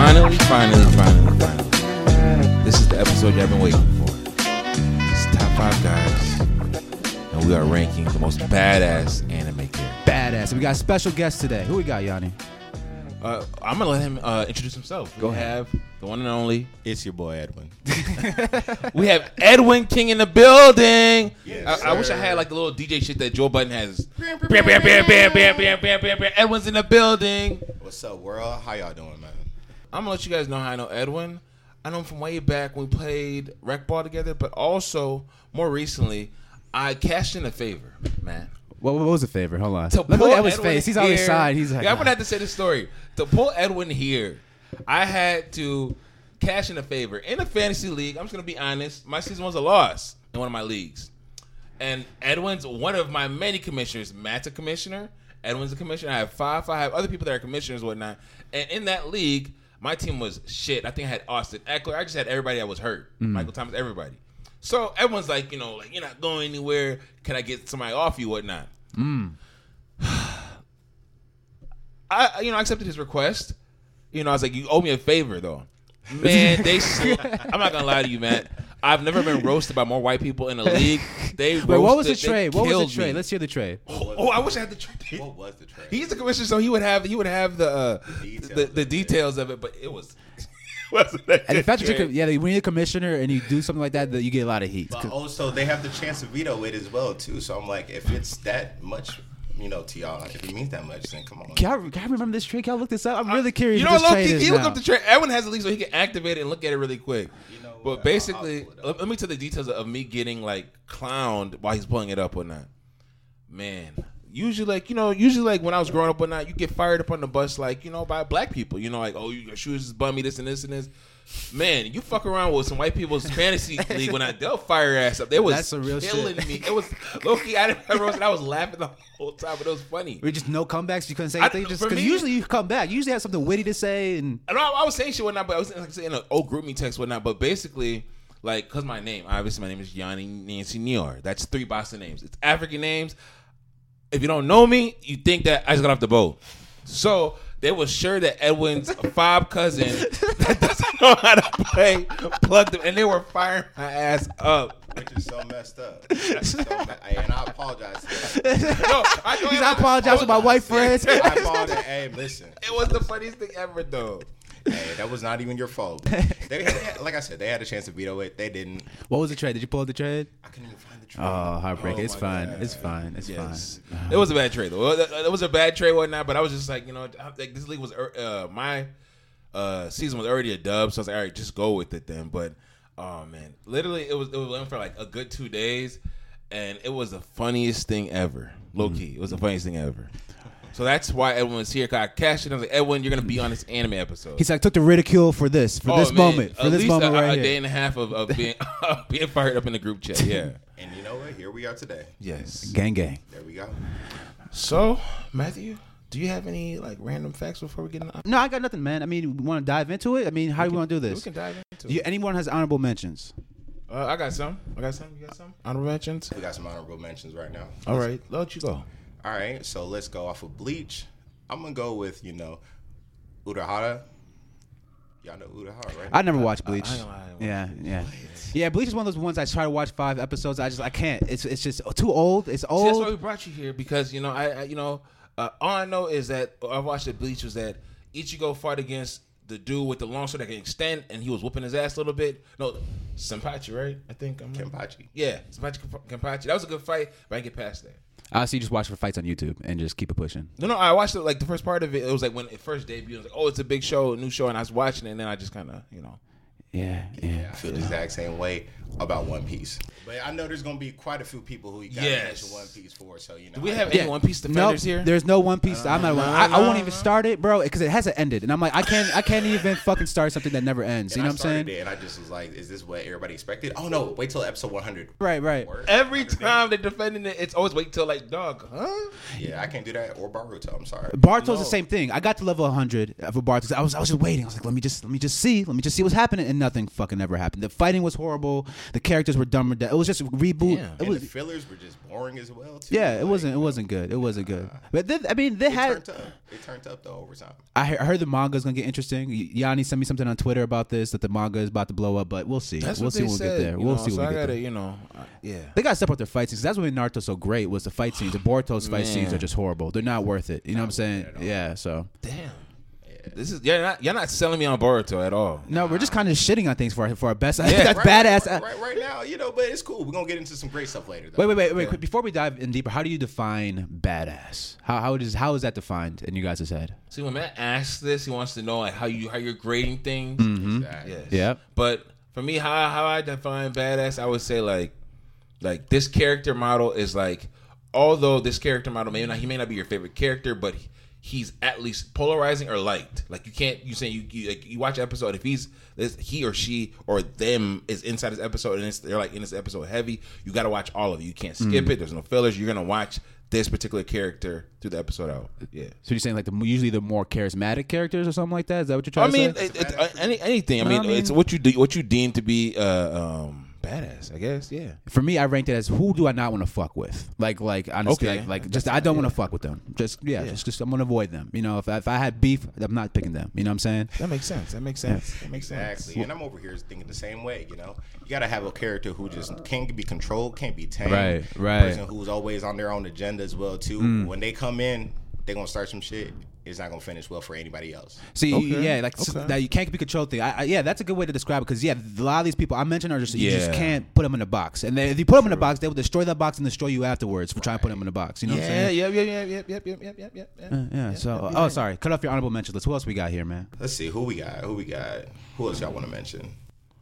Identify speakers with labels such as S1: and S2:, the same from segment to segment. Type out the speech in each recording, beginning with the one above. S1: finally, finally, finally. This is the episode y'all been waiting for. It's top five guys, and we are ranking the most badass anime characters.
S2: Badass. We got a special guest today. Who we got, Yanni?
S1: Uh, I'm gonna let him uh, introduce himself. we have the one and only.
S3: It's your boy Edwin.
S1: We have Edwin King in the building. I, I wish I had like the little DJ shit that Joe Button has. Bam, bam, bam, bam, bam, bam, bam, bam, bam. Edwin's in the building.
S3: What's up, world? How y'all doing, man?
S1: I'm gonna let you guys know how I know Edwin. I know him from way back when we played rec ball together, but also more recently, I cashed in a favor, man.
S2: What, what was the favorite? Hold on.
S1: To
S2: Let me look at his
S1: Edwin
S2: face. He's on his
S1: here-
S2: side. He's like,
S1: yeah, I'm gonna
S2: "Ah."
S1: have to say this story. To pull Edwin here, I had to cash in a favor in a fantasy league. I'm just gonna be honest. My season was a loss in one of my leagues, and Edwin's one of my many commissioners. Matt's a commissioner. Edwin's a commissioner. I have five. I have other people that are commissioners, and whatnot. And in that league, my team was shit. I think I had Austin Eckler. I just had everybody that was hurt.
S2: Mm.
S1: Michael Thomas. Everybody. So everyone's like, you know, like you're not going anywhere. Can I get somebody off you, whatnot? I you know I accepted his request. You know I was like, you owe me a favor though. Man, they. sl- I'm not gonna lie to you, man. I've never been roasted by more white people in a league. They. Roasted,
S2: Wait, "Ah." what was the
S1: they
S2: trade? What was
S1: killed
S2: the trade?
S1: me.
S2: Let's hear the trade.
S1: oh, oh, I wish I had the trade.
S3: What was the track?
S1: He's the commissioner, so he would have he would have the uh,
S3: Details
S1: the,
S3: of
S1: the
S3: it.
S1: details of it. But it was. wasn't that
S2: And the
S1: good
S2: fact that you
S1: trade.
S2: could, yeah, when you're a commissioner and you do something like that, that you get a lot of heat.
S3: But also, they have the chance to veto it as well, too. So I'm like, if it's that much, you know, to y'all, like, if it means that much, then come on.
S2: Can I, can I remember this trade? Can I look this up? I'm really curious.
S1: You know
S2: what
S1: what,
S2: this
S1: low
S2: trade
S1: key,
S2: is
S1: he look
S2: now.
S1: up the trade. Everyone has the league, so he can activate it and look at it really quick.
S3: You know what?
S1: but
S3: I'll- I'll
S1: basically,
S3: pull it up.
S1: let, let me tell the details of me getting like clowned while he's pulling it up or not. Man, usually like you know, usually like when I was growing up or not, you get fired up on the bus like you know by black people. You know, like oh, your shoes is bummy, this and this and this. Man, you fuck around with some white people's fantasy league when I they'll fire your ass up. They was
S2: That's some real shit.
S1: killing me. It was Loki. I didn't have and I was laughing the whole time, but it was funny.
S2: Were just no comebacks. You couldn't say
S1: I-
S2: anything. Just
S1: for
S2: because
S1: me-
S2: usually you come back. You usually have something witty to say. And
S1: And I, I was saying shit whatnot, but I was like, in an old group me text whatnot. But basically, like, cause my name, obviously, my name is Yanni Nancy Nior. That's three Boston names. It's African names. If you don't know me, you think that I just got off the boat. So they were sure that Edwin's five cousin that doesn't know how to play plugged them, and they were firing my ass up.
S3: Which is so messed up. That's so me- Hey, and I apologize. To that.
S1: No, I, told
S2: Because
S1: him-
S2: I apologize to my white friends.
S3: I apologize. Hey, listen.
S1: It was the funniest thing ever, though.
S3: Hey, that was not even your fault. They had, like I said, they had a chance to veto it. They didn't.
S2: What was the trade? Did you pull up the trade?
S3: I couldn't even find the track.
S2: Oh, heartbreaking. it's
S3: my
S2: fine.
S3: God.
S2: It's fine. It's
S1: Yes.
S2: fine.
S1: It was a bad trade though. It it was a bad trade, whatnot. But I was just like, you know, I- like this league was uh, my uh, season was already a dub, so I was like, all right, just go with it then. But oh man, literally, it was it was went for like a good two days, and it was the funniest thing ever. Low
S2: Mm.
S1: key, it was the funniest thing ever. So that's why everyone's here. 'cause I cashed it. I was like, Edwin, you're gonna be on this anime episode.
S2: He's like took the ridicule for this, for
S1: Oh,
S2: this
S1: man,
S2: moment, for
S1: at
S2: this
S1: least
S2: moment
S1: a,
S2: right
S1: a
S2: here.
S1: day and a half of, of being of being fired up in the group chat. Yeah.
S3: And you know what? Here we are today.
S1: yes.
S2: Gang gang.
S3: There we go.
S1: So, Matthew, do you have any like random facts before we get into
S2: No, I got nothing, man. I mean, we want to dive into it. I mean, how do we want to do
S1: We
S2: this?
S1: can dive into
S2: Do you, anyone has honorable mentions?
S1: it. Uh, I got some. I got some. You got some? Honorable mentions?
S3: We got some honorable mentions right now.
S1: All right. Let you go.
S3: All right, so let's go off of Bleach. I'm gonna go with you know, Urahara. Y'all know Urahara, right?
S2: I never watched Bleach.
S1: ain't lying, I watched
S2: yeah, yeah, yeah. Bleach is one of those ones I try to watch five episodes. I just I can't. It's it's just too old. It's
S1: See, that's why we
S2: old.
S1: brought you here because, you know, I, I you know, uh, all I know is that I've watched the Bleach was that Ichigo fought against the dude with the long sword that can extend and he was whooping his ass a little bit. No, Senpachi, right? I think I'm
S3: Kenpachi.
S1: Yeah, Senpachi Kenpachi. That was a good fight, but I didn't get past that.
S2: I see. You just watch for fights on YouTube and just keep it pushing.
S1: No, no, I watched it like the first part of it. It was like when it first debuted. I was like, oh, it's a big show, a new show, and I was watching it, and then I just kind of, you know,
S2: Yeah,
S3: I feel the exact same way about One Piece. But I know there's gonna be quite a few people who you got to
S1: Yes.
S3: mention One Piece for. So you know,
S1: do we have
S2: Yeah.
S1: any One Piece
S2: Nope,
S1: defenders here? Uh,
S2: There's no One Piece. I'm not. One, I, I
S1: no,
S2: won't even start it, bro, because it hasn't ended, and I'm like, I can't. I can't even fucking start something that never ends.
S3: And
S2: you know
S3: I
S2: what I'm
S3: started
S2: saying?
S3: it, and I just was like, is this what everybody expected? Oh no, wait till episode 100.
S2: Right, right.
S3: Word.
S1: Every time they're defending it, it's always wait till like dog, huh?
S3: Yeah, I can't do that or Baruto. I'm sorry.
S2: Barto's
S1: No.
S2: the same thing. I got to level 100 for Bartos. I was I was just waiting. I was like, let me just let me just see, let me just see what's happening, and and nothing fucking ever happened. The fighting was horrible. The characters were dumb or dead. It was just a reboot.
S1: Damn.
S2: It
S3: And
S2: was
S3: the fillers were just boring as well. Too.
S2: yeah. It
S3: Like,
S2: wasn't. It wasn't good. It wasn't good. But then, I mean, they
S3: It
S2: had.
S3: turned up. It turned up though over time.
S2: I he- I heard the manga's gonna get interesting. Y- Yanni sent me something on Twitter about this that the manga is about to blow up, but we'll see.
S1: That's
S2: we'll
S1: what
S2: see
S1: they
S2: when we
S1: said.
S2: get there.
S1: you
S2: We'll
S1: know,
S2: see
S1: so
S2: when
S1: I
S2: we get
S1: gotta,
S2: there.
S1: You know, I- yeah.
S2: They gotta separate their fight scenes. That's what made Naruto so great was the fight scenes. The Boruto's fight scenes
S1: Man.
S2: are just horrible. They're not worth it. You know what I'm saying? Yeah. So
S1: Damn. This is you're not, you're not selling me on Boruto at all.
S2: no, we're just kind of shitting on things for our, for our best. I
S1: Yeah.
S2: think that's
S3: Right-
S2: badass. uh,
S3: Right, right, right now, you know, but it's cool. We're gonna get into some great stuff later. Though.
S2: Wait, wait, wait, wait! Quick, before we dive in deeper, how do you define badass? How how is how is that defined in you guys' head?
S1: See, when Matt asks this, he wants to know like how you how you're grading things.
S2: Mm-hmm.
S3: Exactly.
S1: Yes.
S2: Hmm? Yeah.
S1: But for me, how how I define badass, I would say like like this character model is like although this character model may not he may not be your favorite character, but he- he's at least polarizing or liked. Like you can't you saying you you, like, you watch an episode if he's this he or she or them is inside this episode and it's, they're like in this episode heavy. You got to watch all of it. You can't skip it. There's no fillers. You're gonna watch this particular character through the episode out. Yeah.
S2: So you're saying like the usually the more charismatic characters or something like that? Is that what you're trying
S1: I mean,
S2: to say?
S1: it, it, uh, any, anything. I
S2: No,
S1: mean,
S2: I mean-
S1: it's what you do, what you deem to be uh, um, badass. I guess. Yeah.
S2: For me, I ranked it as who do I not want to fuck with? Like, like honestly,
S1: Okay.
S2: like, like just I don't want to fuck with them. Just yeah, just just I'm gonna avoid them. You know, if I, if I had beef, I'm not picking them. You know what I'm saying?
S1: That makes sense. That makes sense. That makes
S3: Exactly. And I'm over here thinking the same way, you know? You got to have a character who just can't be controlled, can't be tamed.
S2: Right,
S3: A
S2: right.
S3: person who's always on their own agenda as well, too. When they come in, they're going to start some shit. It's not going to finish well for anybody else.
S2: See,
S1: Okay.
S2: yeah, like s-
S1: Okay.
S2: that you can't be controlled thing. I, I, yeah, that's a good way to describe it because yeah, a lot of these people I mentioned are just you just
S1: Yeah.
S2: can't put them in a box, and then if you put them in a box, they will destroy that box and destroy you afterwards for trying to put them in a box. You know what I'm
S1: Yeah.
S2: saying?
S1: Yeah. Yeah. Yeah. Yeah. Yeah. Yeah. Yeah. Yeah. yeah.
S2: Yeah, so, oh, sorry. Cut off your honorable mentions. Let's- Who else we got here, man?
S3: Let's see who we got. Who we got? Who else y'all want to mention?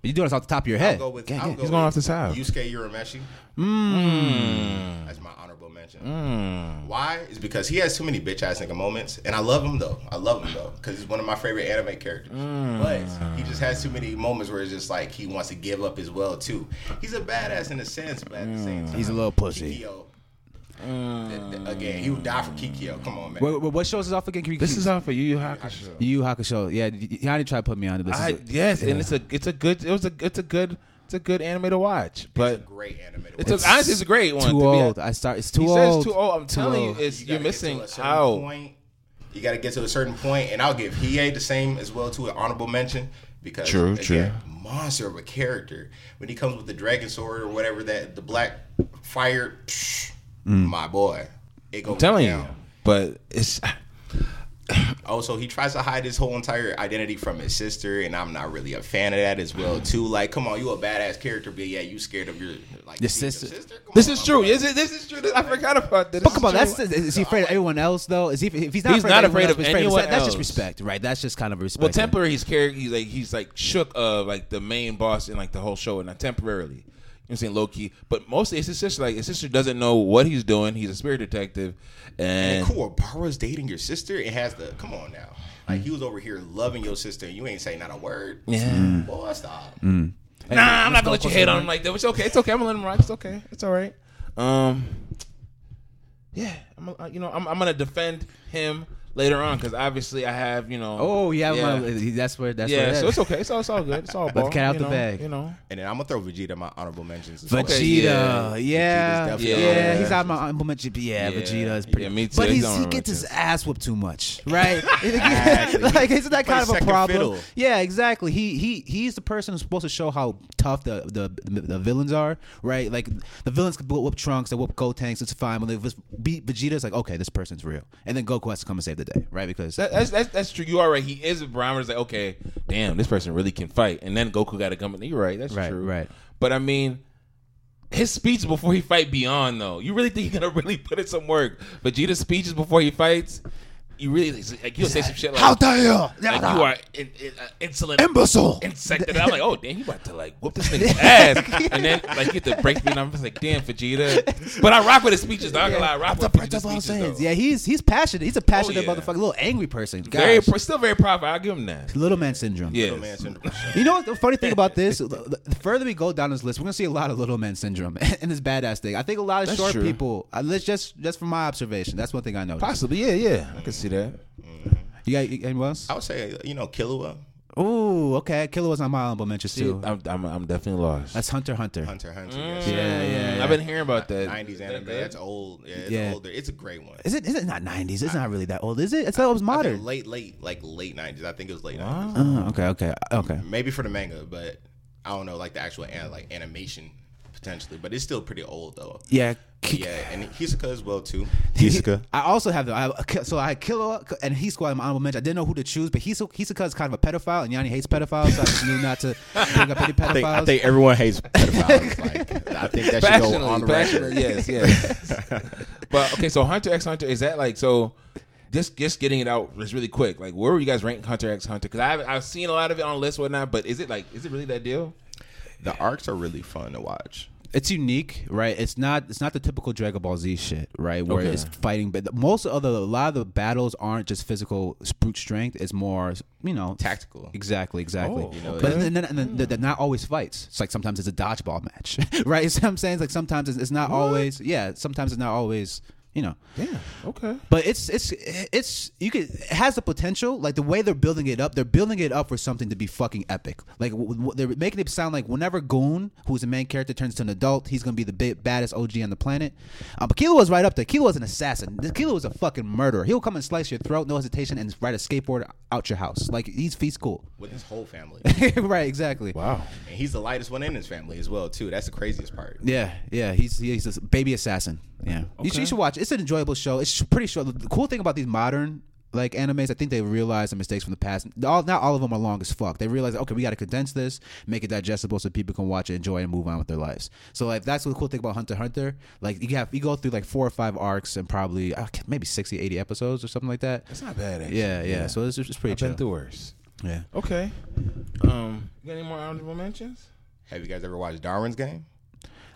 S2: You doing this off the top of your head?
S3: I'll go with.
S2: Gang,
S3: I'll
S2: gang.
S3: go
S1: He's going
S3: with
S1: off the top.
S3: Yusuke Urameshi.
S1: Mm.
S3: Mmm. That's my honorable mention. Why? Is because he has too many bitch ass nigga moments, and I love him though. I love him though because he's one of my favorite anime characters.
S1: Mm.
S3: But he just has too many moments where it's just like he wants to give up as well too. He's a badass in a sense, but at the
S1: Mm.
S3: same time,
S2: He's a little pussy.
S1: E
S3: Kikyo. Th- th- Again, he would die for Kikyo. Come on, man.
S2: Wait, wait, what shows is off again? Can you,
S1: This is off of Yu Yu Hakusho.
S2: you Hakusho. Yeah, Yanni tried to put me onto this.
S1: I, yes, and it's a it's a good it was a it's a good it's a good anime to watch,
S3: He's
S1: but
S3: a great anime. to
S1: it's,
S3: watch.
S1: a, honestly it's a great one. to
S2: too
S1: be-
S2: old. I start. It's too
S1: He
S2: old.
S1: says too old. I'm telling you, it's
S3: Oh, gotta
S1: you are
S3: get
S1: missing
S3: to a certain
S1: out.
S3: Point. You got to get to a certain point, and I'll give Hiei the same as well too an honorable mention because
S1: True,
S3: again, monster of a character when he comes with the dragon sword or whatever that the black fire, psh,
S1: Mm.
S3: my boy, it goes
S1: I'm telling you,
S3: down.
S1: but it's
S3: Also, he tries to hide his whole entire identity from his sister, and I'm not really a fan of that as well too. Like, come on, you a badass character, but yeah, you scared of your like
S2: Your
S3: seeing
S2: sister.
S3: Come
S1: this
S3: on,
S1: is
S3: my
S1: true.
S3: boy.
S1: Is it, this is true. This- I forgot about this.
S2: But
S1: This
S2: come on,
S1: is true.
S2: that's is, is he afraid of everyone else though? Is he if he's not
S1: He's
S2: afraid
S1: not
S2: of
S1: afraid
S2: everyone else,
S1: of
S2: but he's afraid
S1: anyone
S2: himself, That's just
S1: else.
S2: respect, right? That's just kind of respect.
S1: Well, temporary, he's carrying, he's like he's like shook of like the main boss in like the whole show, and not temporarily. You know, what I'm saying low key, but mostly it's his sister. Like his sister doesn't know what he's doing. He's a spirit detective, and
S3: Cool, Barbara's dating your sister. It has the come on now. Like he was over here loving your sister, and you ain't saying not a word.
S2: Mm.
S3: Mm.
S1: yeah.
S3: Boy, stop.
S1: Nah, I'm not gonna let you hate on him like that. It's okay. It's okay. I'm gonna let him rock. It's okay. It's all right. Um, yeah. I'm. uh, You know, I'm. I'm gonna defend him later on because obviously I have. You know.
S2: Oh yeah,
S1: Yeah.
S2: my- that's where that's
S1: yeah.
S2: where.
S1: So it's okay. It's all. It's all good. It's all. ball,
S2: cat out
S1: you
S2: the
S1: know,
S2: bag.
S1: You know.
S3: And then I'm gonna throw Vegeta in my honorable mentions. as well.
S2: Vegeta,
S1: Okay,
S2: yeah,
S1: yeah.
S2: yeah,
S3: Vegeta's definitely
S1: on
S2: yeah.
S1: my
S2: He's on my honorable mention. but Yeah,
S1: Yeah.
S2: Vegeta is pretty.
S1: Yeah, me too.
S2: But
S1: He's
S2: he's,
S1: on
S2: he
S1: my
S2: gets his
S1: mentions.
S2: ass whooped too much, right? like it's that kind of a
S3: second
S2: problem.
S3: fiddle.
S2: Yeah, exactly. He he he's the person who's supposed to show how tough the the, the villains are, right? Like the villains can whoop Trunks, they whoop Gotenks. It's fine. When they just beat Vegeta, it's like okay, this person's real. And then Goku has to come and save the day, right? Because
S1: That, that's, that's that's true. You are right. He is a barometer. It's like, okay, damn, this person really can fight. And then Goku got to come. in. You're right. That's
S2: Right,
S1: true.
S2: right.
S1: But I mean, his speech before he fight Beyond though, you really think he's gonna really put in some work? Vegeta's speeches before he fights, you really like you'll say some shit like,
S2: how dare you?
S1: like you are in, in, uh, insolent
S2: imbecile.
S1: insect. And I'm like, oh damn, you about to like whoop this nigga's ass. And then like you get the break me, and I'm just like, damn, Vegeta. But I rock with his speeches. Not gonna lie, I rock with Vegeta's speeches. though.
S2: Yeah, he's he's passionate. He's a passionate
S1: yeah.
S2: motherfucker, little angry person.
S1: Very,
S2: Gosh.
S1: pro- still very proper. I'll give him that.
S2: Little man syndrome.
S1: Yeah.
S3: Little man syndrome.
S2: You know what the funny thing about this? the the further we go down this list, we're gonna see a lot of little man syndrome and this badass thing. I think a lot of
S1: That's
S2: short
S1: true.
S2: people. uh, Let's just just from my observation. That's one thing I know.
S1: Possibly, yeah, yeah. I can see that.
S2: You got you- anyone else?
S3: I would say you know Killua.
S2: Ooh, okay. Killer was on my honorable mentions too.
S1: Dude, I'm, I'm, I'm definitely lost.
S2: That's Hunter x Hunter.
S3: Hunter x Hunter. Yes.
S2: Yeah, yeah, yeah.
S1: I've been hearing about that.
S3: 90s anime.
S1: That- that-
S3: That's old. Yeah, it's
S2: Yeah.
S3: older. It's a great one.
S2: Is it? Is it not nineties? It's not really that old, is it? It's that was
S3: I think
S2: modern.
S3: Late, late, like late 90s. I think it was late 90s.
S2: Oh, okay, okay, okay.
S3: Maybe for the manga, but I don't know, like the actual an- like animation potentially. But it's still pretty old though.
S2: Yeah. K-
S3: Yeah, and Hisoka as well too.
S2: I also have the I have, so I had Killer and He Squad in my honorable mention. I didn't know who to choose, but Hisoka, Hisoka is kind of a pedophile, and Yanni hates pedophiles, so I just knew not to bring up any pedophiles.
S3: I think, I think everyone hates pedophiles. like, I think that should go on the
S1: Passionately,
S3: record.
S1: passionately, yes, yes. but okay, so Hunter X Hunter is that like so? Just just getting it out is really quick. Like, where were you guys ranking Hunter X Hunter? Because I've I've seen a lot of it on lists whatnot, but is it like is it really that deal?
S3: The arcs are really fun to watch.
S2: it's unique, right? It's not it's not the typical Dragon Ball Z shit, right? Where
S1: Okay.
S2: it's fighting, but most of the a lot of the battles aren't just physical brute strength. It's more you know
S3: Tactical.
S2: Exactly, exactly.
S1: Oh, You know,
S2: but then, then, and then they're- they're not always fights. It's like sometimes it's a dodgeball match, right? You see what I'm saying? It's like sometimes it's, it's not always. Yeah, sometimes it's not always. You know.
S1: Yeah. Okay.
S2: But it's it's it's you could it has the potential like the way they're building it up. They're building it up for something to be fucking epic. Like w- w- they're making it sound like whenever Goon, who's the main character, turns to an adult, he's gonna be the big, baddest OG on the planet. Um, but Kilo was right up there. Kilo was an assassin. This Kilo was a fucking murderer. He'll come and slice your throat, no hesitation, and ride a skateboard out your house. Like he's he's cool.
S3: With his whole family.
S2: right? Exactly.
S1: Wow.
S3: And he's the lightest one in his family as well, too. That's the craziest part.
S2: Yeah, yeah, he's he's a baby assassin. Yeah, you, should, you should watch. it. It's an enjoyable show. It's pretty short. The cool thing about these modern like animes, I think they realize the mistakes from the past. All not all of them are long as fuck. They realize okay, we got to condense this, make it digestible so people can watch it, enjoy, it, and move on with their lives. So like that's the cool thing about Hunter x Hunter. Like you have you go through like four or five arcs and probably I can't- maybe 60, 80 episodes or something like that.
S1: That's not bad. Actually.
S2: Yeah, yeah, So it's, it's pretty
S1: I've been
S2: chill.
S1: through worse.
S2: Yeah.
S1: Okay. Um, you got any more honorable mentions?
S3: Have you guys ever watched Darwin's Game?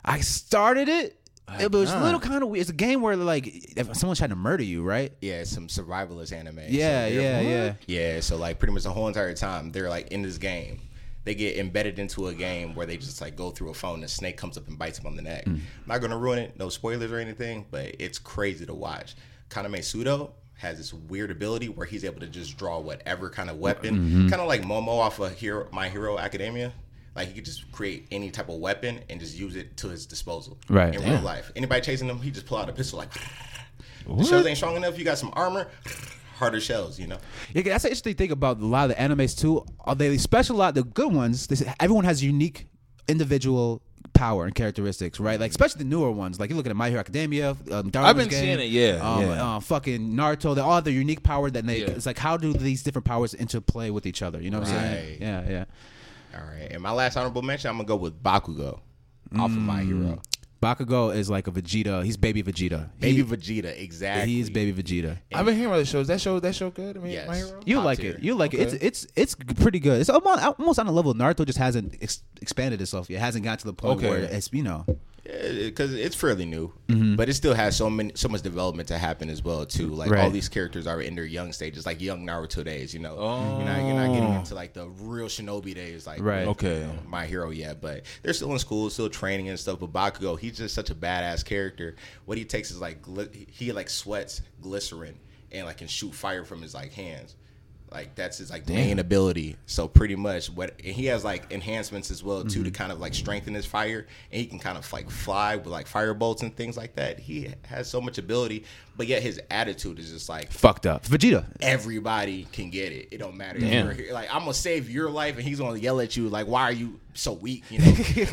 S2: I started it. It was a
S1: not.
S2: little kind of weird. It's a game where like if someone's trying to murder you, right?
S3: Yeah, it's some survivalist anime. So
S2: Yeah,
S3: they're-
S2: yeah, yeah.
S3: Yeah, so like pretty much the whole entire time they're like in this game. They get embedded into a game where they just like go through a phone and a snake comes up and bites them on the neck.
S2: Mm.
S3: I'm not gonna ruin it, no spoilers or anything, but it's crazy to watch. Kaname Sudo has this weird ability where he's able to just draw whatever kind of weapon.
S2: Mm-hmm.
S3: Kind of like Momo off of Hero My Hero Academia. Like he could just create any type of weapon and just use it to his disposal.
S2: Right,
S3: In real
S2: damn.
S3: life. Anybody chasing him, he just pull out a pistol like the shells ain't strong enough, you got some armor, harder shells, you know.
S2: Yeah, that's the interesting thing about a lot of the animes too. Uh, They specialize the good ones. They, say everyone has unique individual power and characteristics, right? Like especially the newer ones. Like you're looking at My Hero Academia. Um, Darwin's
S1: I've been
S2: Game,
S1: seeing it, yeah,
S2: Um,
S1: yeah.
S2: uh, fucking Naruto. They all have their unique power. That they.
S1: Yeah.
S2: It's like how do these different powers interplay with each other? You know what I'm
S3: Right.
S2: saying? Yeah, yeah.
S3: All right. And my last honorable mention, I'm gonna go with Bakugo off of
S2: Mm.
S3: my hero.
S2: Bakugo is like a Vegeta. He's baby Vegeta.
S3: Baby
S2: He-
S3: Vegeta, exactly.
S2: he is baby Vegeta.
S1: I've been hearing about the shows. That show, that show, good. I mean, my
S3: Yes.
S1: hero.
S2: You
S3: Top
S2: like
S3: tier.
S2: it. You like it.
S1: Okay.
S2: It's it's it's pretty good. It's almost, almost on a level Naruto just hasn't ex- expanded itself yet. It hasn't got to the point
S1: Okay.
S2: where it's you know.
S3: because it's fairly new,
S2: Mm-hmm.
S3: but it still has so many, so much development to happen as well too. Like all
S2: Right.
S3: these characters are in their young stages, like young Naruto days. You know, you're, not, you're not getting into like the real Shinobi days, like
S2: Oh. Right.
S1: Okay.
S3: my hero yet. But they're still in school, still training and stuff. But Bakugo, he's just such a badass character. What he takes is like gli- he like sweats glycerin and like can shoot fire from his like hands. Like that's his like main ability. So pretty much what and he has like enhancements as well too to kind of like strengthen his fire and he can kind of like fly with like fire bolts and things like that. He has so much ability, but yet his attitude is just like
S2: Fucked up. Vegeta.
S3: everybody can get it. It don't matter if
S1: Damn.
S3: you're here. Like I'm gonna save your life, and he's gonna yell at you like, "Why are you so weak? You know,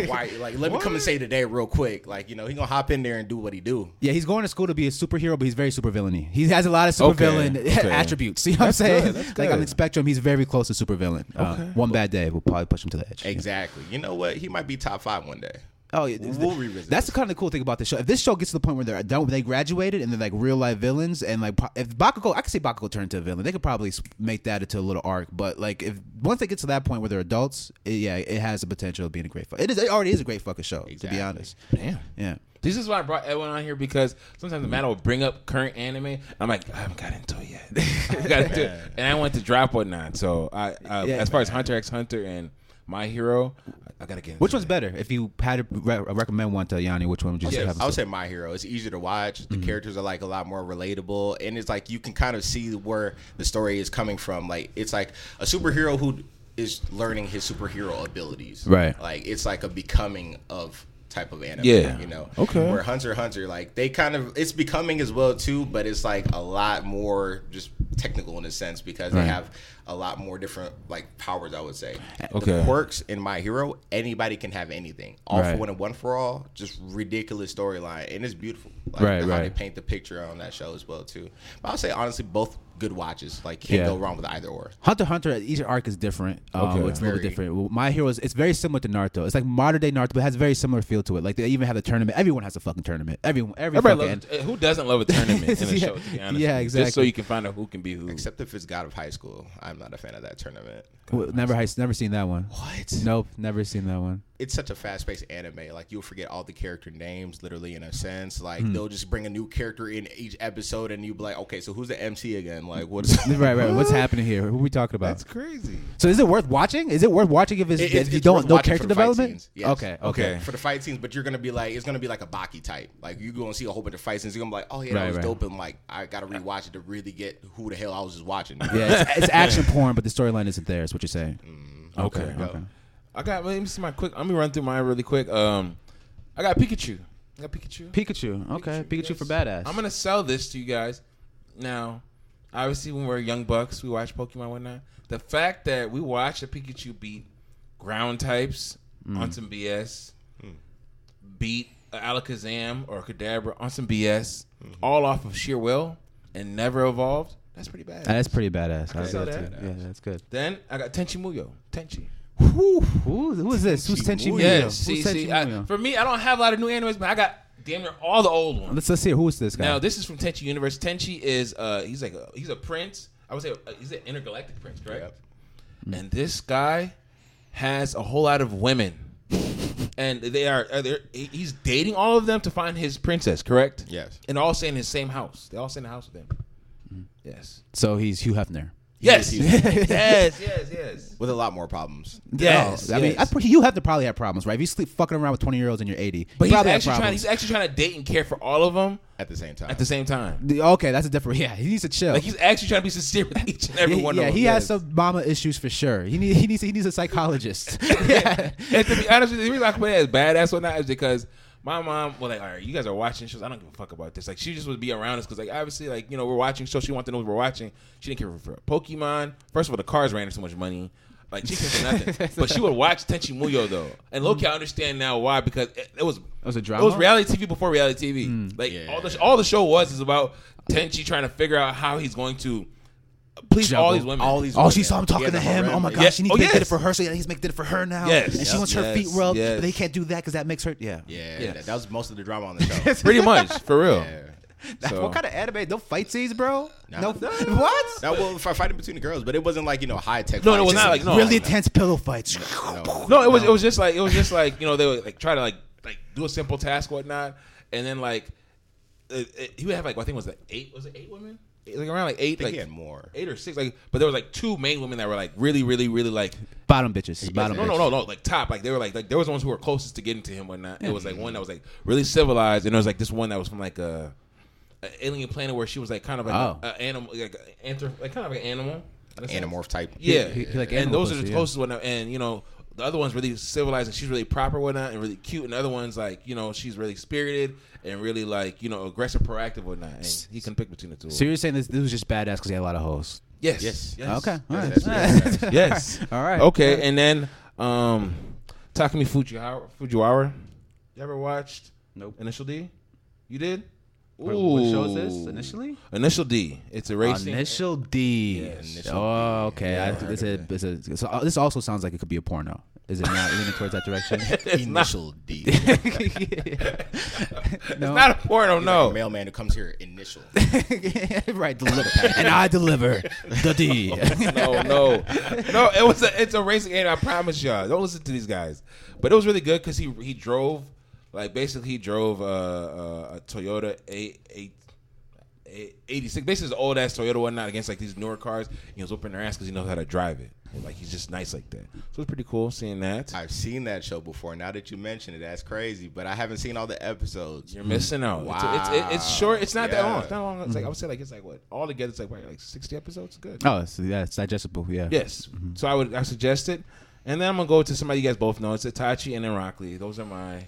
S3: why? Like let me come and save the day real quick. Like you know, he gonna hop in there and do what he do.
S2: Yeah, he's going to school to be a superhero, but he's very supervillainy. He has a lot of supervillain
S1: Okay, okay.
S2: attributes. You know what I'm
S1: good,
S2: saying?
S1: that's
S2: Like on
S1: good.
S2: the spectrum, he's very close to supervillain. Uh, one bad day will probably push him to the edge.
S3: Exactly. You know what? He might be top five one day.
S2: Oh, yeah,
S3: We'll revisit
S2: That's the kind of the cool thing about this show. If this show gets to the point where they're done, they graduated and they're like real life villains, and like pro- if Bakugo, I could see Bakugo turned to a villain. They could probably s- make that into a little arc. But like if once they get to that point where they're adults, it, yeah, it has the potential of being a great. Fu- it is. It already is a great fucking show. To
S3: Exactly.
S2: be honest,
S1: Damn.
S2: yeah.
S1: This is why I brought Edwin on here because sometimes the man will bring up current anime. I'm like, I haven't got into it yet. I got into it. And I went to drop whatnot. So I, I
S2: Yeah,
S1: as far as Hunter x Hunter and My Hero, I, I gotta get. Into
S2: Which one's
S1: it.
S2: better? If you had to re- recommend one to Mm-hmm. Yanni, which one would you
S3: Yeah,
S2: have?
S3: I would say My Hero. It's easier to watch. The characters are like a lot more relatable, and it's like you can kind of see where the story is coming from. Like it's like a superhero who is learning his superhero abilities.
S2: Right.
S3: Like it's like a becoming of type of anime.
S1: Yeah.
S3: You know.
S2: Okay.
S3: Where Hunter x Hunter, like they kind of it's becoming as well too, but it's like a lot more just technical in a sense because they have a lot more different like powers. I would say.
S1: Okay.
S3: The quirks in My Hero, anybody can have anything. All
S2: Right.
S3: for one and one for all, just ridiculous storyline, and it's beautiful. Like,
S2: Right,
S3: How they
S2: right.
S3: paint the picture on that show as well too. But I'll say honestly, both good watches. Like can't
S2: Yeah.
S3: go wrong with either or.
S2: Hunter x Hunter, each arc is different. Um,
S1: Okay.
S2: It's a little bit
S3: Very.
S2: different. My Hero is it's very similar to Naruto. It's like modern day Naruto, but it has a very similar feel to it. Like they even have the tournament. Everyone has a fucking tournament. Everyone, every
S1: Everybody
S2: fucking-
S1: loves, uh, who doesn't love a tournament in a
S2: Yeah.
S1: show? To be honest,
S2: Yeah,
S1: with you? Just so
S2: exactly.
S1: you can find out who can be who.
S3: Except if it's God of High School, I'm not a fan of that tournament.
S2: Well, never, has- never seen that one.
S3: What?
S2: Nope, never seen that one.
S3: It's such a fast-paced anime. Like you'll forget all the character names, literally in a sense. Like
S2: Hmm.
S3: they'll just bring a new character in each episode, and you'll be like, okay, so who's the MC again? Like what is?
S2: Right, right. What's happening here? Who are we talking about?
S1: crazy.
S2: So is it worth watching? Is it worth watching if, it's,
S3: It-
S2: if
S3: it's-
S2: you
S3: it's
S2: don't
S3: worth
S2: no
S3: watching
S2: character
S3: for the fight
S2: development?
S3: scenes. Yes.
S2: Okay, okay.
S1: Okay.
S3: for the fight scenes, but you're gonna be like, it's gonna be like a Baki type. Like you're gonna see a whole bunch of fight scenes. You're gonna be like, oh yeah,
S2: Right,
S3: that was
S2: right.
S3: dope, and like I gotta rewatch it to really get who the hell I was just watching.
S2: Yeah, it's, it's action porn, but the storyline isn't there. Is what you're saying?
S1: Okay.
S2: Mm, okay.
S1: I got. Let me see my quick. Let me run through mine really quick. Um, I got Pikachu. I got Pikachu.
S2: Pikachu. Okay, Pikachu, for
S1: yes.
S2: badass.
S1: I'm gonna sell this to you guys. Now, obviously, when we were young bucks, we watched Pokemon one night. The fact that we watched a Pikachu beat ground types
S2: Mm.
S1: on some BS, beat a Alakazam or a Kadabra on some BS, all off of sheer will and never evolved. That's pretty bad.
S2: That's pretty badass. I
S1: sell
S2: that's
S1: that.
S2: good. Yeah, that's good.
S1: then I got Tenchi Muyo. Tenchi.
S2: Who, who, who is this? Who's Tenchi Muyo?
S1: Yeah,
S2: Who's
S1: see,
S2: Tenchi
S1: see, I,
S2: Muyo?
S1: for me, I don't have a lot of new animes, but I got damn near all the old ones.
S2: let's let's hear who is this guy.
S1: Now this is from Tenchi Universe. Tenchi is uh he's like a, he's a prince. I would say uh, he's an intergalactic prince, right?
S3: Yep.
S1: And this guy has a whole lot of women, and they are uh, they're- he- he's dating all of them to find his princess, correct?
S3: Yes.
S1: And all stay in his same house. They all stay in the house with him.
S2: Mm-hmm.
S1: Yes.
S2: so he's Hugh Hefner.
S1: Yes.
S3: he's-
S1: yes. Yes. Yes.
S3: With a lot more problems.
S1: Yes,
S2: No, I mean,
S1: yes.
S2: I, pr- Hugh Hefner probably had problems, right? If you sleep fucking around with twenty year olds and you're eighty,
S1: But
S2: you
S1: he's
S2: probably
S1: actually
S2: have
S1: trying.
S2: problems.
S1: He's actually trying to date and care for all of them
S3: At the same time.
S1: at the same time.
S2: The- okay, that's a different. Yeah, he needs to chill.
S1: Like he's actually trying to be sincere with each and every
S2: yeah,
S1: one
S2: yeah,
S1: of them.
S2: he
S1: Yes.
S2: has some mama issues for sure. He need, he needs he needs a psychologist. yeah.
S1: and to be honest with you, the reason I put it as badass or not is because my mom was like, all right, you guys are watching shows. I don't give a fuck about this. Like, she just would be around us because, like, obviously, like, you know, we're watching shows. She wanted to know what we're watching. She didn't care for Pokemon. First of all, the cars ran her so much money. Like, she cared for nothing. but she would watch Tenchi Muyo, though. And Loki, I understand now why because it, it was.
S2: was a
S1: It was
S2: drama? Mm.
S1: reality TV before reality TV. like all the all the show was is about Tenchi trying to figure out how he's going to please all
S2: Juggle.
S1: these women.
S3: all these.
S2: Oh,
S3: women.
S2: she saw him
S3: He
S2: talking
S3: has
S2: to
S3: a
S2: him.
S3: harem.
S2: Oh my
S1: Yeah.
S2: gosh, and he
S1: Oh,
S2: they did it
S1: yes.
S2: for her, so yeah, he's make did it for her now.
S1: Yes.
S2: and she
S1: Yep.
S2: wants her
S1: Yes.
S2: feet rubbed,
S1: Yes.
S2: but they can't do that because that makes her. Yeah,
S3: Yeah,
S1: Yeah.
S3: that- that was most of the drama on the show.
S1: pretty much for real.
S3: yeah.
S1: So-
S2: What kind of anime? No fight scenes, bro.
S3: Nah.
S2: No,
S3: Nah.
S2: what?
S3: That was for fighting between the girls, but it wasn't like you know high tech.
S1: No, it was not like- no.
S2: really intense pillow fights.
S1: No, it was it was just like it was just like you know they would like try to like like do a simple task whatnot, and then like it, it- he would have like I think it was like eight was it eight women It was, like around like eight
S3: Like,
S1: like
S3: he had more.
S1: eight or six like but there was like two main women that were like really really really like
S2: Bottom bitches. Bottom.
S1: no
S2: bitches.
S1: no no no like top like they were like like there was ones who were closest to getting to him whatnot it was like one that was like really civilized and there was like this one that was from like a, a alien planet where she was like kind of like
S2: Oh.
S1: a, a animal like, a anthrop- like kind of like an animal in a sense.
S3: Animorph type.
S1: Yeah,
S2: He- he like
S1: and
S2: animal
S1: those are
S2: pussy,
S1: the
S2: yeah.
S1: closest one. And you know, the other one's really civilized, and she's really proper, and whatnot, and really cute. And the other one's like, you know, she's really spirited and really like, you know, aggressive, proactive, whatnot. And he can pick between the two.
S2: So you're saying this, this was just badass because he had a lot of hoes.
S1: Yes,
S3: Yes.
S2: Okay. All
S3: Yes,
S2: right.
S3: that's
S1: yes.
S2: All right.
S1: Okay, and then um, Takumi Fujiwara. Fujiwara. You ever watched?
S2: Nope.
S1: Initial D. You did.
S2: What- what show is this?
S1: Ooh.
S2: Initially?
S1: Initial D. It's a racing.
S2: Initial D.
S3: Initial
S2: oh, okay. I,
S1: heard
S2: it's a, it's a, so, uh, this also sounds like it could be a porno. Is it not leaning towards that direction?
S3: Initial D.
S1: It's not a
S2: E,
S1: porno.
S3: No.
S2: Oh.
S1: No.
S3: Mailman who comes here. Initial.
S2: right, deliver. and I deliver the D.
S1: no, no, no. It was a, it's a racing game. I promise y'all. Don't listen to these guys. But it was really good because he he drove like basically he drove uh, uh, a Toyota eight eight. 86 basically it's an old ass Toyota whatnot against like these newer cars. He was whooping their ass because he knows how to drive it. Like he's just nice like that. So it's pretty cool seeing that.
S3: I've seen that show before. Now that you mention it, that's crazy. But I haven't seen all the episodes.
S1: You're missing out. It's, it's, it's short. It's not that long. It's not long. It's like I would say like it's like what all together it's like what, like 60 episodes. Good.
S2: Oh, so yeah, it's digestible. Yeah.
S1: Yes.
S2: Mm-hmm.
S1: So I would I suggest it, and then I'm gonna go to somebody you guys both know. It's Itachi and then Rockley. Those are my,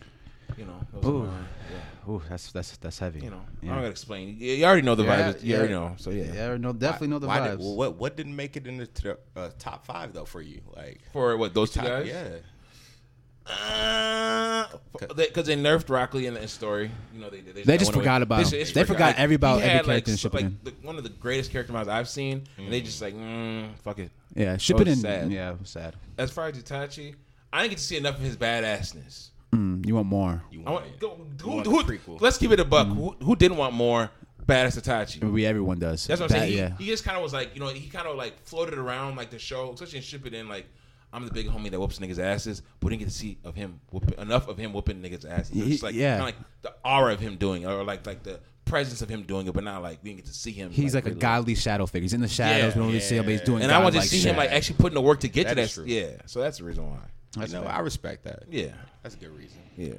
S1: you know, those
S2: Ooh.
S1: are my, yeah,
S2: Ooh, that's that's that's heavy.
S1: you know. I don't
S2: Yeah.
S1: gotta explain. You, you already know the
S2: Yeah,
S1: vibe. You already
S2: yeah.
S1: know. So yeah.
S2: Yeah, no, definitely know the
S3: Why
S2: vibes.
S3: did, well, what what didn't make it in the t- uh, top five though for you? Like
S1: For what those two
S3: top-
S1: guys?
S3: yeah.
S1: because they, 'cause they nerfed Rockley in the story. You know they did.
S2: They just forgot about him. They forgot every- about
S1: he
S2: every
S1: had, like,
S2: character in
S1: so- like,
S2: Shippuden. Mm-hmm.
S1: the, one of the greatest character models I've seen, and they just like mm, fuck it.
S2: yeah, shipping
S1: it's
S2: in.
S1: Oh, sad.
S2: Yeah, it was sad.
S1: As far as Itachi, I didn't get to see enough of his badassness.
S2: Mm, you want more?
S3: You
S1: I
S3: want,
S1: want,
S3: it.
S1: go,
S3: You
S1: who,
S3: want
S1: who,
S3: the prequel.
S1: let's keep it a buck. Who, who didn't want more badass Itachi?
S2: We everyone does.
S1: That's what I'm
S2: Mm-hmm. That-
S1: saying. He,
S2: Yeah.
S1: he just kind of was like, you know, he kind of like floated around like the show, especially in Ship It In, like, I'm the big homie that whoops niggas' asses, but we didn't get to see of him whoop, enough of him whooping niggas' asses. It's
S2: He-
S1: just like,
S2: yeah.
S1: kind of like the aura of him doing it, or like like the presence of him doing it, but not like we didn't get to see him.
S2: He's like, a
S1: really-
S2: godly shadow figure. He's in the shadows. we don't really see him, but he's doing.
S1: And I want to
S2: godlike
S1: see
S2: shit.
S1: him like actually putting the work to get
S3: That
S1: to
S3: is
S1: that.
S3: true.
S1: Yeah, so that's the reason why.
S3: You know, I respect that.
S1: Yeah,
S3: That's a good reason.
S1: yeah.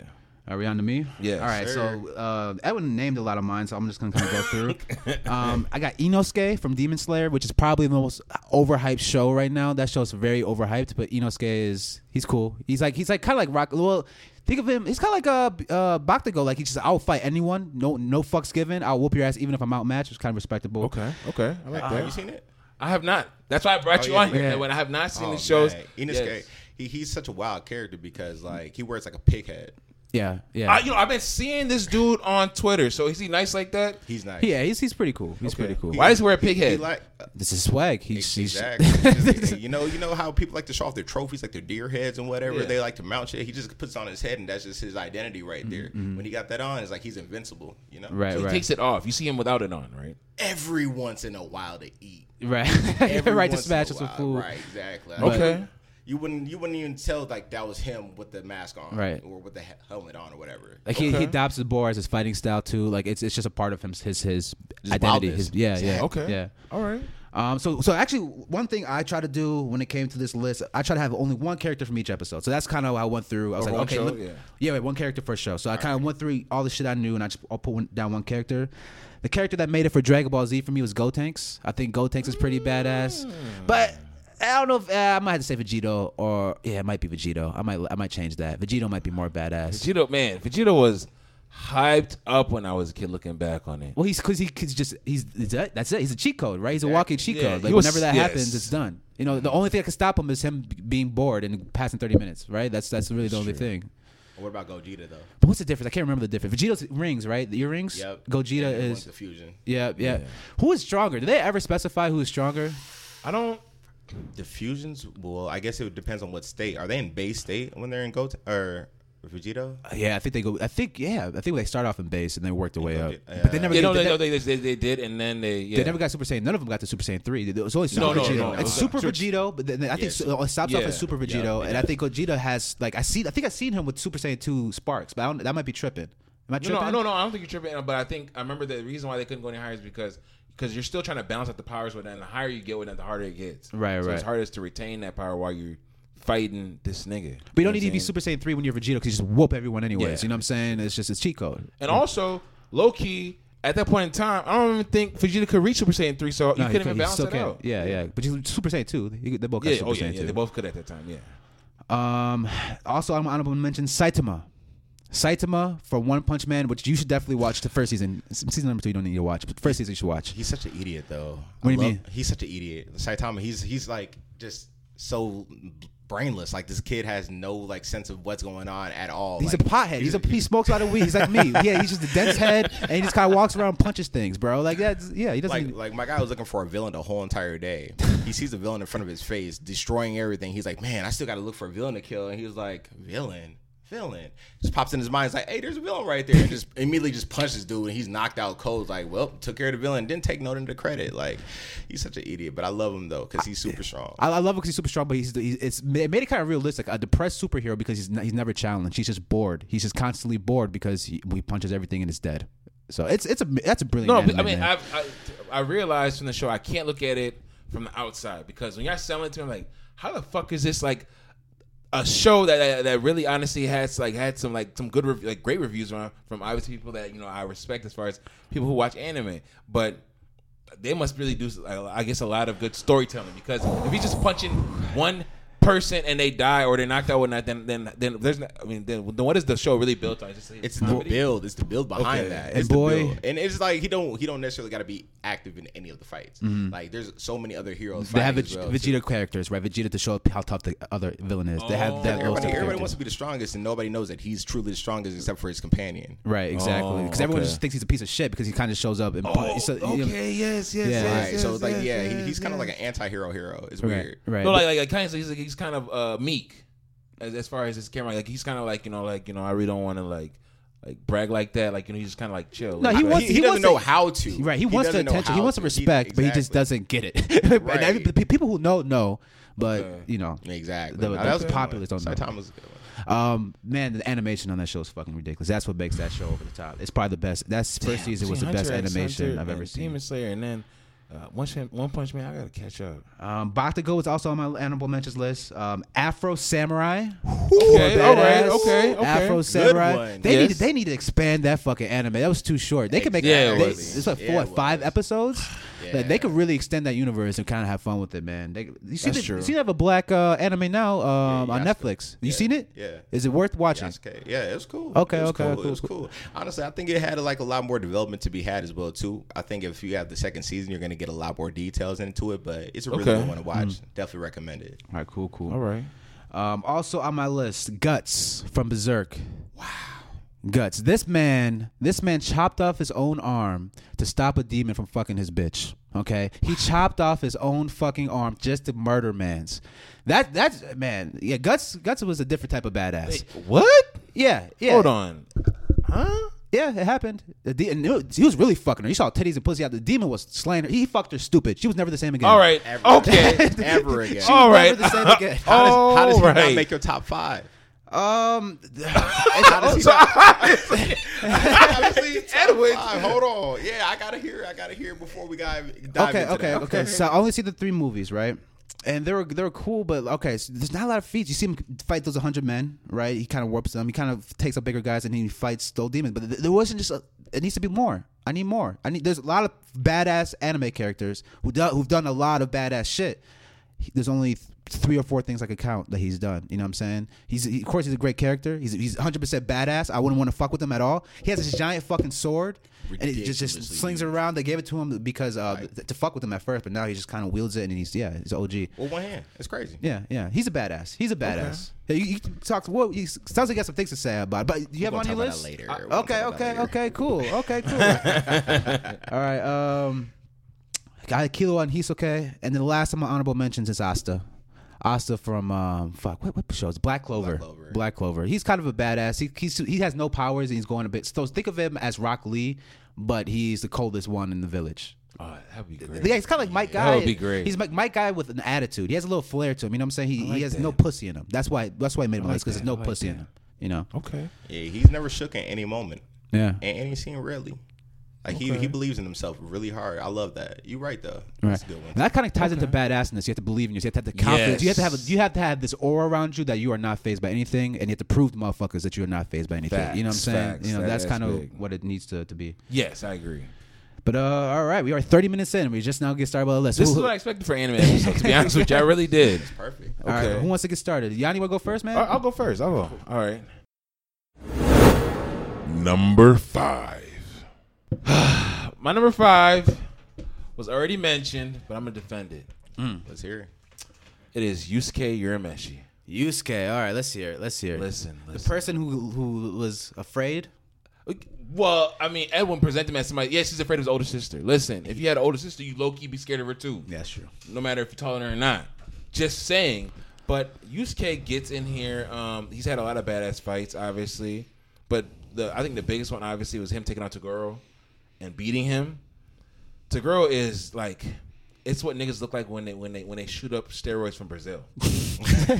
S2: Are we on to me?
S1: Yes,
S2: All right.
S3: sir.
S2: So uh, Edwin named a lot of mine, so I'm just gonna kind of go through. um, I got Inosuke from Demon Slayer, which is probably the most overhyped show right now. That show's very overhyped, but Inosuke is he's cool. He's like he's like kind of like Rock. Well, think of him. He's kind of like a uh, Bakugo. Like he just I'll fight anyone. No no fucks given. I'll whoop your ass even if I'm outmatched. It's kind of respectable.
S1: Okay, okay. I like
S3: Have you seen it?
S1: I have not. That's why I brought
S3: Oh,
S1: you
S3: yeah.
S1: on here.
S2: Yeah.
S1: And When I have not seen
S3: Oh,
S1: the shows,
S3: man. Inosuke,
S1: Yes.
S3: he, he's such a wild character because like he wears like a pig head.
S2: Yeah yeah.
S1: I, you know, I've been seeing this dude on Twitter. So is he nice like that?
S3: He's nice.
S2: yeah, he's he's pretty cool. He's pretty cool.
S1: Why does he wear a pig
S3: He
S1: head?
S3: like
S2: This is swag. He's, he's
S3: exactly. Just- you know, you know how people like to show off their trophies, like their deer heads and whatever.
S1: Yeah.
S3: They like to mount shit. He just puts it on his head, and that's just his identity right
S1: Mm-hmm,
S3: there. When he got that on, it's like he's invincible. You know,
S2: right
S1: he
S2: right
S1: takes it off. You see him without it on, right?
S3: Every once in a while to eat.
S2: right
S3: Every
S2: right to
S3: once in
S2: smash
S3: a
S2: us with
S3: while.
S2: food.
S3: Right, exactly. Like,
S1: Okay.
S3: You wouldn't, you wouldn't even tell like that was him with the mask on,
S2: Right.
S3: or with the he- helmet on, or whatever.
S2: Like he, he adopts the boar as his fighting style too. Like it's it's just a part of him his his identity.
S3: wildness.
S2: His, yeah, yeah.
S1: Okay.
S2: Yeah.
S1: All right.
S2: Um, so so actually, one thing I try to do when it came to this list, I try to have only one character from each episode. So that's kind of how I went through. I was
S1: Or
S2: like,
S1: Oh, one
S2: okay,
S1: show,
S2: look-
S1: yeah.
S2: yeah, wait, one character for show. So I kind of went through all the shit I knew, and I just I'll put one, down one character. The character that made it for Dragon Ball Z for me was Gotenks. I think Gotenks is pretty badass, but. I don't know if uh, I might have to say Vegito or yeah, it might be Vegito. I might I might change that. Vegito might be more badass.
S1: Vegeta, man, Vegeta was hyped up when I was a kid. Looking back on it,
S2: Well, he's because he, he's just he's that's it. That's it. He's a cheat code, right? He's a walking cheat
S1: Yeah,
S2: code.
S1: he
S2: Like
S1: was-
S2: whenever that
S1: yes.
S2: happens, it's done. You know, the only thing that can stop him is him b- being bored and passing thirty minutes, right? That's that's really the only thing.
S3: What about Gogeta though?
S2: But what's the difference? I can't remember the difference. Vegeta's rings, right? The earrings.
S3: Yep.
S2: Gogeta
S3: Yeah, he wants
S2: is.
S3: the fusion.
S2: Yeah, yeah, Who is stronger? Did they ever specify who is stronger?
S1: I don't.
S3: The fusions, well, I guess it depends on what state. Are they in base state when they're in Goten or Vegito?
S2: Uh, Yeah, I think they go. I think yeah, I think they start off in base and they work their way up.
S3: Goge-
S2: But they
S3: yeah.
S2: never.
S1: They,
S2: get-
S1: no,
S2: they,
S1: they, no, they, they, they did, and then they yeah.
S2: they never got Super Saiyan. None of them got to Super Saiyan three. It was only Super
S1: No, no,
S2: Vegito.
S1: no, no.
S2: it's Super Vegito, but then I think
S3: Yeah,
S2: so- it stops off
S1: yeah.
S2: as Super Vegito, and I think Gogeta has like I see. I think I seen him with Super Saiyan two sparks, but I don't, that might be tripping. Am I
S1: no,
S2: tripping?
S1: no, no, no. I don't think you're tripping. But I think I remember the reason why they couldn't go any higher is because because you're still trying to balance out the powers with that. And the higher you get with that, the harder it gets.
S2: Right,
S1: so It's
S2: right.
S1: hardest to retain that power while you're fighting this nigga.
S2: But
S1: know
S2: you don't need to
S1: what
S2: be
S1: I'm saying?
S2: Super Saiyan three when you're Vegito because you just whoop everyone anyways.
S1: Yeah.
S2: You know what I'm saying? It's just a cheat code.
S1: And also, low key, at that point in time, I don't even think Vegeta could reach Super Saiyan 3, so
S2: No,
S1: you
S2: he
S1: couldn't even
S2: he
S1: balance
S2: still
S1: it
S2: can't.
S1: out.
S2: Yeah, yeah. But you Super Saiyan two. They they both got
S1: Yeah,
S2: Super
S1: oh, yeah,
S2: Saiyan
S1: yeah,
S2: two.
S1: they both could at that time, yeah.
S2: Um, also, I'm honorable mention Saitama. Saitama for One Punch Man, which you should definitely watch the first season. Season number two, you don't need to watch, but first season you should watch.
S3: He's such an idiot, though.
S2: What
S3: I
S2: do you mean?
S3: He's such an idiot. Saitama. He's he's like just so brainless. Like this kid has no like sense of what's going on at all.
S2: He's
S3: Like,
S2: a pothead. He's, a he smokes a lot of weed. He's like me. Yeah, he's just a dense head, and he just kind of walks around and punches things, bro. Like that's yeah, he doesn't.
S3: like like my guy was looking for a villain the whole entire day. he sees a villain in front of his face, destroying everything. He's like, man, I still got to look for a villain to kill. And he was like, villain. Villain just pops in his mind. He's like, "Hey, there's a villain right there," and just immediately just punches dude, and he's knocked out cold. Like, well, took care of the villain, didn't take note of the credit. Like, he's such an idiot, but I love him though because he's super strong.
S2: I, I love it because he's super strong, but he's, he's it's it made it kind of realistic. A depressed superhero because he's not, he's never challenged. He's just bored. He's just constantly bored because he, he punches everything and is dead. So it's it's a that's a brilliant.
S1: No,
S2: anime,
S1: I mean,
S2: man.
S1: I've, I, I realized from the show I can't look at it from the outside because when y'all selling it to me, I'm like, how the fuck is this like a show that that, that really honestly has like had some like some good rev- like great reviews from from obviously people that you know I respect as far as people who watch anime, but they must really do I guess a lot of good storytelling because if he's just punching one person and they die or they're knocked out whatnot, then then then there's not, I mean then, then what is the show really built on? It's just,
S3: It's the build. It's the build behind
S2: Okay.
S3: that.
S2: And
S3: It's the
S2: boy-
S3: build. and it's like he don't he don't necessarily got to be active in any of the fights. Like there's so many other heroes.
S2: Mm-hmm. They have
S3: fighting as
S2: Veg-
S3: well, too.
S2: Vegeta characters, right? Vegeta to show up how tough the other villain is. They have that. those
S3: Everybody,
S2: type of
S3: everybody
S2: characters.
S3: wants to be the strongest, and nobody knows that he's truly the strongest except for his companion.
S2: Right, exactly. Because
S1: Oh,
S2: everyone
S1: okay.
S2: just thinks he's a piece of shit because he kind of shows up and. Oh, so, you know-
S1: yes, yes,
S2: Yeah.
S3: Right,
S2: yes,
S3: so it's like, yeah, he, he's kind of like an anti-hero hero. It's
S2: right,
S3: weird.
S2: right.
S1: No, like, like, like kind of, he's, like, he's kind of uh, meek as, as far as his camera. Like, he's kind of like, you know, like, you know, I really don't want to like, like brag like that. Like, you know, he's just kind of like chill.
S2: No,
S1: Like,
S2: he
S1: but-
S2: wants-
S3: He, he doesn't
S2: wants
S3: know
S2: to-
S3: how to.
S2: Right, he, wants the
S3: doesn't know
S2: attention. He
S3: how
S2: wants the
S3: to.
S2: respect, but he just
S3: exactly.
S2: doesn't get it. And
S3: Right. Uh-huh.
S2: every- the people who know know, but you know,
S3: Exactly.
S2: The-
S3: No,
S2: the
S3: was a good
S2: popular
S3: one.
S2: don't know.
S3: Saitama's a good one.
S2: um, man, the animation on that show is fucking ridiculous. That's what makes that show over the top. It's probably the best. That's first season was the
S1: Hunter
S2: best
S1: x
S2: animation
S1: Hunter
S2: I've
S1: and
S2: ever seen.
S1: Demon Slayer, and then uh, one, Shin- one Punch Man. I gotta catch up.
S2: Um, Bakugo is also on my animal mentions list. Um, Afro Samurai.
S1: Okay,
S2: Badass.
S1: all right, okay, okay.
S2: Afro
S1: Good
S2: Samurai.
S3: one.
S2: They
S1: Yes.
S2: need they need to expand that fucking anime. That was too short. They could make
S1: Yeah, it
S2: they-
S1: was.
S2: it's like four,
S3: Yeah, it
S2: five
S3: was.
S2: episodes. Like, they
S3: Yeah.
S2: could really extend that universe and kind of have fun with it, man. They, you see,
S1: That's
S2: the,
S1: true.
S2: you see, they have a black uh, anime now um,
S3: Yeah,
S2: on
S3: Yasuke.
S2: Netflix. You
S3: Yeah,
S2: seen it?
S3: yeah.
S2: Is it worth watching?
S3: Yasuke. Yeah, it was cool.
S2: Okay,
S3: it was
S2: okay,
S3: cool.
S2: cool,
S3: it was
S2: cool.
S3: cool. Honestly, I think it had like a lot more development to be had as well too. I think if you have the second season, you're gonna get a lot more details into it. But it's a really
S1: Okay.
S3: good one to watch.
S2: Mm.
S3: Definitely recommend it.
S2: All right, cool, cool.
S1: All right.
S2: Um, also on my list, Guts from Berserk. Wow. Guts. This man, this man chopped off his own arm to stop a demon from fucking his bitch. Okay, he chopped off his own fucking arm just to murder man's. That that's man, yeah. Guts Guts was a different type of badass.
S1: What?
S2: Yeah, yeah.
S1: Hold on. Huh?
S2: Yeah, it happened. The de- and it was- he was really fucking her. You saw titties and pussy out. The demon was slaying her. He fucked her stupid. She was never the same again.
S1: All right.
S3: Ever.
S1: Okay.
S3: Ever
S2: She
S3: again.
S2: was
S1: All right.
S2: never the same again.
S3: How does, how does he
S1: All right.
S3: not make your top five?
S2: Um,
S3: How does he not- Honestly, top
S1: Edwin.
S3: five. Hold on. Yeah, I gotta hear. I gotta hear before we dive. dive
S2: okay,
S3: into
S2: okay,
S3: that.
S2: okay. So I only see the three movies, right? And they were they were cool, but okay. So there's not a lot of feats. You see him fight those hundred men, right? He kind of warps them. He kind of takes up bigger guys, and he fights those demons. But th- there wasn't just. A, it needs to be more. I need more. I need. There's a lot of badass anime characters who do, who've done a lot of badass shit. He- There's only th- three or four things I could count that he's done. You know what I'm saying? He's he, of course he's a great character. He's he's 100 percent badass. I wouldn't want to fuck with him at all. He has this giant fucking sword, and it just just
S3: Ridiculously
S2: slings it around. They gave it to him because uh, th- to fuck with him at first, but now he just kind of wields it and he's yeah, he's OG.
S3: Well, one hand. It's crazy.
S2: Yeah, yeah, he's a badass. He's a badass. Yeah, you, you talk. Well, you, sounds like you got some things to say about. it, But you have
S3: We'll
S2: on
S3: talk
S2: your
S3: about
S2: list
S3: that later. We'll talk
S2: Okay,
S3: about that
S2: okay,
S3: later.
S2: okay, cool. Okay, cool. All right. Um, got Kilo on Hisoke, and then the last of my honorable mentions is Asta. Asta from um, fuck what, what show? It's Black Clover. Black Clover.
S3: Clover.
S2: He's kind of a badass. He he's, he has no powers and he's going a bit. So think of him as Rock Lee, but he's the coldest one in the village.
S1: Oh, that'd be great.
S2: Yeah, he's kind of like Mike Guy.
S1: That would be great.
S2: He's like Mike Guy with an attitude. He has a little flair to him. You know what I'm saying? He, he has
S1: that.
S2: no pussy in him. That's why that's why I made him
S1: like
S2: like because
S1: that.
S2: there's no
S1: I like
S2: pussy in
S1: that.
S2: him. You know?
S1: Okay.
S3: Yeah, he's never shook in any moment.
S2: Yeah.
S3: and any scene really. Like he,
S1: Okay.
S3: he believes in himself really hard. I love that. You're right though.
S2: Right.
S3: That's a good one.
S2: And that kind of ties into badassness. You have to believe in yourself. You have to have the confidence. You have to have a,
S1: Yes.
S2: you have to have this aura around you that you are not phased by anything, and you have to prove to motherfuckers that you are not phased by anything. you know what I'm
S1: Facts,
S2: saying?
S1: facts.
S2: you know
S1: That-
S2: that's
S1: that's
S2: kind of
S1: big.
S2: what it needs to, to be.
S1: Yes, I agree.
S2: But uh, all right, we are 30 minutes in. and We just now get started with the list.
S1: This
S2: Who-
S1: is what I expected for anime episodes. To be honest with you, I really did.
S3: Perfect.
S2: all right,
S1: okay. Uh,
S2: who wants to get started? Yanni, want to go first, man?
S1: All right, I'll go first. I'll go. All right. Number five. My number five was already mentioned, but I'm gonna defend it.
S3: Let's hear. it.
S1: It is Yusuke Urameshi.
S2: Yusuke. All right, let's hear it. Let's hear it.
S1: Listen, listen.
S2: The person who who was afraid.
S1: Well, I mean, Edwin presented him as somebody. Yeah, she's afraid of his older sister. Listen, if you had an older sister, you low key be scared of her too.
S2: that's true.
S1: no matter if you're taller than her or not. Just saying. But Yusuke gets in here. Um, he's had a lot of badass fights, obviously. But the I think the biggest one, obviously, was him taking out Tagoro and beating him. Tagoro is like, it's what niggas look like when they when they when they shoot up steroids from Brazil.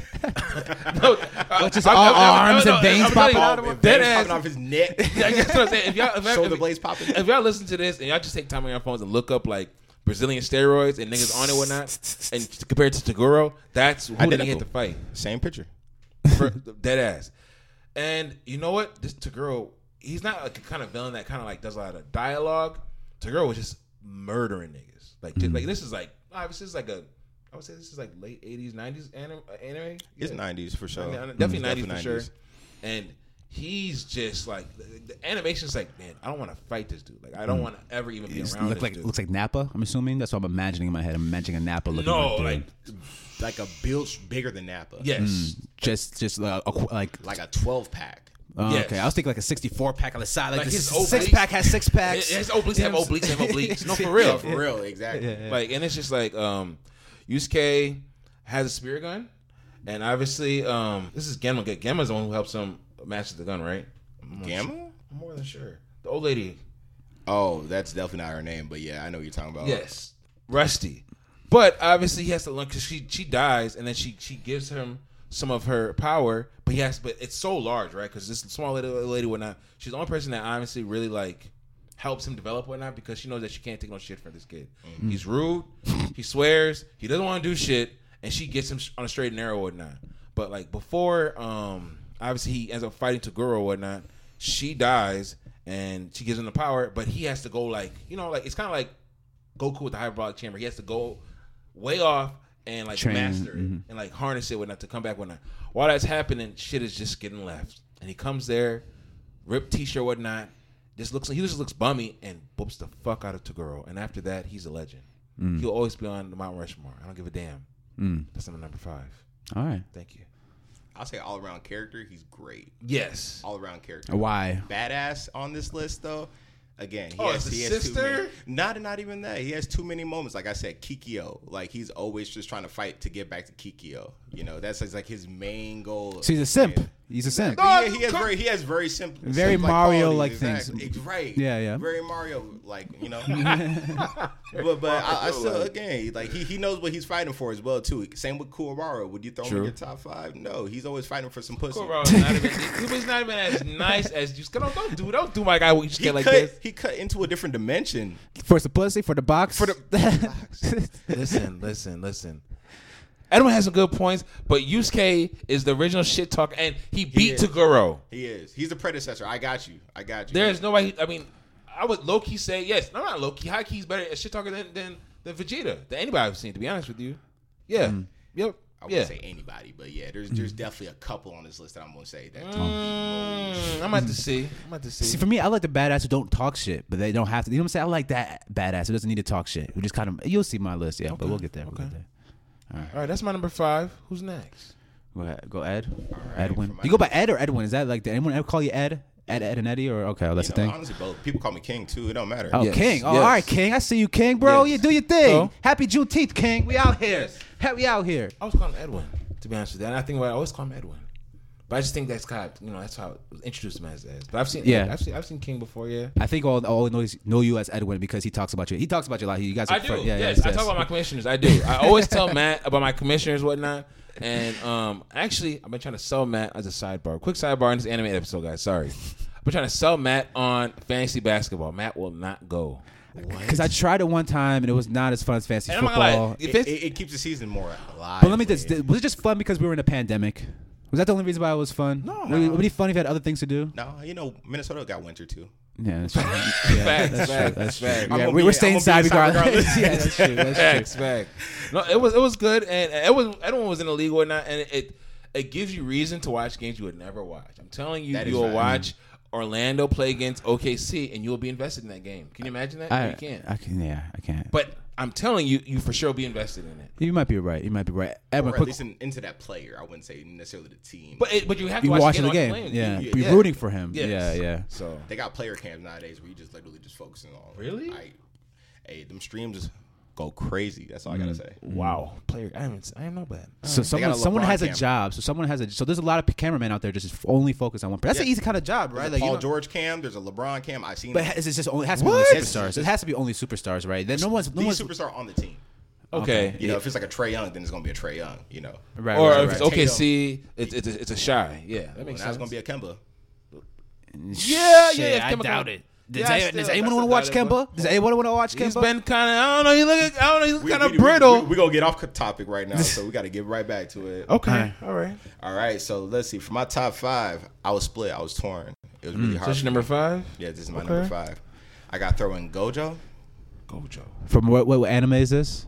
S1: no,
S2: Which is all arms and veins
S1: telling
S2: popping
S1: you,
S2: out
S3: Oh, if
S1: Dead
S3: veins
S1: ass.
S3: popping off his neck.
S1: Yeah, that's what I'm saying. If y'all, if y'all-
S3: Shoulder
S1: if-
S3: blades popping.
S1: If y'all listen to this and y'all just take time on your phones and look up like Brazilian steroids and niggas on it whatnot, and compared to Taguro, that's who they
S3: Identical.
S1: had to fight.
S3: Same picture.
S1: For- dead ass. And you know what? This Taguro, he's not like a kind of villain that kind of like does a lot of dialogue. Taguro was just murdering niggas. Like,
S3: Mm-hmm.
S1: just, like this is like I was just like a. I would say this is like late eighties, nineties anime. anime.
S3: It's
S1: Yeah.
S3: 90s for sure.
S1: Yeah, Uh, mm, definitely
S3: It's
S1: nineties for sure. And he's just like the, the animation's like, man, I don't want to fight this dude. Like, I don't want to ever even be
S2: It's
S1: around.
S2: look
S1: this
S2: like
S1: dude.
S2: looks like Napa. I'm assuming that's what I'm imagining in my head. I'm imagining a Napa looking.
S1: no,
S2: dude.
S1: like
S3: Like a build bigger than Napa.
S1: yes,
S2: just just uh, a qu- like.
S3: Like a 12 pack.
S2: oh,
S1: yes.
S2: Okay, I was thinking like a 64 pack on the side. Like,
S1: Like
S2: this
S1: his obliques-
S2: six pack has six packs.
S1: his obliques have obliques have obliques. No, for real,
S3: Yeah, for real. Exactly.
S1: Like, and it's just like, um, Yusuke has a spear gun, and obviously, um, this is Gemma. Gemma's the one who helps him master the gun, right? I'm
S3: Gamma?
S1: I'm more than sure. The old lady,
S3: Oh, that's definitely not her name, but yeah, I know what you're talking about.
S1: yes, Rusty. But obviously, he has to learn because she she dies, and then she she gives him some of her power. But he has, but it's so large, right? Because this small little lady would not. She's the only person that honestly really like helps him develop whatnot because she knows that she can't take no shit from this kid. He's rude. he swears. He doesn't want to do shit, and she gets him sh- on a straight and narrow and whatnot. But like before, um, obviously he ends up fighting Taguro and whatnot. She dies, and she gives him the power, but he has to go like you know, like it's kind of like Goku with the hyperbolic chamber. He has to go way off and like
S2: Train,
S1: master it and like harness it whatnot to come back whatnot. While that's happening, shit is just getting left. And he comes there, ripped t-shirt whatnot. Just looks he just looks bummy and boops the fuck out of Taguro. And after that, he's a legend. He'll always be on the Mount Rushmore. I don't give a damn. That's number number five.
S2: All right.
S1: Thank you.
S3: I'll say all around character, he's great.
S1: Yes.
S3: All around
S2: Oh.
S3: character.
S2: Why?
S3: Badass on this list though. Again, he
S1: Oh,
S3: has,
S1: it's
S3: he
S1: his
S3: has too many,
S1: sister?
S3: not not even that. He has too many moments. Like I said, Kikyo. Like he's always just trying to fight to get back to Kikyo. You know, that's his- like his main goal.
S2: So he's a
S3: Yeah.
S2: simp. He's a simp.
S3: Yeah, he has very he has very simple,
S2: Very
S3: simple
S2: Mario-like
S3: qualities,
S2: things.
S3: exactly. Ex- Right.
S2: Yeah, yeah.
S3: Very Mario like, you know. but but I, I still again like he, he knows what he's fighting for as well too. Same with Kuwabara. Would you throw him in your top five? No, he's always fighting for some pussy.
S1: Kuro's Oh, not even, he was not even as nice as you. Don't, don't do don't do my guy with
S3: He
S1: get like
S3: cut,
S1: this.
S3: he cut into a different dimension.
S2: For the pussy, for the box. For the
S1: listen, listen, listen. Edwin has some good points, but Yusuke is the original shit talk, and he beat
S3: is.
S1: Taguro.
S3: He is. He's the predecessor. I got you. I got you.
S1: There's nobody. I mean, I would low key say yes. No, not low key. High key's better at shit talker than than than Vegeta than anybody I've seen. To be honest with you, yeah, yep,
S3: I wouldn't
S1: yeah.
S3: say anybody, but yeah, there's
S2: Mm.
S3: there's definitely a couple on this list that I'm gonna say that.
S1: Mm, I'm about to see. I'm about to see.
S2: See, for me, I like the badass who don't talk shit, but they don't have to. You know what I'm saying? I like that badass who doesn't need to talk shit. Who just kind of you'll see my list, yeah. But we'll get there. We'll get there.
S1: All right, that's my number five. Who's next?
S2: Go ahead. Go Ed.
S3: for
S2: Edwin.
S3: my
S2: You go by Ed or Edwin? Is that like did anyone ever call you Ed? Ed, Ed, and Eddie? Or okay, well, that's
S3: You
S2: the
S3: know,
S2: thing.
S3: honestly, both people call me king too. It don't matter.
S2: Oh,
S1: Yes,
S2: King. Oh,
S1: yes.
S2: all right, King. I see you, King, bro.
S1: Yes.
S2: Yeah, do your thing.
S1: So-
S2: Happy Juneteenth, King. We out here.
S1: Yes.
S2: Happy we out here.
S1: I was calling him Edwin, to be honest with you. And I think I always call him Edwin. But I just think that's kind of, you know, that's how it was introduced him as. as. But I've seen,
S2: Yeah.
S1: I've seen, I've seen King before, yeah.
S2: I think all all knows know you as Edwin because he talks about you. He talks about you a lot. You guys, are
S1: I do.
S2: friends.
S1: yes, I talk about my commissioners. I do. I always tell Matt about my commissioners, whatnot. And um, actually, I've been trying to sell Matt as a sidebar. Quick sidebar in this anime episode, guys. Sorry, I've been trying to sell Matt on fantasy basketball. Matt will not go.
S2: Because I tried it one time and it was not as fun as fantasy
S1: And I'm not gonna
S2: football.
S1: lie,
S3: It,
S1: if it's,
S3: it- it keeps the season more alive.
S2: But let me
S3: when
S2: just.
S3: you-
S2: Was it just fun because we were in a pandemic? Was that the only reason why it was fun? No. Would, it- would it be fun if you had other things to do?
S3: No, you know Minnesota got winter too.
S2: Yeah, that's true.
S1: facts, facts, facts.
S2: Yeah,
S3: gonna
S2: we
S3: be-
S2: were
S3: I'm
S2: staying
S3: gonna
S2: inside
S3: be inside
S2: regardless.
S3: regardless.
S2: yeah, that's true. That's true.
S1: Facts, fact. No, it was it was good, and it was everyone was in the league or not, and it it gives you reason to watch games you would never watch. I'm telling you,
S3: That is
S1: you will
S3: right.
S1: watch Orlando play against OKC, and you will be invested in that game. Can you imagine that? No,
S2: I,
S1: you can't.
S2: I can. Yeah, I can't.
S1: but I'm telling you, you for sure will be invested in it.
S2: you might be right. You might be right. Edwin,
S3: Or at
S2: quick,
S3: least in, into that player. I wouldn't say necessarily the team.
S1: But it, but you have to
S2: you
S1: watch
S2: watching
S1: the
S2: the
S1: game.
S2: game.
S1: while you're
S2: yeah,
S1: playing.
S2: you're rooting for him.
S1: Yes.
S2: Yeah, yeah.
S1: So
S3: they got player camps nowadays where you just like literally just focusing on
S1: Really?
S3: Like, hey, them streams go crazy. That's all I
S2: Mm.
S3: gotta say.
S1: wow, player. I haven't. I didn't know that.
S2: So someone
S3: got a
S2: someone
S3: LeBron
S2: has a
S3: camera.
S2: job. So someone has a so there's a lot of cameramen out there just only focused on one. person. That's an
S3: Yeah.
S2: easy kind of job, right?
S3: There's a
S2: Like you
S3: Paul
S2: don't-
S3: George cam. There's a LeBron cam. I seen.
S2: but
S3: them.
S2: ha- it's just only has to be only
S3: What?
S2: superstars. It has to be only superstars, right? Then no one's no
S3: These
S2: one's
S3: superstar on the team.
S1: Okay.
S3: You know, if it's like a Trey Young, then it's gonna be a Trey Young. You know,
S2: right,
S1: Or
S2: right,
S1: if it's
S2: right.
S1: OKC, it's it's a, it's a shy. Yeah, that
S3: and
S1: makes sense.
S3: that's gonna be a Kemba.
S1: yeah, yeah,
S2: Shit,
S1: yeah.
S2: I doubt it. Does,
S1: Yeah,
S2: any-
S1: still,
S2: does
S1: that's
S2: anyone want
S1: a
S2: to watch
S1: valid
S2: Kemba? Does anyone want to watch Kemba?
S1: He's been kind of. I don't know. He look. I don't know. He look kind of brittle.
S3: We're gonna get off topic right now, so we got to get right back to it.
S1: okay. All right.
S3: All right, so let's see. For my top five, I was split. I was torn. It was really hard.
S1: That's your number five.
S3: yeah, this is my number five. I got throwing Gojo,
S1: Gojo.
S2: From what, what, what anime is this?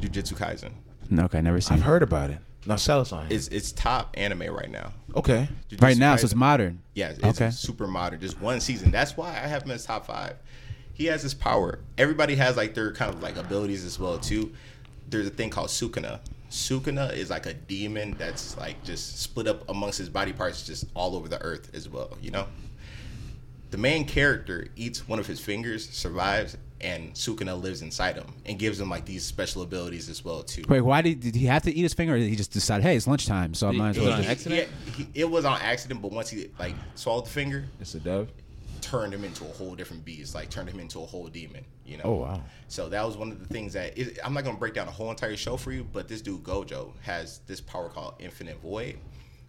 S3: Jujutsu Kaisen.
S2: No, okay, never seen.
S1: I've
S2: it.
S1: heard about it. Now sell us on it.
S3: It's it's top anime right now.
S1: Okay.
S3: Jujutsu
S2: Right now, so it's
S3: Kaisen-
S2: modern.
S3: Yeah, it's
S2: Okay.
S3: super modern. Just one season. That's why I have him as top five. He has his power. Everybody has like their kind of like abilities as well too. There's a thing called Sukuna. Sukuna is like a demon that's like just split up amongst his body parts, just all over the earth as well. You know, the main character eats one of his fingers, survives, and Sukuna lives inside him and gives him like these special abilities as well too.
S2: Wait, why did, did he have to eat his finger? Or did he just decide, hey, it's lunchtime, so I might as
S1: it was
S2: well.
S1: an
S2: just-
S1: accident?
S3: He- he- it was on accident, but once he like swallowed the finger,
S1: It's a dub.
S3: turned him into a whole different beast, like turned him into a whole demon. You know.
S1: Oh, wow.
S3: So that was one of the things that is, I'm not gonna break down a whole entire show for you, but this dude Gojo has this power called Infinite Void.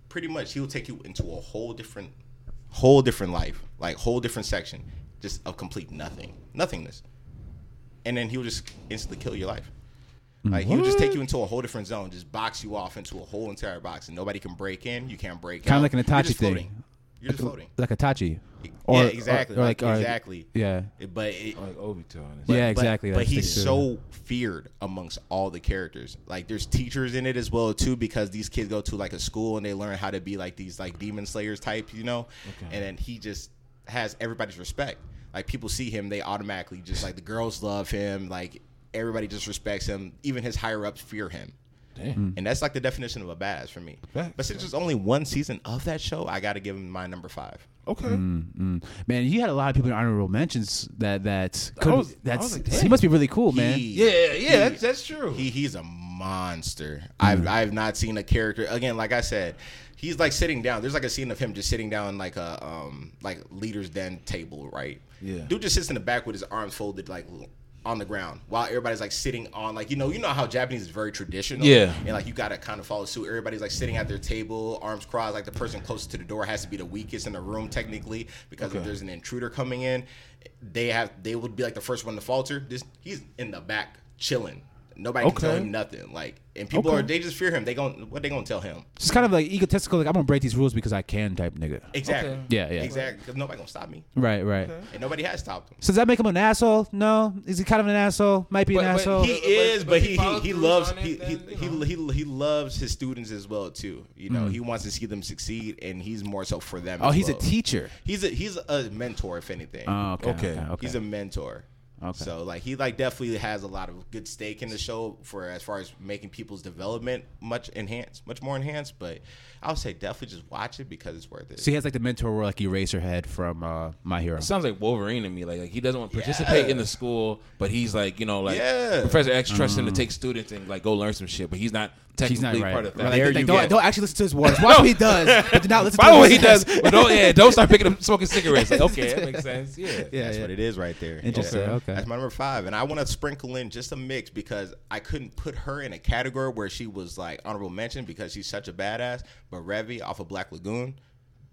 S3: Pretty much, he'll take you into a whole different, whole different life, like whole different section, just of complete nothing, nothingness, and then he'll just instantly kill your life. Like he'll just take you into a whole different zone, just box you off into a whole entire box, and nobody can break in. You can't break
S2: Kinda
S3: out.
S2: like an
S3: You're just
S2: Itachi thing.
S3: floating. You're just floating.
S2: Like a Tachi.
S3: yeah, exactly. like, exactly.
S2: yeah.
S3: It- But it,
S1: Like Obito. And it's
S2: yeah,
S3: but-
S2: exactly.
S3: But,
S2: that's
S3: he's
S2: the-
S3: so feared amongst all the characters. Like there's teachers in it as well too, because these kids go to like a school and they learn how to be like these like demon slayers type, you know. And then he just has everybody's respect. Like people see him, they automatically just like the girls love him. Like everybody just respects him. Even his higher ups fear him.
S2: Mm.
S1: Damn.
S3: And that's like the definition of a badass for me.
S1: Facts.
S3: But since there's only one season of that show, I got to give him my number five.
S1: Okay.
S2: Mm. Man, you had a lot of people in honorable mentions that that could,
S1: I was- I
S2: that's
S1: was like,
S2: he
S1: damn.
S2: must be really cool, man.
S3: He-
S1: Yeah, yeah, yeah,
S3: he-
S1: that's, that's true.
S3: He he's a monster. I've I've not seen a character again. Like I said, he's like sitting down. There's like a scene of him just sitting down like a um like leader's den table, right?
S1: Yeah.
S3: Dude just sits in the back with his arms folded like l- on the ground while everybody's like sitting on like you know you know how Japanese is very traditional.
S1: Yeah.
S3: And like you gotta kind of follow suit. Everybody's like sitting at their table, arms crossed. Like the person closest to the door has to be the weakest in the room technically because if
S1: Okay.
S3: there's an intruder coming in, they have they would be like the first one to falter. This he's in the back chilling. Nobody can tell
S1: Okay.
S3: him nothing. Like and people
S1: Okay.
S3: are they just fear him. They gon' what they gonna tell him?
S2: Just kind of like egotistical, like I'm gonna break these rules because I can, type nigga.
S3: Exactly.
S1: Okay.
S2: Yeah, yeah.
S3: Exactly. Because nobody gonna stop me,
S2: Right, right.
S3: and nobody has stopped him.
S2: So does that make him an asshole? No, is he kind of an asshole? Might be an
S1: But- but
S2: asshole.
S3: He
S1: But- but-
S3: is,
S1: but
S3: but
S1: if
S3: he
S1: he follows
S3: he, he
S1: through
S3: loves
S1: on it,
S3: he, he,
S1: then,
S3: he,
S1: you know. Hmm.
S3: he he loves his students as well too. You know, he wants to see them succeed, and he's more so for them.
S2: oh,
S3: as
S2: he's a
S3: well.
S2: teacher.
S3: He's a he's a mentor, if anything.
S2: Oh, okay, okay,
S1: Okay.
S2: okay.
S3: He's a mentor.
S2: Okay.
S3: So like he like definitely has a lot of good stake in the show for as far as making people's development much enhanced, much more enhanced. But I would say definitely just watch it because it's worth it.
S2: so he has like the mentor role, like Eraserhead from uh, My Hero.
S1: Sounds like Wolverine to me. Like, like he doesn't want to participate
S3: Yeah.
S1: in the school, but he's like, you know, like
S3: Yeah.
S1: Professor X trusts him to take students and like go learn some shit, but he's not technically
S2: Mm. He's not right.
S1: part of that.
S2: Like,
S3: There
S2: like,
S3: you
S2: don't,
S3: go.
S2: don't actually listen to his words. Watch what he does, but do not listen.
S1: By
S2: to
S1: the way,
S2: what
S1: he does.
S2: says.
S1: Well, don't, yeah, don't start picking up smoking cigarettes. Like, okay, that makes sense. Yeah.
S2: Yeah,
S3: That's
S2: yeah.
S3: what it is right there.
S2: Interesting. Okay.
S3: That's my number five. And I want to sprinkle in just a mix because I couldn't put her in a category where she was like honorable mention because she's such a badass. But Revy off of Black Lagoon,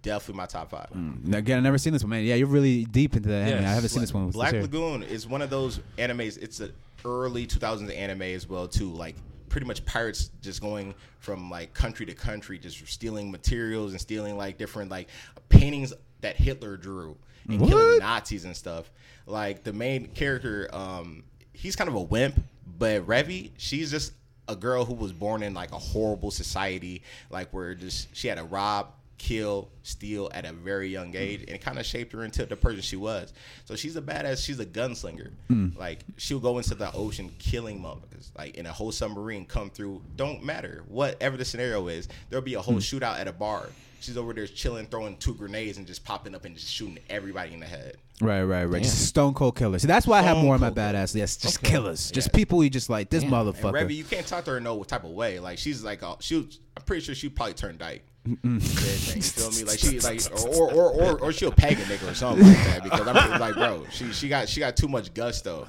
S3: definitely my top five.
S2: Now, Again, I've never seen this one, man. Yeah, you're really deep into the anime.
S1: Yes.
S2: I haven't seen this one. What's
S3: Black
S2: this here?
S3: Lagoon is one of those animes. It's an early 2000s anime as well too. Like pretty much pirates just going from like country to country, just stealing materials and stealing like different like paintings that Hitler drew and killing Nazis and stuff. Like the main character, um, he's kind of a wimp, but Revy, she's just a girl who was born in like a horrible society, like where just she had to rob, kill, steal at a very young age, and it kind of shaped her into the person she was. So she's a badass. She's a gunslinger. Like she'll go into the ocean killing motherfuckers, like in a whole submarine, come through. Don't matter whatever the scenario is. There'll be a whole shootout at a bar. She's over there chilling, throwing two grenades and just popping up and just shooting everybody in the head.
S2: Right, right, right. Just a stone cold killer. See, that's why I have
S3: Stone
S2: more of my
S3: cold killer.
S2: badass. Yes, just killers. Just people you just like this
S3: And
S2: motherfucker.
S3: Revy, you can't talk to her no type of way. Like she's like a, she. Was, I'm pretty sure she probably turned dyke. Yeah, you feel me? Like she like or or or, or she'll peg a nigga or something like that because I'm just like bro, she she got she got too much gusto.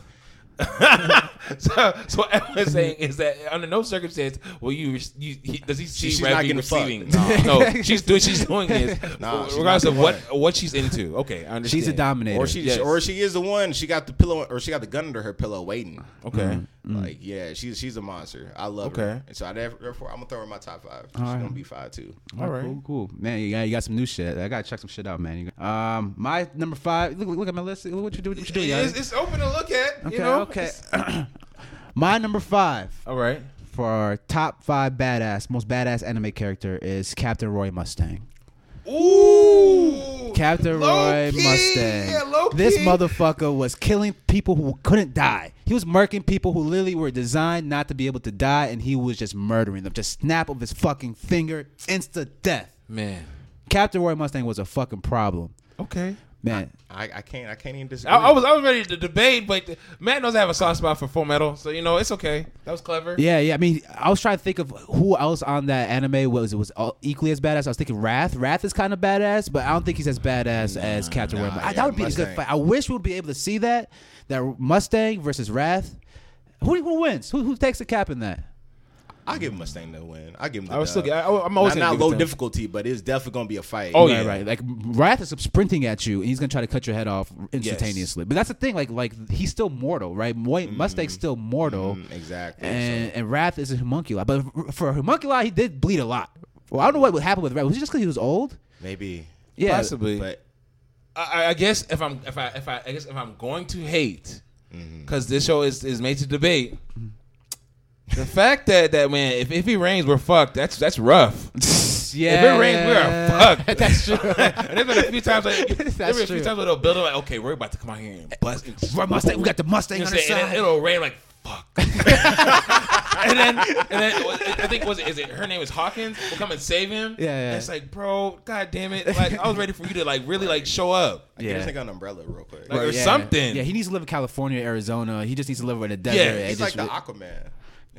S1: so, so what Edwin's saying is that under no circumstance will you, you he, does he see
S3: she's
S1: Red
S3: not
S1: being
S3: getting fucked.
S1: receiving?
S3: No.
S1: no, she's doing she's doing is
S3: Nah, she's
S1: regardless
S3: not
S1: of what
S3: getting
S1: what she's into. Okay, I understand.
S2: She's a dominator.
S3: Or she,
S1: Yes.
S3: or she is the one. She got the pillow, or she got the gun under her pillow, waiting.
S1: Okay,
S2: Mm.
S3: Like, yeah, she's she's a monster. I love
S1: Mm. Okay.
S3: her. And so I therefore I'm gonna throw her in my top five. She's
S2: right.
S3: gonna be five too.
S1: all right.
S2: Cool, cool, man. You got, you got some new shit. I gotta check some shit out, man. You got- um, my number five. Look, look at my list. Look what you do. What you do,
S1: It's,
S2: y'all.
S1: it's open to look at.
S2: Okay,
S1: you know?
S2: okay.
S1: It's-
S2: my number five
S1: all right.
S2: for our top five badass, most badass anime character is Captain Roy Mustang.
S1: Ooh,
S2: Captain Roy
S1: Low-key.
S2: Mustang.
S1: Yeah, low key.
S2: This motherfucker was killing people who couldn't die. He was murking people who literally were designed not to be able to die, and he was just murdering them. Just snap of his fucking finger, insta death.
S1: man.
S2: Captain Roy Mustang was a fucking problem,
S1: Okay.
S2: man.
S3: I, I can't I can't even disagree.
S1: I, I was I was ready to debate, but Matt knows I have a soft spot for Full Metal, so you know it's okay. That was clever.
S2: Yeah, yeah. I mean, I was trying to think of who else on that anime was was all, equally as badass. I was thinking Wrath. Wrath is kind of badass, but I don't think he's as badass as Captain
S3: nah,
S2: Roy. Mustang. I-
S3: yeah,
S2: that would be a good
S3: Mustang.
S2: fight. I wish we would be able to see that. That Mustang versus Wrath. Who, who wins? Who, who takes the cap in that?
S3: I give Mustang the win. I give him. The
S1: I was still.
S3: dub.
S1: I, I'm always
S3: not,
S1: gonna
S3: not
S1: give it
S3: low
S1: to him.
S3: difficulty, but it's definitely gonna be a fight.
S1: Oh,
S2: right,
S1: yeah.
S2: right. Like Wrath is sprinting at you, and he's gonna try to cut your head off instantaneously. But that's the thing. Like, like he's still mortal, right? Moy-
S3: Mm-hmm.
S2: Mustang's still mortal.
S3: Mm, exactly.
S2: and and Wrath is a homunculi. But for a homunculi, he did bleed a lot. Well, I don't know what would happen with Wrath. Was it just because he was old?
S3: So maybe,
S2: Yeah,
S1: Possibly.
S3: but
S1: I, I- I guess if I'm if I if I, I guess if I'm going to hate,
S2: Mm-hmm.
S1: because this show is, is made to debate. The fact that that man, if, if it rains, we're fucked. That's that's rough.
S2: yeah.
S1: If it rains, we are fucked.
S2: That's true.
S1: and there's been a few times like there's been a few
S2: That's true.
S1: times where they'll build it like, okay, we're about to come out here and bust. And
S2: Right, Mustang, we got the Mustang
S1: You know
S2: on
S1: what
S2: the
S1: I'm saying? And then
S2: side.
S1: it'll rain like fuck. and then and then I think was is it her name is Hawkins? Will come and save him.
S2: Yeah, yeah.
S1: And it's like, bro, god damn it! Like I was ready for you to like really like show up.
S3: I yeah.
S2: Yeah.
S3: just take an umbrella real quick.
S1: Like,
S3: Like,
S1: or
S2: Yeah.
S1: something.
S2: Yeah, he needs to live in California, Arizona. He just needs to live in the desert.
S1: Yeah,
S3: he's
S2: It
S3: like
S2: just-
S3: the Aquaman.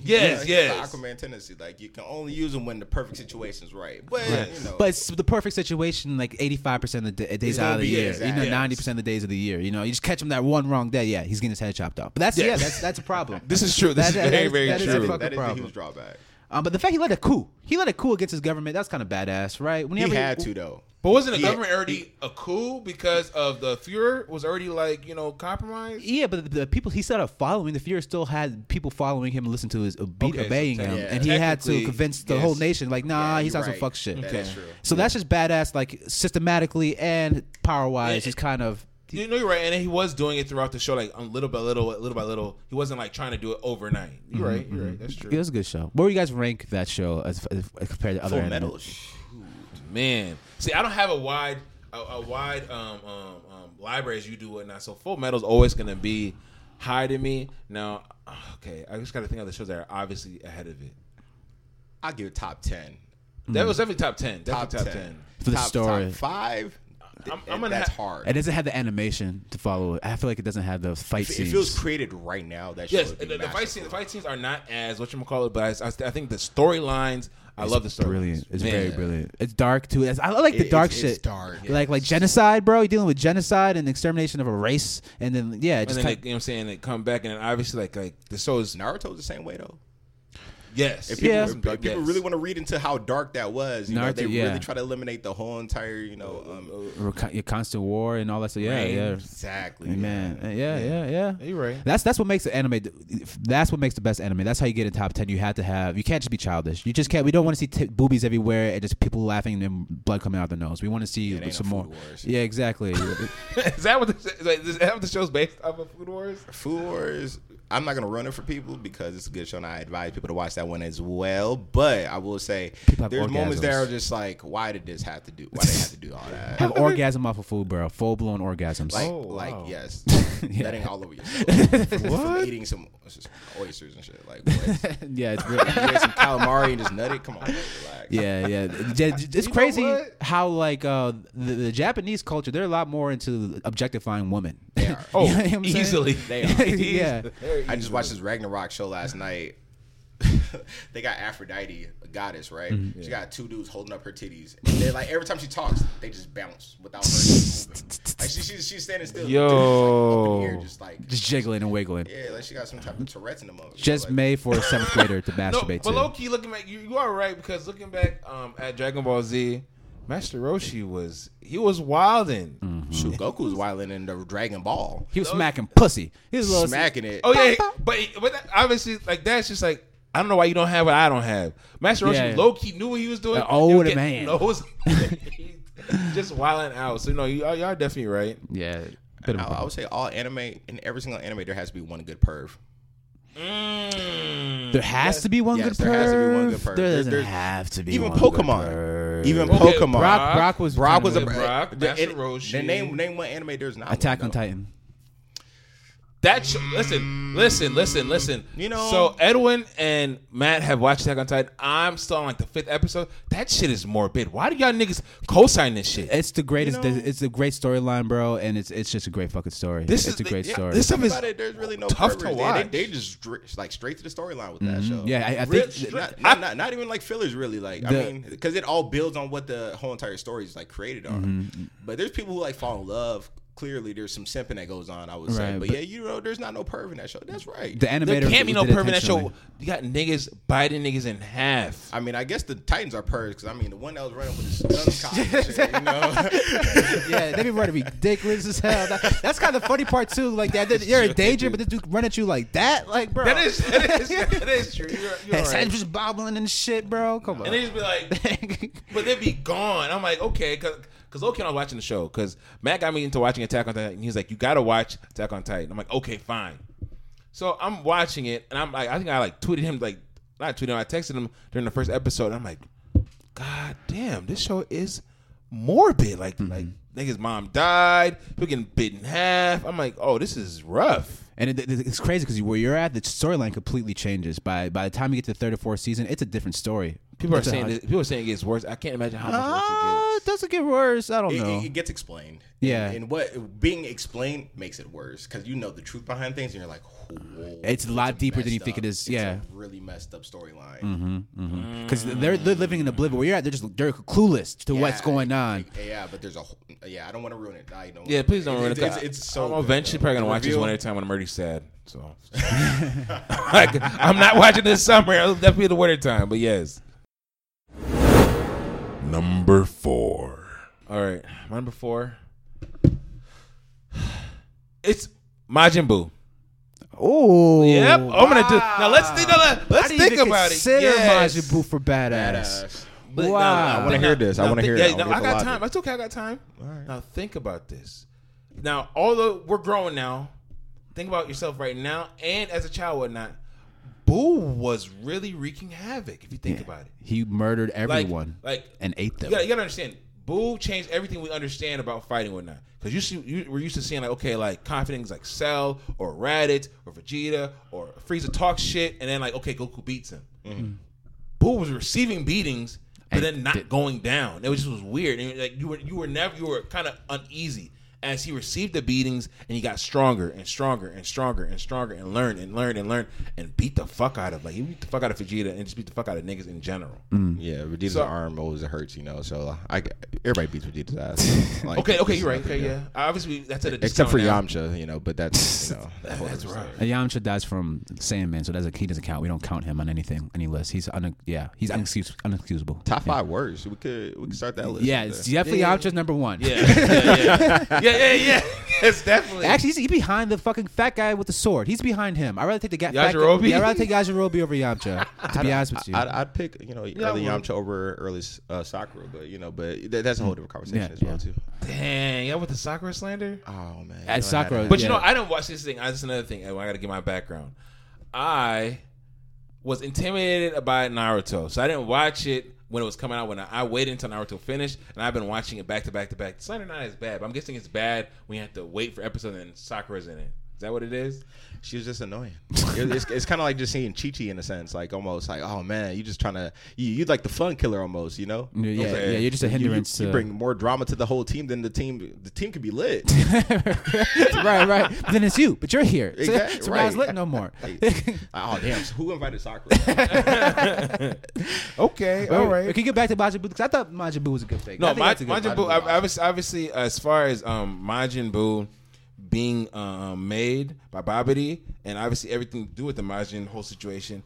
S1: Yes,
S3: He's
S1: yes.
S3: the Aquaman tendency. Like you can only use them when the perfect situation's right. But you know,
S2: but it's the perfect situation. Like eighty five percent of the da- days
S3: gonna
S2: out of the
S3: be
S2: year,
S3: exact.
S2: you know, ninety percent of the days of the year. You know, you just catch him that one wrong day. Yeah, he's getting his head chopped off. But that's
S1: Yeah.
S2: yeah, that's that's a problem.
S1: This is true. This is
S2: That- that
S1: very,
S2: is-
S1: very
S2: that is a
S1: true.
S2: fucking
S3: that is the
S2: problem.
S3: huge drawback.
S2: Um, but the fact he led a coup, he led a coup against his government. That's kind of badass, right?
S3: He
S2: Whenever
S3: had to though.
S1: But wasn't the
S3: Yeah.
S1: government already a coup because of the Fuhrer was already like you know compromised?
S2: Yeah, but the, the people he started following, the Fuhrer still had people following him and listen to his obe-
S1: Okay, so
S2: obeying
S1: te-
S2: him,
S3: yeah.
S2: and he had to
S1: Technically,
S2: convince the
S1: yes.
S2: whole nation, like, nah,
S3: Yeah,
S2: he's
S3: you're
S2: on some
S3: right.
S2: fuck shit.
S3: That is true.
S2: So that's just badass, like systematically and power wise,
S1: Yeah.
S2: he's kind of
S1: You know you're right, and he was doing it throughout the show, like um, little by little, little by little. He wasn't like trying to do it overnight.
S2: Mm-hmm,
S1: You're right. You're right. That's
S2: it
S1: true.
S2: was a good show. Where would you guys rank that show as, as compared to other
S3: Full
S2: anime?
S3: metal.
S1: Man, see, I don't have a wide, a, a wide um, um, um, library as you do whatnot. So Full Metal's always gonna be high to me. Now, okay, I just gotta think of the shows that are obviously ahead of it.
S3: I give it top ten.
S1: That was definitely top ten. Definitely
S3: Top,
S1: top,
S3: ten.
S1: ten.
S2: For the
S3: top,
S2: story.
S3: Top five.
S1: I'm-
S3: th-
S1: I'm gonna
S3: that's
S1: ha-
S3: hard.
S2: It doesn't have the animation to follow it. I feel like it doesn't have the fight
S3: If
S2: scenes.
S3: it feels created right now, that
S1: Yes,
S3: show would
S1: the,
S3: be
S1: the fight
S3: masterful.
S1: scenes. The fight scenes are not as what you call it, but I, I, I think the storylines. I love the story.
S2: brilliant. It's very brilliant. It's dark too. It's- I like the
S3: It-
S2: dark
S3: it's-
S2: shit.
S3: it's dark.
S2: Like like genocide, bro. You're dealing with genocide and extermination of a race, and then yeah, it
S1: And
S2: just
S1: then,
S2: kind
S1: like, you know what I'm saying, they come back, and then obviously, like, like the show is
S3: Naruto's the same way though.
S1: yes,
S3: If people,
S2: Yeah.
S3: if people really want to read into how dark that was, you know,
S2: Naruto,
S3: they
S2: yeah.
S3: really try to eliminate the whole entire, you know,
S1: Oh,
S3: um,
S2: of con- your constant war and all that. stuff. yeah, yeah,
S3: exactly, Uh,
S2: man, yeah, yeah, yeah.
S1: You're right.
S2: That's that's what makes the anime. That's what makes the best anime. That's how you get in top ten. You have to have. You can't just be childish. You just can't. We don't want to see t- boobies everywhere and just people laughing and blood coming out their nose. We want to see
S3: it ain't
S2: some
S3: no
S2: more.
S3: Food Wars.
S2: Yeah, exactly.
S1: is that what the, is that- is that what the show's based off of Food Wars?
S3: Food Wars. I'm not gonna run it for people because it's a good show, and I advise people to watch that one as well. But I will say,
S2: People have
S3: there's moments that
S2: orgasms.
S3: are just like, why did this have to do? Why they have to do all that?
S2: have orgasm off of food, bro. Full blown orgasms.
S3: Like,
S1: Oh,
S3: like
S1: wow.
S3: yes,
S2: Yeah.
S3: that ain't all over yourself. From- From eating some oysters and shit, like what?
S2: yeah, it's real.
S3: you ate some calamari and just nutted. Come on, relax.
S2: Yeah, yeah. J- j- It's
S1: know
S2: crazy
S1: what?
S2: how like uh, the, the Japanese culture they're a lot more into objectifying women.
S3: They are.
S1: Oh,
S2: You know what I'm saying?
S1: easily.
S3: They are.
S2: yeah.
S3: I just watched this Ragnarok show last night. they got Aphrodite, a goddess, right?
S2: Mm-hmm.
S3: She got two dudes holding up her titties. And they like every time she talks, they just bounce without her even moving. Like she, she, she's standing still.
S1: Yo.
S3: Just, like, up in the air, just like
S2: Just jiggling and wiggling.
S3: yeah, like she got some type of Tourette's in the moment.
S2: Just
S3: like,
S2: made for a seventh grader to masturbate
S1: but
S2: to.
S1: low key, looking back, you, you are right because looking back um, at Dragon Ball Z, Master Roshi was he was wilding.
S2: Mm.
S3: shoot, Goku's wilding in the Dragon Ball,
S2: he was smacking pussy. He was a little
S3: smacking it.
S1: Oh yeah, but but that, obviously, like that's just like I don't know why you don't have what I don't have. Master Roshi
S2: Yeah.
S1: low key knew what he was doing.
S2: An older
S1: He was getting
S2: man.
S1: nose- just wilding out. So no, you, y'all definitely right.
S2: Yeah. Bit
S3: I,
S2: of a-
S3: I would say all anime in every single anime there has to be one good perv.
S2: there has to be one good
S3: Yes, there has to be
S2: perv.
S3: one good perv.
S2: There
S3: There-
S2: doesn't
S3: there's-
S2: have to be
S3: Even
S2: one good
S3: Pokemon,
S2: perv.
S3: even
S1: Okay,
S3: Pokemon.
S1: Brock-
S2: Brock was
S3: Brock
S2: kinda
S3: was a
S1: weird. Brock,
S3: the-
S1: Master
S3: it-
S1: Roshi.
S3: the name name one anime. There's not
S2: Attack
S3: one,
S2: on
S3: though.
S2: Titan.
S1: That sh- listen, listen, listen, listen.
S3: You know-
S1: so Edwin and Matt have watched Attack on Titan. I'm still on like the fifth episode. That shit is morbid. Why do y'all niggas co-sign this shit?
S2: It's the greatest.
S3: know-
S2: it's a great storyline, bro, and it's it's just a great fucking story.
S1: This
S2: it's
S1: is
S2: a great
S1: yeah,
S2: story.
S1: This stuff is
S3: About it, there's really no
S1: tough
S3: tough
S1: to
S3: They,
S1: watch.
S3: they just dri- like straight to the storyline with that show.
S2: Mm-hmm. yeah, I, I
S1: Real
S2: think.
S1: shit.
S3: Not, not, not, not even like fillers really like I
S2: The-
S3: mean because it all builds on what the whole entire story is like created on
S2: Mm-hmm.
S3: but there's people who like fall in love clearly there's some simping that goes on I would say
S2: Right,
S3: but,
S2: but-
S3: yeah you know there's not no perv in that show that's right
S2: The animator
S1: there can't be no
S2: did it
S1: permanent
S2: intentionally.
S1: show. You got niggas biting niggas in half.
S3: I mean I guess the Titans are pervs because I mean the one that was running with his gun cock and shit, you know
S2: yeah, they be running ridiculous as hell. That- that's kind of the funny part too. Like that, that- you're in danger, but this dude run at you like that, like bro.
S1: That is that is that is true. You're, you're
S2: His
S1: right.
S2: head just bobbling and shit, bro. Come on.
S1: And they just be like, but they'd be gone. I'm like, okay, because because Loki and I was watching the show because Matt got me into watching Attack on Titan. And he's like, you gotta watch Attack on Titan. I'm like, okay, fine. So I'm watching it, and I'm like, I think I like tweeted him like not tweeted him, I texted him during the first episode. And I'm like, God damn, this show is morbid. Like like niggas mom died, people getting bitten in half. I'm like, oh, this is rough.
S2: And it, it- it's crazy because where you're at, the storyline completely changes. By by the time you get to the third or fourth season, it's a different story.
S1: People are
S2: It's a
S1: saying
S2: hun-
S1: this, people are saying it gets worse. I can't imagine how much worse it
S2: Uh,
S1: gets.
S2: it doesn't get worse. I don't
S3: it,
S2: know.
S3: it, it gets explained.
S2: Yeah.
S3: And, and what being explained makes it worse because you know the truth behind things and you're like, whoa.
S2: It's a lot deeper than
S3: messed
S2: you think it is.
S3: It's
S2: Yeah. Mm-hmm.
S3: a really messed up storyline.
S2: because they're, they're living in oblivion. Where you're at, they're just they're clueless to what's
S3: Yeah,
S2: going on.
S3: like, yeah, but there's a. wh- Yeah, I don't want to ruin it. I don't.
S1: Yeah, please don't
S3: It's-
S1: ruin it.
S3: It's, it's, so.
S1: I'm
S3: good,
S1: eventually
S3: though.
S1: probably gonna
S3: The
S1: watch this
S3: reveal-
S1: one every time when I'm already sad. So, like, I'm not watching this summer. It'll definitely be the winter time. But yes, number four. All right, my number four. It's Majin Buu.
S2: Oh,
S1: Yep, I'm gonna do. Now let's think. Now let- let's think about it.
S2: Consider
S1: Yes.
S2: Majin Buu for badass.
S3: Badass.
S1: But
S2: Wow.
S1: now-
S2: I
S3: wanna hear
S1: now-
S3: this. I
S1: now
S3: wanna
S1: thi-
S3: hear it.
S1: yeah,
S3: I
S1: now
S3: wanna get
S1: I
S3: the
S1: got
S3: logic.
S1: time. That's okay. I got time. Now think about this. Now, although we're growing now, think about yourself right now and as a child, whatnot. Boo was really wreaking havoc. If you think about it,
S2: He murdered
S1: like,
S2: everyone
S1: like
S2: and ate them.
S1: you gotta, you gotta understand. Boo changed everything we understand about fighting and whatnot. Because you see, you, we're used to seeing like okay, like confidence like Cell or Raditz or Vegeta or Frieza talk shit, and then like okay, Goku beats him.
S2: Mm-hmm.
S1: Boo was receiving beatings, but then not going down. It was just was weird. And like you were you were never you were kind of uneasy as he received the beatings and he got stronger and stronger and stronger and stronger and learned and learned and learned and beat the fuck out of like he beat the fuck out of Vegeta and just beat the fuck out of niggas in general.
S3: Mm. Yeah, Vegeta's
S1: So-
S3: arm always hurts, you know. So I, everybody beats Vegeta's ass. Like,
S1: Okay, okay,
S3: it's
S1: you're right.
S3: nothing,
S1: Okay,
S3: you know.
S1: yeah. Obviously, that's at a
S3: Except for
S1: discount
S3: Yamcha, you know. But that's you know. a whole
S1: That's
S3: different
S1: right.
S3: story.
S2: And Yamcha dies from Sandman, so that's a, he doesn't count. We don't count him on anything, any list. He's un, yeah, he's unexcus- unexcusable.
S3: Top five worst. We could we could start that list.
S2: Yeah,
S3: right
S2: it's
S3: there.
S2: definitely Yamcha's number one.
S1: now. Yeah, yeah, yeah, yeah, yeah, yeah. Yes, definitely.
S2: Actually, he's, he's behind the fucking fat guy with the sword. He's behind him. I'd rather take the guy. fat guy-
S1: Yajirobe?
S2: Yeah, I'd rather take Yajirobe over Yamcha. To be honest with you,
S3: I'd, I'd pick you know early
S1: I would.
S3: Yamcha over early uh, Sakura, but you know, but th- that's a whole different conversation
S2: Yeah,
S3: as well
S2: yeah.
S3: too.
S1: Dang, y'all with the Sakura slander?
S3: Oh man,
S2: At Sakura,
S1: But
S2: Yeah.
S1: you know, I didn't watch this thing. That's another thing. I got to give my background. I was intimidated by Naruto, so I didn't watch it when it was coming out. When I, I waited until Naruto finished, and I've been watching it back to back to back. Slander not is bad, but I'm guessing it's bad when you have to wait for episodes and Sakura's in it. Is that what it is?
S3: She was just annoying. It- it's it's kind of like just seeing Chi Chi in a sense, like almost like, oh man, you just trying to, you, you like the fun killer almost, you know?
S2: Yeah, uh, yeah,
S1: Okay.
S2: yeah, you're just a
S3: You- you-
S2: hindrance.
S3: You,
S2: to-
S3: bring more drama to the whole team than the team. The team could be lit.
S2: right, right. But then it's you, but you're here. So,
S3: Exactly,
S2: so now it's
S3: right.
S2: lit no more.
S3: oh damn! So who invited soccer?
S1: Okay, all right.
S2: We can get back to Majin Buu because I thought Majin Buu was a good fake. I
S1: No,
S2: think
S1: Ma-
S2: that's a good
S1: Majin
S2: one.
S1: Buu. ob- Obviously, obviously, as far as um, Majin Buu being um, made by Babidi, and obviously everything to do with the Majin whole situation.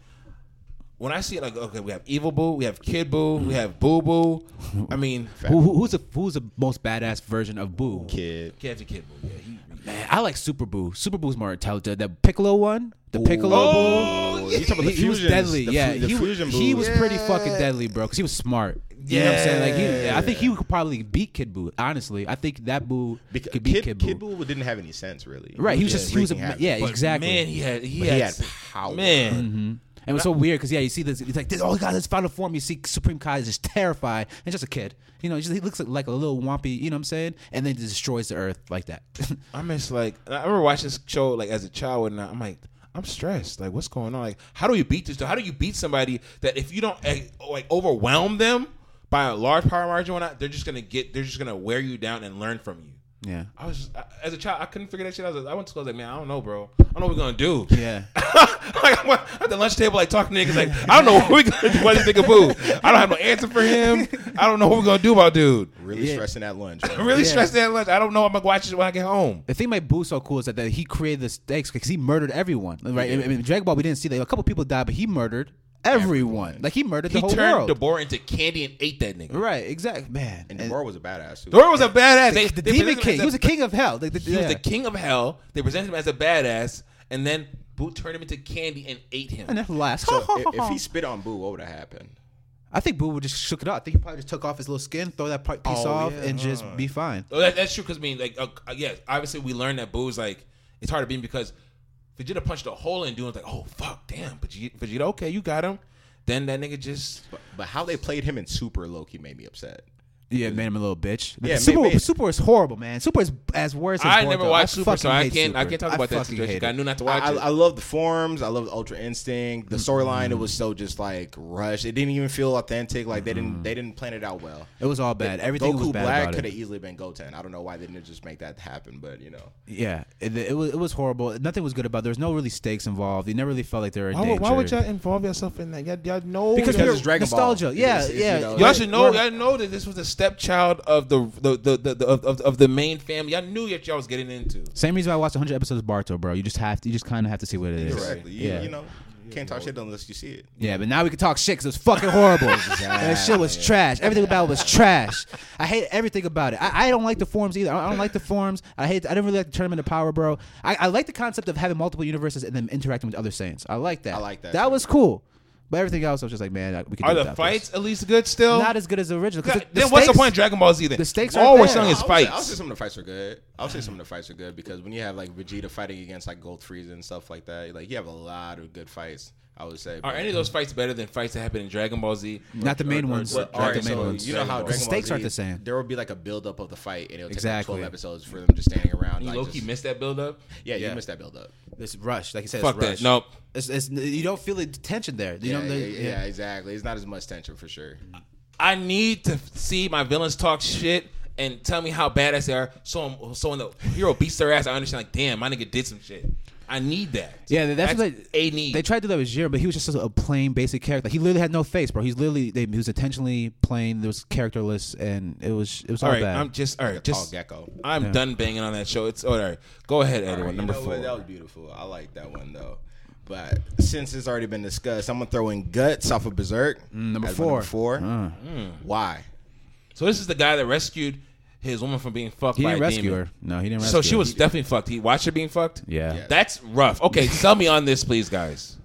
S1: When I see it, like, okay, we have Evil Boo, we have Kid Boo, we have Boo Boo. I mean,
S2: Who, who- who's the who's the most badass version of Boo?
S3: Kid.
S1: can't have Kid Boo. Yeah, he,
S2: Man, I like Super Boo. Super Boo's more intelligent. That Piccolo one, the Piccolo Boo.
S3: you talking about
S2: He,
S3: the
S2: he was
S3: fusions,
S2: deadly,
S3: the
S2: yeah.
S3: fu- the
S2: he, was-
S3: fusion
S2: he
S3: Boos.
S2: was pretty fucking deadly, bro. Cause he was smart. You know what I'm saying? Like, he, I think he could probably beat Kid Boo. Honestly, I think that Boo
S3: Because
S2: could beat
S3: Kid,
S2: Kid,
S3: Kid,
S2: Boo.
S3: Boo didn't have any sense really.
S2: Right? He was just he was a
S3: wreaking havoc.
S2: yeah,
S1: but
S2: exactly.
S1: Man, he had he,
S3: But
S1: had,
S3: he had power.
S1: Man,
S2: And it was so weird because yeah, you see this. It's like this. Oh god, this final form. You see Supreme Kai is just terrified and just a kid. You know, just, he looks like, like a little wompy. You know what I'm saying? And then just destroys the earth like that.
S1: I miss like I remember watching this show like as a child and uh, I'm like I'm stressed. Like what's going on? Like how do you beat this? How do you beat somebody that if you don't eh, like overwhelm them by a large power margin or not, they're just gonna get they're just gonna wear you down and learn from you.
S2: yeah.
S1: I was I, as a child I couldn't figure that shit out. I, was, I went to school I was like man I don't know bro I don't know what we're gonna do.
S2: Yeah.
S1: like I'm at the lunch table like talking to niggas like I don't know what we're gonna do about this nigga boo. I don't have no answer for him. I don't know what we're gonna do about dude.
S3: Really
S2: Yeah.
S3: stressing that lunch.
S1: I'm really
S2: Yeah.
S1: stressed at lunch. I don't know I'm gonna watch it when I get home.
S2: The thing my Boo so cool is that, that he created the stakes because he murdered everyone. Right? I mean, Dragon Ball we didn't see that. A couple people died, but he murdered everyone. Like he murdered the
S1: He
S2: whole
S1: turned
S2: world.
S1: Deborah into candy and ate that nigga.
S2: right? Exactly, man.
S3: And
S2: And
S3: Dora was a badass. Too.
S1: Dora was a badass. They-
S2: the
S1: they
S2: demon
S1: presented him
S2: king.
S1: as
S2: He was a king of hell. Like, the,
S1: He was
S2: yeah.
S1: the king of hell. They presented him as a badass, and then Boo turned him into candy and ate him.
S2: And that last.
S3: So if, if he spit on Boo, what would have happened?
S2: I think Boo would just shook it up. I think he probably just took off his little skin, throw that part- piece
S3: Oh,
S2: off,
S3: yeah,
S2: and just be fine.
S1: Oh, that, that's true. Because I mean, like, uh, uh, yes, obviously we learned that Boo's like it's hard to beat him because Vegeta punched a hole in Doo's like, oh fuck, damn, Vegeta, Vegeta, okay, you got him. Then that nigga just
S3: But, but how they played him in Super Loki made me upset.
S2: Yeah, made him a little bitch.
S3: Yeah,
S2: Super,
S3: made- made-
S2: Super is horrible, man. Super is as worse. As
S1: I
S2: Boruto.
S1: never watched Super,
S2: fucking
S1: so I
S2: hate
S1: can't. I
S2: Super.
S1: can't talk about that
S2: fucking hate
S1: situation.
S2: it.
S1: I knew not to watch
S3: I, I,
S1: it.
S3: I love the forms. I love the Ultra Instinct. The storyline
S2: Mm.
S3: it was so just like rushed. It didn't even feel authentic. Like they didn't they didn't plan it out well.
S2: It was all bad. Mm. Everything
S3: Goku
S2: was bad
S3: Black
S2: about
S3: could
S2: it.
S3: have easily been Goten. I don't know why they didn't just make that happen, but you know.
S2: Yeah, it, it was it was horrible. Nothing was good about. it. There was no really stakes involved. You never really felt like they were in danger.
S1: involve yourself in that? Y'all, y'all know
S2: Because,
S3: Because
S2: we're
S3: it's Dragon Ball.
S2: nostalgia. Yeah,
S3: It's- it's,
S2: yeah.
S3: you know,
S1: Y'all
S3: We're-
S1: should know. Y'all know that this was the stepchild of the the the, the, the of, of, of the main family. Y'all knew what y'all was getting into.
S2: Same reason I watched 100 episodes of Barto, bro. You just have to. You just kind of have to see what it is.
S3: Correctly. You,
S2: Yeah.
S3: you know, can't talk shit unless you see it.
S2: Yeah, but now we can talk shit 'cause it was fucking horrible. And that shit was trash. Everything about it was trash. I hate everything about it. I, I don't like the forms either. I don't, I don't like the forms. I hate. I didn't really like the tournament of power, bro. I, I like the concept of having multiple universes and then interacting with other saints. I like that.
S3: I like that
S2: That
S3: too.
S2: was cool. But everything else, I was just like, man, I- we could.
S1: Are
S2: do
S1: the
S2: without this.
S1: fights at least good still?
S2: not as good as the original? 'cause
S1: God,
S2: the- the
S1: then what's the
S2: stakes-
S1: point of Dragon Ball Z then?
S2: the stakes
S1: All
S2: aren't
S1: we're
S2: there.
S1: selling is
S3: I'll Say, I'll say
S1: fights.
S3: some of the fights are good. I'll say some of the fights are good because when you have like Vegeta fighting against like Gold Frieza and stuff like that, like you have a lot of good fights. I would say.
S1: Are any of those fights better than fights that happen in Dragon Ball Z?
S2: Not the main ones.
S1: what-
S2: Not the
S1: alright,
S2: main
S1: so
S2: ones.
S3: you know how
S1: The
S3: Dragon Ball
S2: stakes
S3: Z,
S2: aren't the same.
S3: There will be like a build up of the fight, and it'll take
S2: Exactly.
S3: like twelve episodes for them just standing around.
S1: You
S3: like,
S1: low
S3: just-
S1: key missed that build up.
S3: Yeah,
S2: Yeah.
S3: you missed that build up.
S2: This rush, like you said,
S1: Fuck
S2: it's
S1: that.
S2: rush.
S1: Nope.
S2: It's, it's, you don't feel the tension there. You
S3: Yeah,
S2: know,
S3: yeah,
S2: the-
S3: yeah, Mm. exactly. It's not as much tension for sure.
S1: I need to see my villains talk shit and tell me how badass they are. So I'm, so when the hero beats their ass, I understand like, damn, my nigga did some shit. I need that.
S2: Yeah, that's, what they,
S1: a need.
S2: They tried to do that with Jiren, but he was just a, a plain, basic character. Like, he literally had no face, bro. He's literally they, he was intentionally plain. There was characterless, and it was it was all,
S1: all right,
S2: bad.
S1: I'm just all right.
S3: Just,
S1: Just
S3: Gecko.
S1: I'm done banging on that show. It's all right. Go ahead, Edwin.
S3: You
S1: number
S3: know what?
S1: four.
S3: That was beautiful. I like that one though. But since it's already been discussed, I'm gonna throw in guts off of Berserk.
S2: number
S3: That's my
S2: four.
S3: Mm, Number four. Uh. Why?
S1: So this is the guy that rescued his woman from being fucked
S2: he
S1: by
S2: didn't
S1: a
S2: rescue
S1: demon.
S2: her. No, he didn't. rescue
S1: So she
S2: her.
S1: was definitely fucked. He watched her being fucked.
S2: Yeah.
S3: Yeah.
S1: That's rough. Okay, sell me on this, please, guys.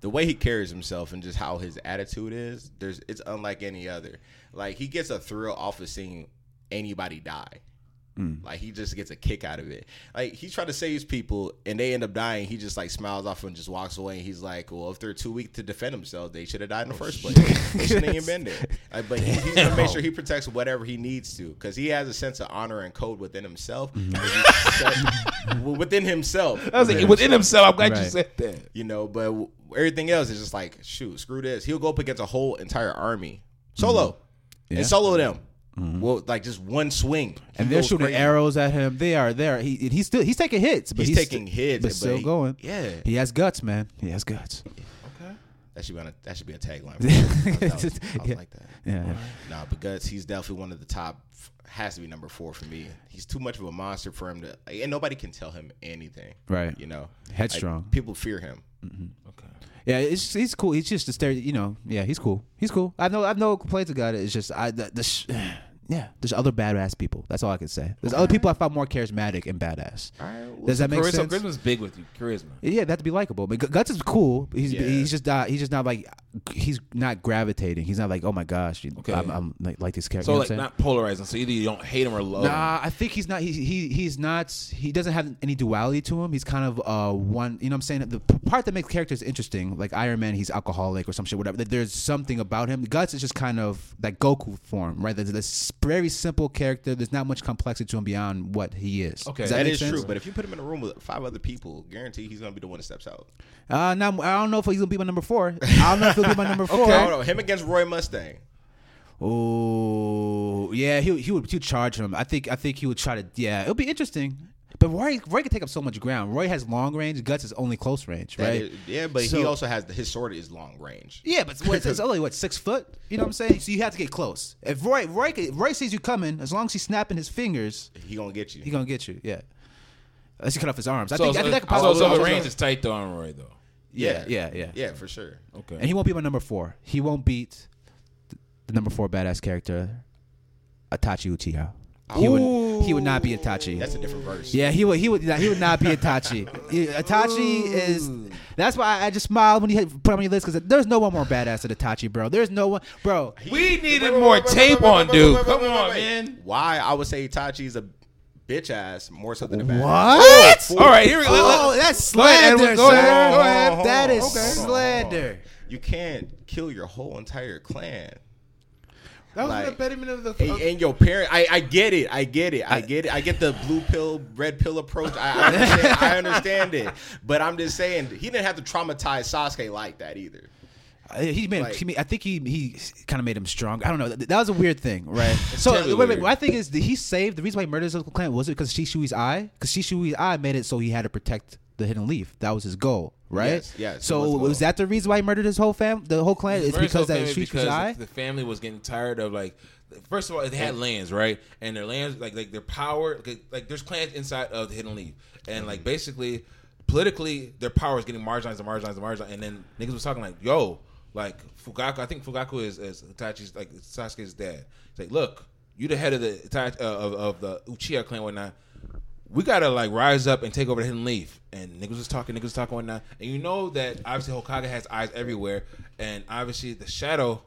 S3: the way he carries himself and just how his attitude is, there's it's unlike any other. Like he gets a thrill off of seeing anybody die.
S1: Mm.
S3: Like he just gets a kick out of it. Like he tried to save people and they end up dying. He just like smiles off and just walks away. And he's like, well, if they're too weak to defend themselves, they should have died in the
S1: Oh,
S3: first place. they shouldn't even been there. Like, but he, he's gonna make sure he protects whatever he needs to because he has a sense of honor and code within himself. within himself.
S1: I Mm-hmm. was like, within himself. I'm glad you
S2: Right.
S1: said that.
S3: you know. But w- everything else is just like, shoot, screw this. He'll go up against a whole entire army solo
S2: Mm-hmm. Yeah. Mm-hmm.
S3: and solo them. Well, like just one swing,
S2: and
S3: He
S2: they're
S3: goes
S2: shooting
S3: crazy.
S2: arrows at him. They are there. He and he's still he's taking hits, but
S3: He's
S2: he's,
S3: taking hits,
S2: but
S3: but
S2: still
S3: he-
S2: going.
S3: yeah.
S2: he has guts, man. He has guts.
S3: That should be on a, that should be a tagline. I was, I was
S2: Yeah.
S3: like that.
S2: Yeah.
S3: Nah, but Guts, he's definitely one of the top. Has to be number four for me. He's too much of a monster for him to, and nobody can tell him anything.
S2: Right.
S3: You know,
S2: Headstrong.
S3: Like, people fear him.
S2: Yeah, it's just, he's cool. He's just a stereo, you know. Yeah, he's cool. He's cool. I know. I have no complaints about it. It's just I the, the sh- yeah. There's other badass people. That's all I can say. There's other people I find more charismatic and badass. Does that make
S1: Charisma,
S2: sense?
S1: charisma's big with you. Charisma.
S2: Yeah, that to be likable. But Gu- Guts is cool. But he's
S3: Yeah.
S2: he's just not he's just not like he's not gravitating. He's not like oh my gosh, you-
S1: Okay.
S2: I'm, I'm like, like this character.
S1: So
S2: you know
S1: like
S2: what I'm saying?
S1: not polarizing. So either you don't hate him or love. him.
S2: Nah, I think he's not. He, he he's not. He doesn't have any duality to him. He's kind of uh one. You know, what I'm saying the p- part that makes characters interesting, like Iron Man, he's alcoholic or some shit, whatever. that There's something about him. Guts is just kind of that Goku form, right? There's this very simple character. There's not much complexity to him beyond what he is.
S1: Okay.
S2: Does
S1: That
S3: that
S2: make
S3: is
S2: sense?
S3: true. But if you put him in a room with five other people, guarantee he's gonna be the one that steps out.
S2: uh, now I don't know if he's gonna be my number four. I don't know if he'll be my number four.
S3: Hold on, him against Roy Mustang.
S2: Oh yeah, he he would he charge him. I think I think he would try to. Yeah, it'll be interesting. But Roy Roy could take up so much ground. Roy has long range. Guts is only close range,
S3: That
S2: right?
S3: is- yeah, but he
S2: So-
S3: also has the, his sword is long range.
S2: yeah, but what, it's only what six foot. You know what I'm saying? So you have to get close. If Roy Roy could- Roy sees you coming, as long as he's snapping his fingers,
S3: He gonna get you.
S2: he gonna get you. Yeah, unless you cut off his arms. I
S1: So,
S2: think I
S1: so,
S2: think that could
S1: so,
S2: possibly.
S1: so the range is tight though on Roy though.
S2: yeah, yeah, yeah,
S3: yeah, for sure.
S1: Okay.
S2: And he won't be my number four. He won't beat the number four badass character, Itachi Uchiha. He would he would not be Itachi.
S3: That's a different verse.
S2: Yeah, he would. He would. He would not be Itachi. Itachi is. That's why I, I just smiled when he had put him on your list because there's no one more badass than Itachi, bro. There's no one, bro.
S1: we needed
S3: Wait, wait,
S1: more
S3: wait, wait,
S1: tape
S3: wait, wait,
S1: on
S3: wait,
S1: dude.
S3: wait, wait,
S1: Come
S3: wait, wait,
S1: on,
S3: wait.
S1: man.
S3: Why I would say Itachi's a bitch ass more so than a badass.
S2: What?
S1: All right, here we go.
S2: Oh, that's
S1: Go ahead,
S2: slander,
S1: Edwin. Go
S2: sir.
S1: ahead. Go
S3: ahead.
S2: That is
S3: Okay.
S2: slander.
S3: You can't kill your whole entire clan.
S1: That was
S3: Like-
S1: an impediment of the.
S3: And, and your parent, I, I get it, I get it, I get it, I get the blue pill, red pill approach. I, I, understand, I understand it, but I'm just saying he didn't have to traumatize Sasuke like that either.
S2: Uh, He made,
S3: Like-
S2: he made. I think he he kind of made him strong. I don't know. Th- That was a weird thing, right? so
S1: totally
S2: wait, wait.
S1: weird.
S2: My thing is, did he save the reason why he murdered his uncle Clan was it because Shishui's eye? Because Shishui's eye made it so he had to protect the hidden leaf. That was his goal, right?
S3: Yes, yes, it
S2: So
S3: was the
S2: was,
S3: goal.
S2: that the reason why he murdered his whole fam, the whole clan? It's
S1: First
S2: because
S1: of all,
S2: that
S1: family,
S2: Shishui's
S1: because
S2: eye.
S1: The family was getting tired of like. First of all, they had lands, right? And their lands, like like their power, like, like there's clans inside of the Hidden Leaf, and like basically, politically, their power is getting marginalized and marginalized and marginalized. And then niggas was talking like, "Yo, like Fugaku, I think Fugaku is, is Itachi's like Sasuke's dad. He's like, look, you the head of the Itachi, uh, of, of the Uchiha clan, and whatnot." we gotta like rise up and take over the hidden leaf. And niggas was talking, niggas was talking whatnot. And you know that obviously Hokage has eyes everywhere, and obviously the shadow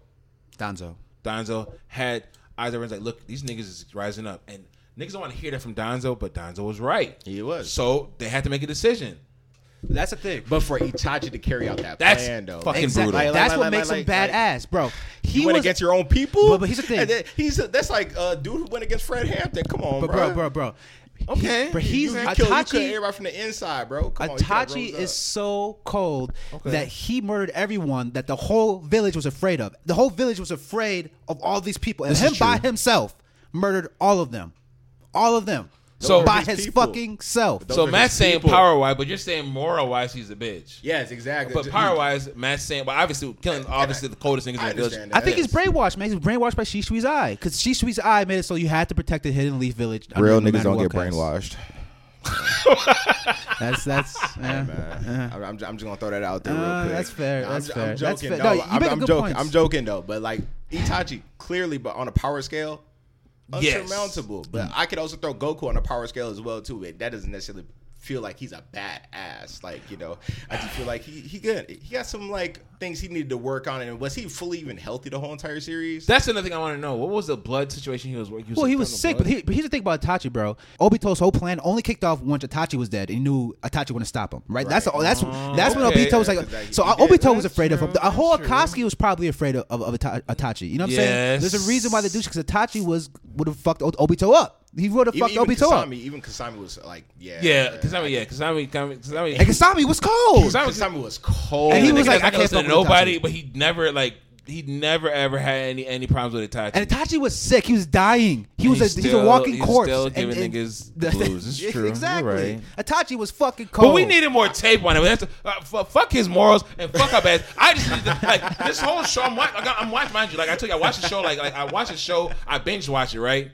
S2: Danzo.
S1: Donzo had eyes everywhere. It's like, look, these niggas is rising up, and niggas don't want to hear that from Donzo, but Donzo was right.
S3: He was.
S1: So they had to make a decision.
S2: That's the thing.
S3: But for Itachi to carry out that
S1: That's
S3: plan, though,
S1: fucking
S2: Exactly.
S1: brutal. Like,
S2: That's
S3: like,
S2: what
S3: like,
S2: makes
S3: like,
S2: him
S3: like-
S2: badass, bro. He
S3: you went
S2: was-
S3: against your own people.
S2: But- but here's the thing.
S3: And then he's that's like a dude who went against Fred Hampton. Come on,
S2: But bro, bro, bro.
S1: Okay.
S2: He, but he's
S3: you can kill, you kill
S2: Itachi.
S3: everybody from the inside, bro. Come on, you can't
S2: Itachi
S3: Oh, rose up.
S2: is so cold that he murdered everyone that the whole village was afraid of. The whole village was afraid of all these people, and him by himself murdered all of them, all of them.
S1: So-
S2: So by
S3: Those are his
S2: his
S3: people.
S2: fucking self.
S3: Those
S1: so
S3: are
S1: Matt's
S3: his
S1: saying
S3: people.
S1: power wise, but you're saying moral wise, he's a bitch.
S3: yes, exactly.
S1: But
S3: Ju-
S1: power wise, Matt's saying, but obviously killing obviously the coldest niggas in
S3: I
S1: the village.
S3: understand
S2: I
S3: that.
S2: think he's
S3: Yes.
S2: brainwashed, man. He's brainwashed by Shishui's eye because Shishui's eye made it so you had to protect the hidden leaf village. I mean, no matter what cost. That's that's. yeah.
S3: Man, I'm, I'm just gonna throw that out there
S2: Uh-huh. Uh,
S3: real quick.
S2: that's fair,
S3: I'm
S2: that's
S3: j- I'm,
S2: fair, that's
S3: joking.
S2: fair.
S3: though.
S2: No, you
S3: I'm,
S2: make a
S3: I'm
S2: good
S3: joking.
S2: point.
S3: I'm joking though. But like Itachi, clearly, but on a power scale,
S1: Yes.
S2: Mm.
S3: unsurmountable. But I could also throw Goku on a power scale as well too. It, that doesn't necessarily feel like he's a badass. Like you know, I just feel like he he good. He got some like things he needed to work on. And was he fully even healthy the whole entire series?
S1: That's another thing I want to know. What was the blood situation he was working?
S2: Well, he was sick, but, he, but here's the thing about Itachi, bro. Obito's whole plan only kicked off once Itachi was dead, and he knew Itachi wouldn't stop him. Right? That's all. That's that's when
S1: Oh, okay.
S2: Obito was like.
S3: That's exactly-
S2: so
S3: he
S2: uh,
S3: did.
S2: Obito was
S4: That's
S2: afraid of him.
S4: true,
S2: The whole
S4: that's true.
S2: Akatsuki was probably afraid of, of, of Ita- Itachi. You know what I'm saying? There's
S1: Yes.
S2: a reason why the douche because Itachi was would have fucked O- Obito up. He would have
S3: Even,
S2: fucked
S3: even
S2: Obito up.
S3: Kasami, even Kasami was like, yeah,
S1: yeah, because I mean, yeah, because I mean, because I mean,
S2: And Kasami was cold.
S3: Kasami, Kasami was cold.
S2: And
S1: he was like,
S2: like, I
S1: I
S2: can't
S1: can't
S2: fuck with
S1: nobody,
S2: Itachi.
S1: but he never like he never ever had any any problems with Itachi.
S2: And Itachi was sick. He was dying. He was a,
S1: He's
S2: he's a
S1: still-
S2: walking
S1: he's
S2: corpse.
S1: still giving niggas the blues. It's true. You're
S2: Exactly.
S1: right.
S2: Itachi was fucking cold.
S1: but we needed more tape on him. That's uh, f- fuck his morals and fuck up ass. I just need to, like this whole show. I'm, wa- like, I'm watching, mind you. Like I took, I watched the show. Like, like I watched the show. I binge watch it. Right.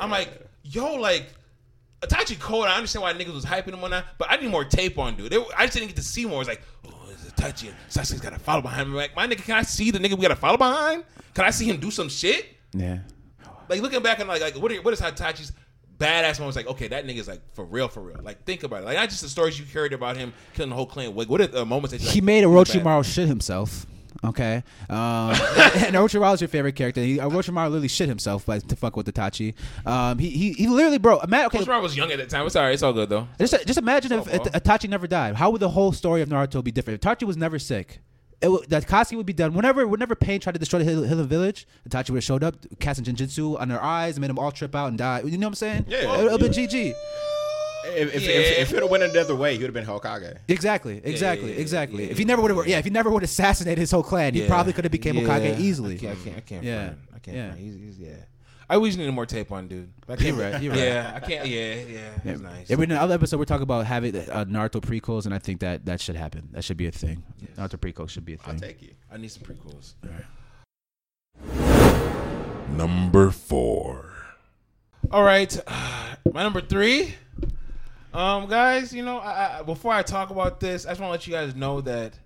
S1: I'm like, yo, like Itachi Cold. I understand why niggas was hyping him on that, but I need more tape on dude. They, were- I just didn't get to see more. It's like, oh, it's Itachi and Sasuke's got to follow behind me. Like, my nigga, can I see the nigga we got to follow behind? Can I see him do some shit?
S2: Yeah.
S1: like looking back and like like what are, what is Hitachi's badass moments like okay that nigga's like for real for real like think about it like not just the stories you heard about him killing the whole clan like, what are the moments that you, like,
S2: He made
S1: think about?
S2: Orochimaru shit himself. Okay, um, and Orochimaru is your favorite character. He, Orochimaru literally shit himself by, to fuck with Itachi. Um, he, he he literally, bro. Imagine, okay,
S1: Orochimaru was young at that time it's alright it's all good though
S2: just, just imagine if
S1: bro.
S2: Itachi never died. How would the whole story of Naruto be different? If Itachi was never sick, it would, that Katsuki would be done. Whenever whenever Pain tried to destroy the Hill, Hill Village, Itachi would have showed up, casting Jinjutsu on their eyes, and made them all trip out and die. You know what I'm saying?
S3: Yeah.
S2: it would have been GG.
S3: If, if,
S1: Yeah.
S3: if, if it went another way, he would have been Hokage.
S2: Exactly, exactly,
S1: yeah, yeah,
S2: exactly.
S1: yeah,
S2: if he never would have, yeah, if he never would have assassinated his whole clan, he
S1: Yeah.
S2: probably could have became Hokage easily.
S1: I can't I can't, I can't
S2: Yeah.
S1: front. I can't
S2: Yeah.
S1: front. He's, he's, yeah I always needed more tape on dude I can't,
S2: You're right, you're
S1: yeah I can't yeah yeah that's nice
S2: Every in the other episode, we're talking about having uh, Naruto prequels, and I think that that should happen. That should be a thing. Naruto prequels should be a
S3: I'll
S2: thing.
S3: take you.
S1: I need some prequels
S5: Number four.
S1: All right, my number three. Um, guys, you know, I, I, before I talk about this, I just want to let you guys know that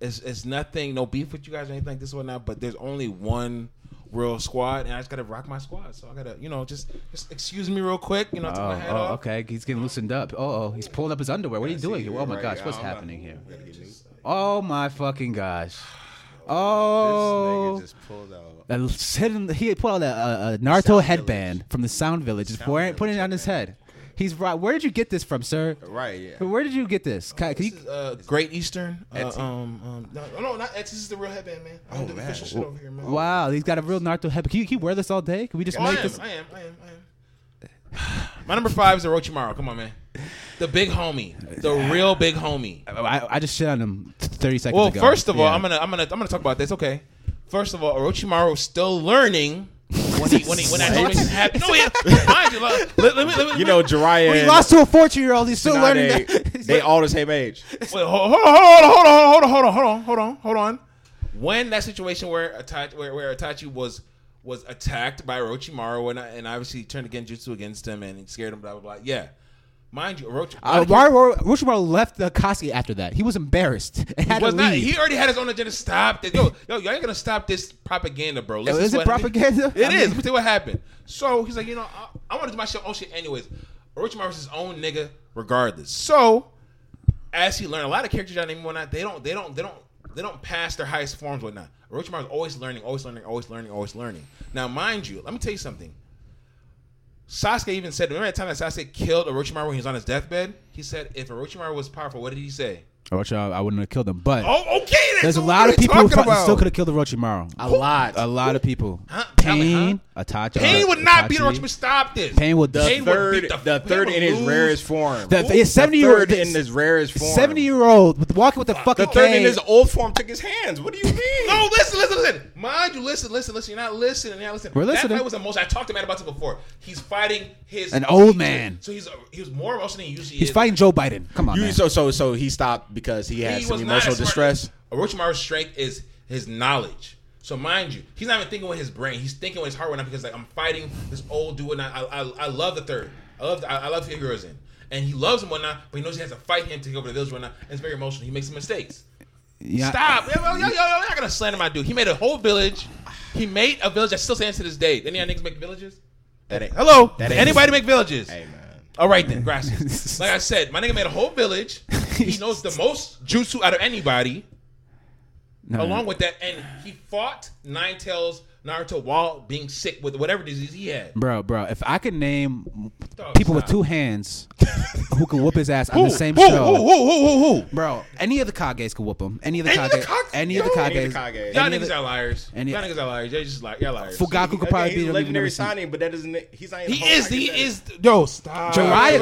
S1: it's it's nothing, no beef with you guys or anything like this or not. But there's only one real squad, and I just gotta rock my squad. So I gotta, you know, just just excuse me real quick. You know, take my
S2: Oh,
S1: hat
S2: oh,
S1: off.
S2: okay. He's getting loosened up. Oh, oh, he's pulling up his underwear. What are you doing? here? Oh my gosh, what's happening here? Oh my fucking gosh. Oh,
S3: This nigga just pulled out.
S2: That l- hidden, he pulled out a, a, a Naruto headband from the Sound Village. Just wearing, putting it on his head. He's right. Where did you get this from, sir?
S3: Right, yeah.
S2: Where did you get this? Can, can you,
S1: This is, uh, Great Eastern. Uh, um, um, no, no, not Etsy. This is the real headband, man.
S2: Oh,
S1: I don't do the
S3: man.
S1: official shit over here, man.
S2: wow, he's got a real Naruto headband. Can you, can you wear this all day? Can we just
S1: Oh, I
S2: make
S1: am.
S2: this?
S1: I am. I am. I am. My number five is Orochimaru. Come on, man. The big homie, the real big homie.
S2: I, I just shit on him th- 30 seconds
S1: Well,
S2: ago.
S1: first of all,
S2: Yeah.
S1: I'm gonna I'm gonna I'm gonna talk about this. Okay, first of all, Orochimaru is still learning when he when he when that situation happened. No, yeah, mind you, look, let, let me let me
S3: You know, Jiraiya.
S2: He
S3: and
S2: lost to a 14 year old. He's still
S3: Tsunade,
S2: learning that.
S3: they all the same age.
S1: Wait, hold, hold, hold, on, hold on, hold on, hold on, hold on, hold on, hold on. When that situation where Itachi, where, where Itachi was was attacked by Orochimaru and, and obviously turned again jutsu against him and scared him, blah blah blah. Yeah, mind you, Orochimaru.
S2: Uh, Ro- Ro- Orochimaru left the Akatsuki after that. He was embarrassed. and had
S1: was
S2: to
S1: not.
S2: leave.
S1: He already had his own agenda. Stop it, yo, yo, y'all ain't gonna stop this propaganda, bro. Listen
S2: Is
S1: to
S2: it
S1: what-
S2: propaganda?
S1: It
S2: I
S1: is.
S2: mean-
S1: Let me tell you what happened. So he's like, you know, I, I want to do my shit, own shit, anyways. Orochimaru is his own nigga, regardless. So as he learned, a lot of characters out name whatnot, they don't, they don't, they don't, they don't pass their highest forms whatnot. Orochimaru is always learning, always learning, always learning, always learning. Now, mind you, let me tell you something. Sasuke even said, remember that time that Sasuke killed Orochimaru when he was on his deathbed? He said, if Orochimaru was powerful, what did he say?
S2: Orochimaru, I wouldn't have killed him. But
S1: Oh, okay. That's
S2: there's a
S1: what
S2: lot
S1: we're
S2: of people who
S1: talking
S2: thought- still
S1: about.
S2: could have killed Orochimaru.
S3: A lot.
S2: A lot of people.
S1: Huh? Tell me,
S2: Pain, Itachi.
S1: Pain would not beat
S2: Itachi.
S1: Orochimaru. Stop this.
S2: Pain would- The
S1: Pain would
S3: Third,
S1: beat
S3: the
S1: Pain
S3: third
S1: would
S3: in his
S1: lose.
S3: rarest form.
S2: The, the, seventy year old
S3: third in his rarest form.
S2: Seventy year old with walking with the fucking
S3: The third
S2: cane.
S3: in his old form took his hands. What do you mean?
S1: No, listen, listen, listen. Mind you, listen, listen, listen. You're not listening. You're not listening.
S2: We're
S1: That
S2: listening.
S1: fight was emotional. I talked to Matt about this before. He's fighting his
S2: An old
S1: teacher.
S2: man.
S1: So he's he was more emotional than he usually
S2: He's
S1: is.
S2: fighting Joe Biden. Come on,
S3: You,
S2: man.
S3: so so so he stopped because he had
S1: He
S3: some
S1: was not
S3: emotional
S1: as smart-
S3: distress.
S1: Orochimaru's strength is his knowledge. So mind you, he's not even thinking with his brain. He's thinking with his heart right now because like I'm fighting this old dude, and I I, I, I love the third. I love the, I, I love Higurazin, and he loves him whatnot, but he knows he has to fight him to take over the village whatnot. And it's very emotional. He makes some mistakes.
S2: yeah.
S1: Stop! Yo, yo, yo, yo, I'm not gonna slander my dude. He made a whole village. He made a village that still stands to this day. Any of y'all niggas make villages?
S3: That ain't
S1: Hello.
S3: That ain't-
S1: Anybody make villages?
S3: Hey man,
S1: All right then, gracias. like I said, my nigga made a whole village. He knows the most jutsu out of anybody. Along with that, and he fought Nine Tails Naruto while being sick with whatever disease he had.
S2: Bro, bro, if I could name
S1: Dog,
S2: people with
S1: stop.
S2: two hands who can whoop his ass on the same
S1: who,
S2: show,
S1: Who, who, who, who, who?
S2: bro, any of the Kages could whoop him. Any of the
S3: Any of the
S2: Kages,
S3: Kage-
S2: any of the
S3: yo,
S2: Kages,
S3: any of the Kage.
S1: Y'all
S2: any of
S1: niggas
S2: the-
S1: are liars.
S2: and
S1: Y'all
S2: it-
S1: nigars are liars. Y'all just like y'all liars.
S2: Fugaku could probably
S3: Again,
S2: beat
S3: he's a
S2: him. You've never
S3: legendary
S2: seen.
S3: signing, but that doesn't. He's not. even
S1: he
S3: a whole
S1: is. He
S3: Kage.
S1: is. Yo, stop.
S2: Jiraiya
S3: Wait,
S2: could
S3: wait,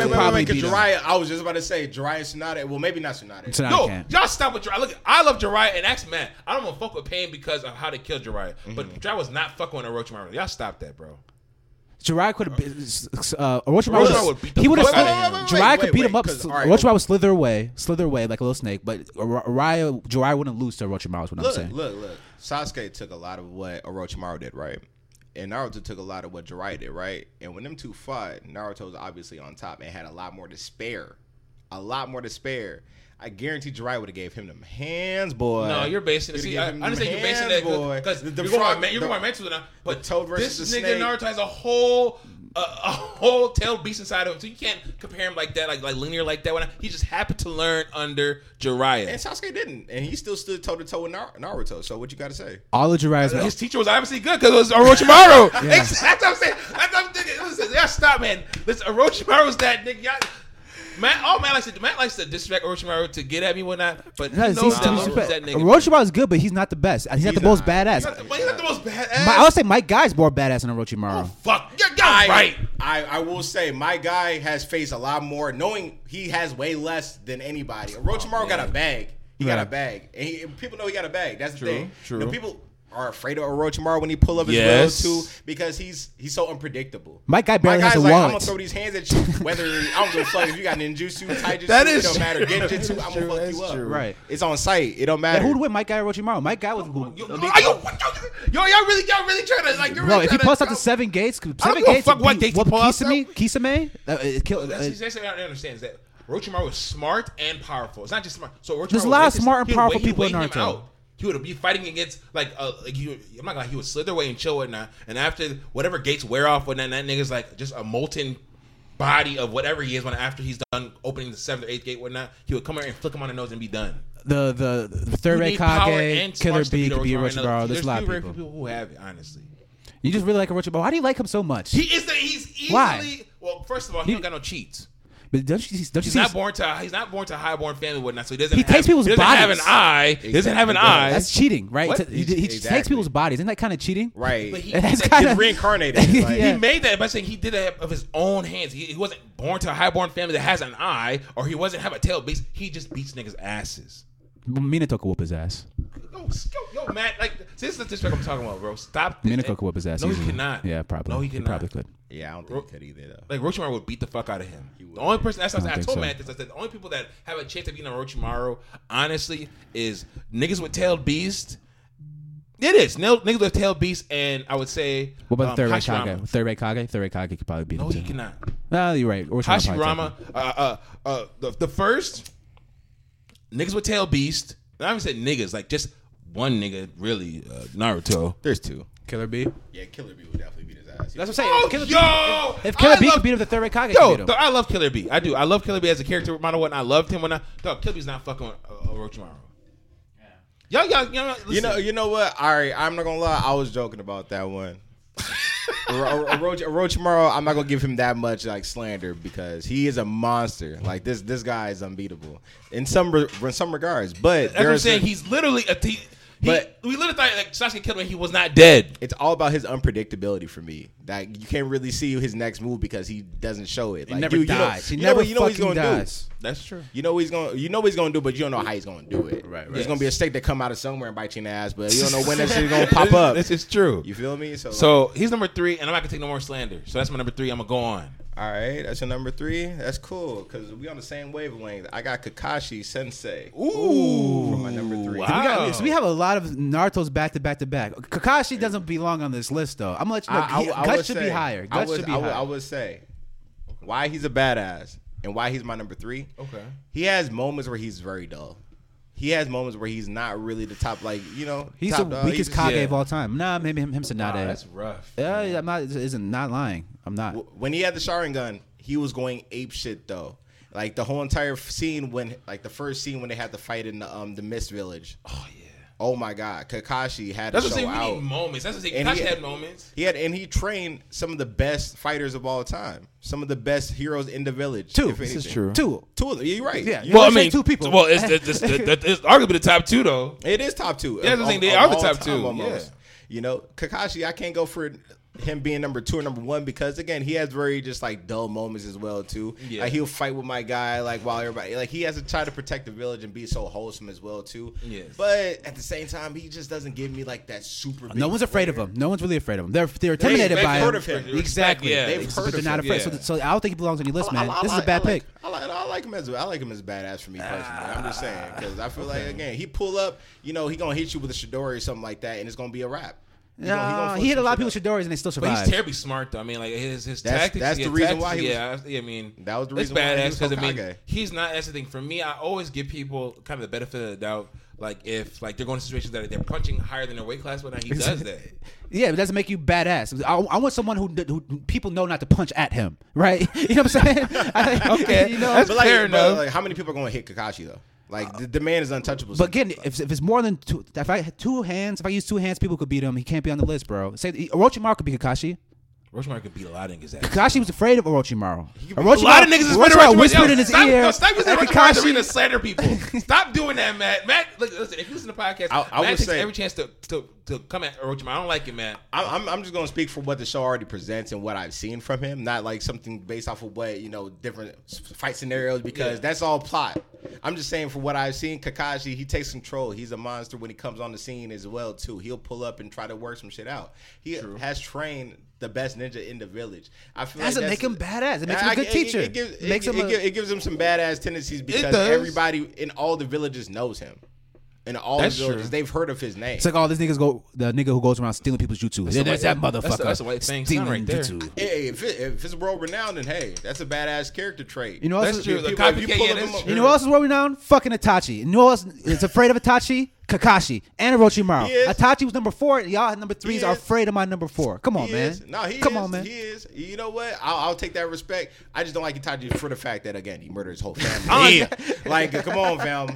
S3: wait,
S2: probably
S3: wait, 'cause
S2: beat him.
S3: Jiraiya, I was just about to say Jiraiya Sonata. Well, maybe not Sonata.
S2: Tonight I
S1: Yo,
S2: can't.
S1: y'all stop with Jiraiya. Look, I love Jiraiya, and that's man. I don't want to fuck with Pain because of how they killed Jiraiya. But Jiraiya was not fucking with Orochimaru. Y'all stop that, bro.
S2: Jiraiya could have been. Uh, Orochimaru
S1: Orochimaru
S2: would
S1: would beat the
S2: He would have.
S1: fuck outta
S3: him.
S2: Jiraiya could
S3: Wait,
S2: beat
S3: wait,
S2: him up.
S3: wait, 'cause-
S2: sl-
S3: all right.
S2: Orochimaru would slither away, slither away like a little snake. But Oro- Jiraiya, Jiraiya wouldn't lose to Orochimaru. Is what I'm
S3: Look,
S2: saying.
S3: look, look. Sasuke took a lot of what Orochimaru did, right? And Naruto took a lot of what Jiraiya did, right? And when them two fought, Naruto was obviously on top and had a lot more to spare. A lot more to spare. I guarantee Jiraiya would have gave him them hands, boy.
S1: No, you're basing it.
S3: Would've
S1: See,
S3: gave
S1: I I
S3: him them
S1: understand you're basing
S3: hands,
S1: it because
S3: The-
S1: you're
S3: the
S1: going
S3: frog-
S1: my man- you're
S3: the-
S1: going mental now. But
S3: toad versus
S1: this
S3: the
S1: nigga
S3: snake.
S1: Naruto has a whole a, a whole tail beast inside of him, so you can't compare him like that, like like linear like that. When I- he just happened to learn under Jiraiya.
S3: And Sasuke didn't. And he still stood toe to toe with Nar- Naruto. So what you got to say?
S2: All of Jiraiya's.
S1: His teacher was obviously good because it was Orochimaru. Ex- That's what I'm saying. That's what I'm thinking. Listen, y'all stop, man. Listen, Orochimaru's that nigga. Y'all, Matt, oh, Matt likes to Matt likes to disrespect Orochimaru to get at me and whatnot, but he
S2: No,
S1: knows
S2: he's
S1: that
S2: too
S1: Orochimaru's
S2: respect-
S1: that nigga.
S2: Orochimaru's good, but he's not the best. He's, not the
S3: He's
S2: most
S3: not.
S2: badass.
S1: He's not the- but he's not the most badass.
S2: My- I would say my guy's more badass than Orochimaru.
S1: Fuck, you're, you're right.
S3: I, I will say my guy has faced a lot more, knowing he has way less than anybody. Orochimaru got a bag. He got
S2: Right.
S3: a bag, and he, and people know he got a bag. That's the
S1: True,
S3: thing.
S1: true.
S3: The people are afraid of Orochimaru when he pull up his
S1: Yes.
S3: will too, because he's he's so unpredictable.
S2: My guy barely
S3: guy's
S2: has a
S3: like, I'm gonna
S2: wallet."
S3: throw these hands at you. Whether I don't give a fuck if you got ninjutsu, taijutsu,
S1: That is
S3: it don't matter.
S1: true.
S3: Genjutsu, I'm gonna fuck you up.
S2: Right.
S3: It's on site. It don't
S2: Yeah,
S3: matter.
S2: who'd win, my guy or Orochimaru? My guy was who.
S1: Yo, yo, are you- yo, y'all really, y'all really trying to like? You're
S2: Bro,
S1: really
S2: if he
S1: trying
S2: pulls
S1: to,
S2: out the seven gates, seven
S1: give a
S2: gates,
S1: fuck what
S2: beat-
S1: gates he
S2: whoop
S1: pull out,
S2: Kisame, Kisame, uh, uh, kill, uh,
S1: That's exactly what I understand is that Orochimaru was smart and powerful. It's not just smart. So Orochimaru
S2: There's a
S1: would
S2: lot of
S1: wait his-
S2: smart and
S1: he would
S2: powerful
S1: wait- he
S2: people
S1: would
S2: in
S1: wait him
S2: Naruto.
S1: out. He would be fighting against like uh like he, would- I'm not gonna he would slither away and chill and whatnot. And after whatever gates wear off, when that, that nigga's like just a molten body of whatever he is. When after he's done opening the seventh or eighth gate, whatnot, he would come here and flick him on the nose and be done.
S2: the the, the third
S1: You
S2: Red
S1: need power
S2: Kage,
S1: and
S2: Killer
S1: smarts to
S2: B
S1: beat
S2: could be
S1: Orochimaru.
S2: Orochimaru. There's a lot
S1: few
S2: of
S1: very few
S2: people.
S1: people who have it honestly.
S2: You just really like Orochimaru. Why do you like him so much?
S1: He is the he's easily
S2: Why?
S1: well. First of all, he, don't got no cheats.
S2: but don't you see- don't you
S1: He's
S2: see?
S1: not born to he's not born to highborn family and whatnot. So he doesn't.
S2: He
S1: have,
S2: takes people's
S1: he doesn't Have an
S2: bodies.
S1: eye. He doesn't have an eye.
S2: that's cheating, right?
S1: What?
S2: To- He, he takes
S3: Exactly.
S2: people's bodies. Isn't that kind of cheating?
S3: Right.
S1: But he-
S2: That's
S1: He's
S2: kind
S3: he's
S2: of
S3: reincarnated. Like,
S2: Yeah.
S1: He made that by saying he did that of his own hands. He, he wasn't born to a highborn family that has an eye, or he wasn't have a tail beast. He just beats niggas' asses.
S2: Minato could whoop his ass.
S1: Yo, s- yo, yo, Matt, like this is the disrespect I'm talking about, bro. Stop. this.
S2: Minato could whoop his ass.
S1: No,
S2: easily.
S1: he cannot.
S2: Yeah, probably.
S1: No, he cannot.
S2: probably could.
S3: Yeah, I don't think he could either though.
S1: Like Orochimaru would beat the fuck out of him. The only person that's I,
S2: don't
S1: I
S2: think
S1: told
S2: so.
S1: Matt this. I said the only people that have a chance of beating Orochimaru, honestly, is niggas with tailed beast. It is Nil- niggas with tailed beast, and I would say
S2: What about the
S1: um,
S2: third Red
S1: Hashirama.
S2: Kage? Third Red Kage. Third Red Kage could probably beat
S1: No,
S2: him.
S1: he
S2: too.
S1: cannot.
S2: No, Ah, you're right. Orochimaru probably
S1: Hashirama, uh, uh, uh, the, the first niggas with tail beast. And I haven't said niggas like just one nigga really uh, Naruto.
S3: There's two.
S2: took him. Killer B.
S3: Yeah, Killer B would definitely beat his ass.
S2: That's what I'm saying.
S1: Oh,
S2: If Killer B-
S1: yo!
S2: if Killer
S1: I
S2: B could
S1: love-
S2: beat him, the third Red Kage
S1: Yo,
S2: could beat him.
S1: th- I love Killer B. I do. I love Killer B as a character model, and I loved him when I. Dog, Killer B's not fucking with, uh, Orochimaru. Y'all, y'all, y'all, y'all
S3: You know, you know what? All right, I'm not gonna lie. I was joking about that one. Ro- Ro- Orochimaru, I'm not gonna give him that much like slander because he is a monster. Like this, this guy is unbeatable in some re- in some regards. But
S1: that's what I'm
S3: there's
S1: saying. He's literally a. T- he,
S3: But-
S1: we literally thought like Sasuke killed him. and He was not dead.
S3: it's all about his unpredictability for me. Like you can't really see his next move because he doesn't show it. Like,
S2: never
S3: you,
S2: dies.
S3: You
S2: He
S3: know,
S2: never
S3: you know, what- you know what he's
S2: fucking
S3: gonna
S2: dies.
S3: do.
S1: That's true.
S3: You know what he's gonna you know what he's gonna do, but you don't know how he's gonna do it. Right, right. There's gonna be a steak that come out of somewhere and bite you in the ass, but you don't know when that shit's gonna pop up.
S1: This is true.
S3: You feel me? So,
S1: So he's number three, and I'm not gonna take no more slander. So that's my number three. I'm gonna go on.
S3: all right, that's your number three. That's cool because we on the same wavelength. I got Kakashi Sensei. Ooh, for my number three.
S2: We got-
S1: Wow.
S2: so we have a lot of Naruto's back to back to back. Kakashi doesn't belong on this list though. I'm gonna let you know.
S3: I- I-
S2: he-
S3: I would
S2: Guts should
S3: say-
S2: be higher.
S3: I
S2: Guts
S3: would-
S2: should be
S3: I would-
S2: higher.
S3: I would say why he's a badass and why he's my number three.
S1: Okay.
S3: He has moments where he's very dull. He has moments where he's not really the top, like you know.
S2: He's
S3: top uh,
S2: the
S3: dog. He
S2: weakest
S3: just-
S2: Kage
S1: yeah.
S2: of all time. Nah, maybe him, him Tsunade.
S1: rough.
S2: yeah, I'm not. Isn't not lying. I'm not.
S3: When he had the Sharingan, He was going ape shit though. Like the whole entire f- scene when, like the first scene when they had the fight in the um the Mist Village.
S1: Oh yeah.
S3: Oh my God, Kakashi had
S1: That's
S3: to
S1: what I'm saying.
S3: show
S1: We
S3: out.
S1: need moments. That's what I'm saying.
S3: And
S1: Kakashi
S3: he-
S1: had moments.
S3: He had and he trained some of the best fighters of all time. Some of the best heroes in the village.
S2: Two.
S3: if
S2: This
S3: anything.
S4: true.
S2: Two.
S3: Two of them. You're right.
S2: Yeah.
S3: You-
S2: Well, I mean, two people.
S1: Well, it's, it's, it's, it's, it's arguably the top two though.
S3: It is top two.
S1: Yeah, that's
S3: Of-
S1: the thing.
S3: of-
S1: They
S3: of
S1: are the
S3: all
S1: top
S3: time
S1: two.
S3: almost.
S1: Yeah.
S3: You know, Kakashi, I can't go for him being number two or number one because again, he has very just like dull moments as well too.
S1: Yeah.
S3: Like he'll fight with my guy, like while everybody like he has to try to protect the village and be so wholesome as well too.
S1: Yes.
S3: But at the same time, he just doesn't give me like that super.
S2: No
S3: big
S2: one's afraid of
S3: player.
S2: him. No one's really afraid of him. They're they're intimidated
S3: they've
S2: by
S3: heard
S2: him.
S3: of him.
S2: Exactly.
S1: Yeah.
S3: They've
S2: But
S3: heard
S2: they're
S3: of
S2: not
S3: him.
S2: afraid.
S1: yeah.
S2: So, so I don't think he belongs on your list, man.
S3: I- I-
S2: this is
S3: I
S2: a
S3: like-
S2: bad
S3: I like-
S2: pick.
S3: I like, I like him as I like him as badass for me personally. I'm just saying because I feel like again he pull up, you know, he gonna hit you with a shidori or something like that, and it's gonna be a wrap. You know, gonna
S2: Nah,
S3: flip
S2: he hit a
S3: some
S2: lot of
S3: shit
S2: people
S3: up.
S2: with Shadori's and they still
S1: But
S2: survived.
S1: he's terribly smart, though. I mean, like his his
S3: That's-
S1: tactics.
S3: that's
S1: yeah,
S3: the reason
S1: tactics,
S3: why he was-
S1: yeah, I- yeah, I mean,
S3: That was the
S1: it's
S3: reason why he
S1: badass
S3: was
S1: I mean,
S3: Hokage.
S1: he's not. That's the thing for me. I always give people kind of the benefit of the doubt. Like if like they're going to situations that they're punching higher than their weight class, but now he does that.
S2: Yeah, but it doesn't make you badass. I, I want someone who, who people know not to punch at him, right? You know what I'm saying? I-
S1: Okay,
S2: you know.
S1: that's
S2: but,
S3: But like,
S1: Fair
S3: but
S1: enough.
S3: like, how many people are gonna hit Kakashi though? Like the, the man is untouchable.
S2: again, if, if it's more than two, if I had two hands, if I use two hands, people could beat him. He can't be on the list, bro. Say Orochimaru could be Kakashi.
S1: Roshmar could beat a lot in his ass.
S2: Kakashi was afraid of Orochimaru.
S1: A lot of niggas is afraid of Roshmar.
S2: whispered
S1: Yo,
S2: in his
S1: stop,
S2: ear.
S1: Yo, stop using
S2: and
S1: Roshmar to read and slander people. Stop doing that, Matt. Matt, look, listen. If you listen to the podcast,
S3: I-
S1: Matt
S3: I would
S1: takes
S3: say-
S1: every chance to, to to come at Orochimar. I don't like it, man.
S3: I'm, I'm, I'm just gonna speak for what the show already presents and what I've seen from him, not like something based off of what you know different s- fight scenarios because
S1: Yeah.
S3: that's all plot. I'm just saying for what I've seen, Kakashi he takes control. He's a monster when he comes on the scene as well too. He'll pull up and try to work some shit out. He has trained the best ninja in the village. I feel
S2: Doesn't
S3: like
S2: make him badass. It makes him a
S3: I-
S2: good teacher.
S3: It, gives, it,
S2: Makes him
S3: it
S2: a-
S3: gi- it gives him some badass tendencies because
S1: does.
S3: everybody in all the villages knows him. In all
S1: That's
S3: the villages,
S1: true.
S3: they've heard of his name.
S2: It's like all these niggas go the nigga who goes around stealing people's jutsu. That's,
S1: a
S2: there's
S1: white-
S2: that motherfucker.
S1: that's a- that's a white thing.
S2: stealing
S1: Son right there.
S2: jutsu.
S3: Hey, if, it, if it's world renowned, then hey, that's a badass character trait.
S2: You know,
S1: That's
S2: also-
S1: true. The
S3: people- if
S1: copycat,
S3: you pull
S1: yeah,
S3: them
S1: that's
S3: up-
S1: true.
S2: You know who else is world renowned? Fucking Itachi. You know who else is afraid of Itachi? Kakashi and Orochimaru.
S3: He is.
S2: Itachi was number four. and Y'all number threes
S3: He
S2: are
S3: is.
S2: afraid of my number four. Come on,
S3: He
S2: man.
S3: is. No, he
S2: Come
S3: is.
S2: on, man.
S3: He is. You know what? I'll, I'll take that respect. I just don't like Itachi for the fact that again he murdered his whole family.
S1: Yeah.
S3: like, come on, fam.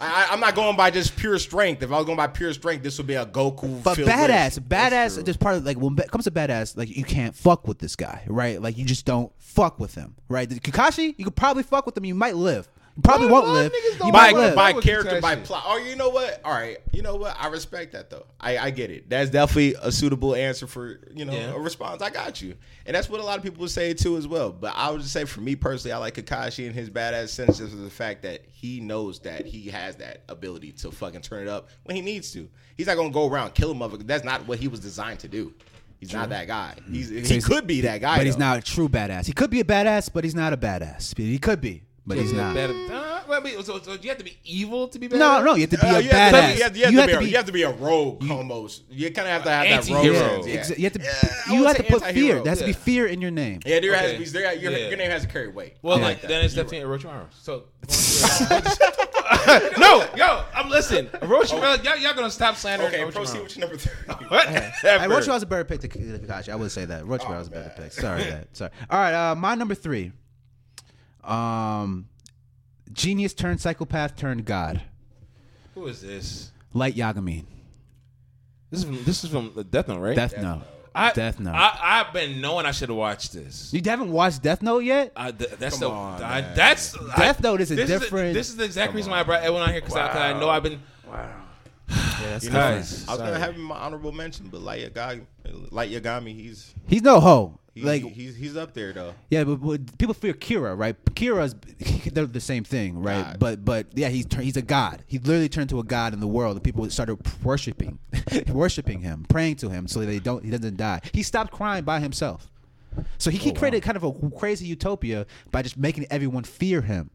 S3: I, I, I'm not going by just pure strength. If I was going by pure strength, this would be a Goku.
S2: But
S3: filled with-
S2: badass, badass is just part of like when it comes to badass, like you can't fuck with this guy, right? Like you just don't fuck with him, right? Kakashi, you could probably fuck with him, you might live. You probably
S1: Well, a
S2: won't
S1: lot of
S2: live.
S1: niggas don't
S2: You
S1: fuck
S2: might
S3: by,
S1: with him.
S2: live.
S3: by
S1: Fuck with
S3: character, by
S1: Itachi.
S3: plot. Oh, you know what? All right, you know what? I respect that though. I, I get it. That's definitely a suitable answer for you know
S1: Yeah.
S3: a response. I got you, and that's what a lot of people would say too as well. But I would just say for me personally, I like Kakashi and his badass sense of the fact that he knows that he has that ability to fucking turn it up when he needs to. He's not gonna go around killing motherfuckers. That's not what he was designed to do. He's not that guy. He's, he
S2: Mm-hmm. he's-
S3: could be that guy,
S2: But he's
S3: though.
S2: not a true badass. He could be a badass, but he's not a badass. He could be, but he's not.
S1: Better- uh, well, I mean, so, so you have to be evil to be bad.
S2: No, no, you have to be
S3: Uh,
S2: a
S3: you have to
S2: badass.
S3: be- you have- you have to be a- you have to be a rogue almost. You kind of have to have that rogue.
S1: Anti-hero.
S3: sense, yeah.
S2: Exa- You have to,
S3: Yeah, I
S2: you
S3: would
S2: have
S3: say
S2: to put
S3: anti-hero.
S2: fear. There has to be
S1: Yeah.
S2: fear in your name.
S3: Yeah, there has to
S1: Okay.
S3: be. There, your,
S1: Yeah.
S3: your name has to carry weight.
S1: Well,
S3: I
S1: like
S3: that.
S1: then it's
S3: You're
S1: definitely Orochimaru. So no, Oh. yo, I'm listening. Orochimaru, y'all, y'all gonna stop
S3: right.
S1: slandering
S3: okay.
S1: Orochimaru.
S3: Proceed with your number three.
S1: what?
S2: I, Roach was a better pick to Kakashi. I would say that.
S3: Oh,
S2: Roach was a better pick. Sorry, that. Sorry. All right, uh, my number three. Um, genius turned psychopath turned god.
S1: Who is this?
S2: Light Yagami.
S1: This is from, this is from the Death Note, right?
S2: Death Note.
S1: I,
S2: Death Note.
S1: I, I've been knowing I should have watched this.
S2: you haven't watched Death Note yet?
S1: I, th- that's
S3: Come
S1: the
S3: on,
S1: I,
S3: man.
S1: that's
S2: Death
S1: I,
S2: Note is a
S1: this
S2: different-
S1: this is the exact reason why I brought Edwin on here because I, I know I've been.
S2: Yeah, that's
S1: Guys,
S3: I was gonna have him in my honorable mention, but Light Yagami, Light Yagami, he's
S2: He's no hoe.
S3: he,
S2: Like
S3: he's he's up there though.
S2: yeah, but, but people fear Kira, right? Kira's they're the same thing, right?
S3: God.
S2: But but yeah, he's tur- he's a god. He literally turned to a god in the world, and people started worshiping, worshiping him, praying to him, so they don't he doesn't die. He stopped crying by himself. So he, he
S3: Oh,
S2: created kind of a crazy utopia by just making everyone fear him,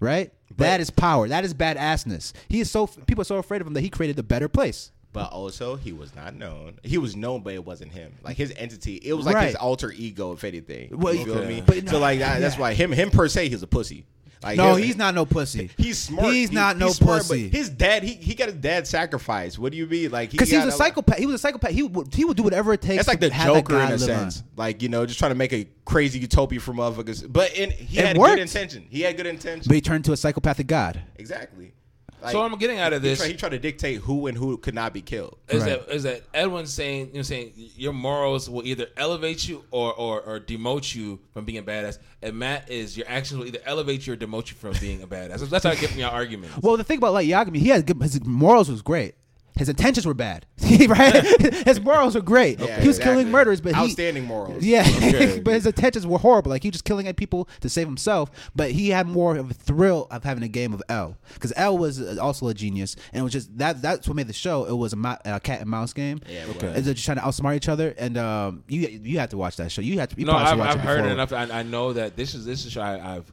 S2: right? that is power. That is badassness. He is so people are so afraid of him that he created a better place.
S3: But also, he was not known. He was known, but it wasn't him. Like his entity, it was like
S2: Right.
S3: his alter ego, if anything.
S2: Well,
S3: you feel
S2: okay.
S3: me?
S2: but no-
S3: so like that, that's why him him per se, he's a pussy. Like
S2: No,
S3: he'll-
S2: he's not no pussy.
S3: He's smart.
S2: He's
S3: He-
S2: not no
S3: smart,
S2: pussy.
S3: But his dad, he, he got his dad sacrificed. What do you mean? Like
S2: Because he was a
S3: got
S2: psychopath. He was a psychopath. He would he would do whatever it takes.
S3: That's like
S2: to
S3: the
S2: have that
S3: Joker
S2: guy
S3: in a
S2: live on.
S3: sense. Like you know, just trying to make a crazy utopia for motherfuckers. But in, he
S2: It
S3: had
S2: worked.
S3: good intention. He had good intention.
S2: But he turned to a psychopathic god.
S3: exactly. Like,
S1: so I'm getting out of
S3: he,
S1: this
S3: tried, he tried to dictate who and who could not be killed.
S1: is
S2: Right.
S1: that is that Edwin's saying you know saying your morals will either elevate you or or, or demote you from being a badass, and Matt is your actions will either elevate you or demote you from being a badass. That's- That's how I get from your argument.
S2: Well, the thing about like Yagami, he had good, his morals was great. His intentions were bad, right? his morals were great.
S3: Yeah,
S2: he was
S3: exactly.
S2: killing murderers, but he-
S3: Outstanding morals.
S2: Yeah,
S1: Okay.
S2: but his intentions were horrible. Like he was just killing at people to save himself. But he had more of a thrill of having a game of L because L was uh, also a genius, and it was just that. That's what made the show. It was a, mo- a cat and mouse game.
S3: Yeah, it was.
S2: okay. And they're just trying to outsmart each other, and um, you you had to watch that show. You had to. You
S1: no,
S2: probably should
S1: I've,
S2: watch
S1: I've
S2: it
S1: heard
S2: before.
S1: enough. I, I know that this is this is I, I've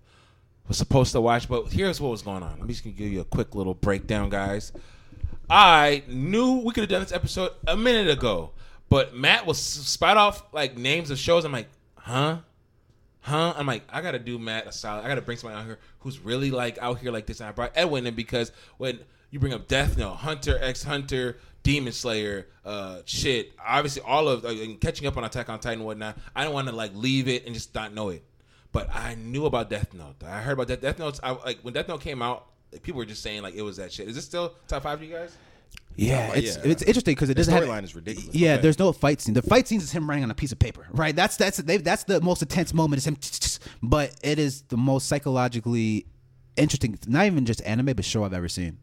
S1: was supposed to watch, but here's what was going on. I'm just gonna give you a quick little breakdown, guys. I knew we could have done this episode a minute ago, but Matt was spot off like names of shows. I'm like, huh? Huh? I'm like, I gotta do Matt a solid. I gotta bring somebody out here who's really like out here like this. And I brought Edwin in because when you bring up Death Note, Hunter X Hunter, Demon Slayer, uh, shit, obviously all of like, and catching up on Attack on Titan and whatnot. I don't want to like leave it and just not know it, but I knew about Death Note. I heard about Death Death Note. I like when Death Note came out. People were just saying like it was that shit. Is this still top five to you guys?
S2: Yeah,
S3: Oh,
S2: it's
S3: yeah.
S2: it's interesting because it doesn't have
S3: storyline is ridiculous.
S2: Yeah,
S1: Okay.
S2: there's no fight scene. The fight scenes is him writing on a piece of paper, right? That's that's they, that's the most intense moment. Is him, but it is the most psychologically interesting. Not even just anime, but show I've ever seen.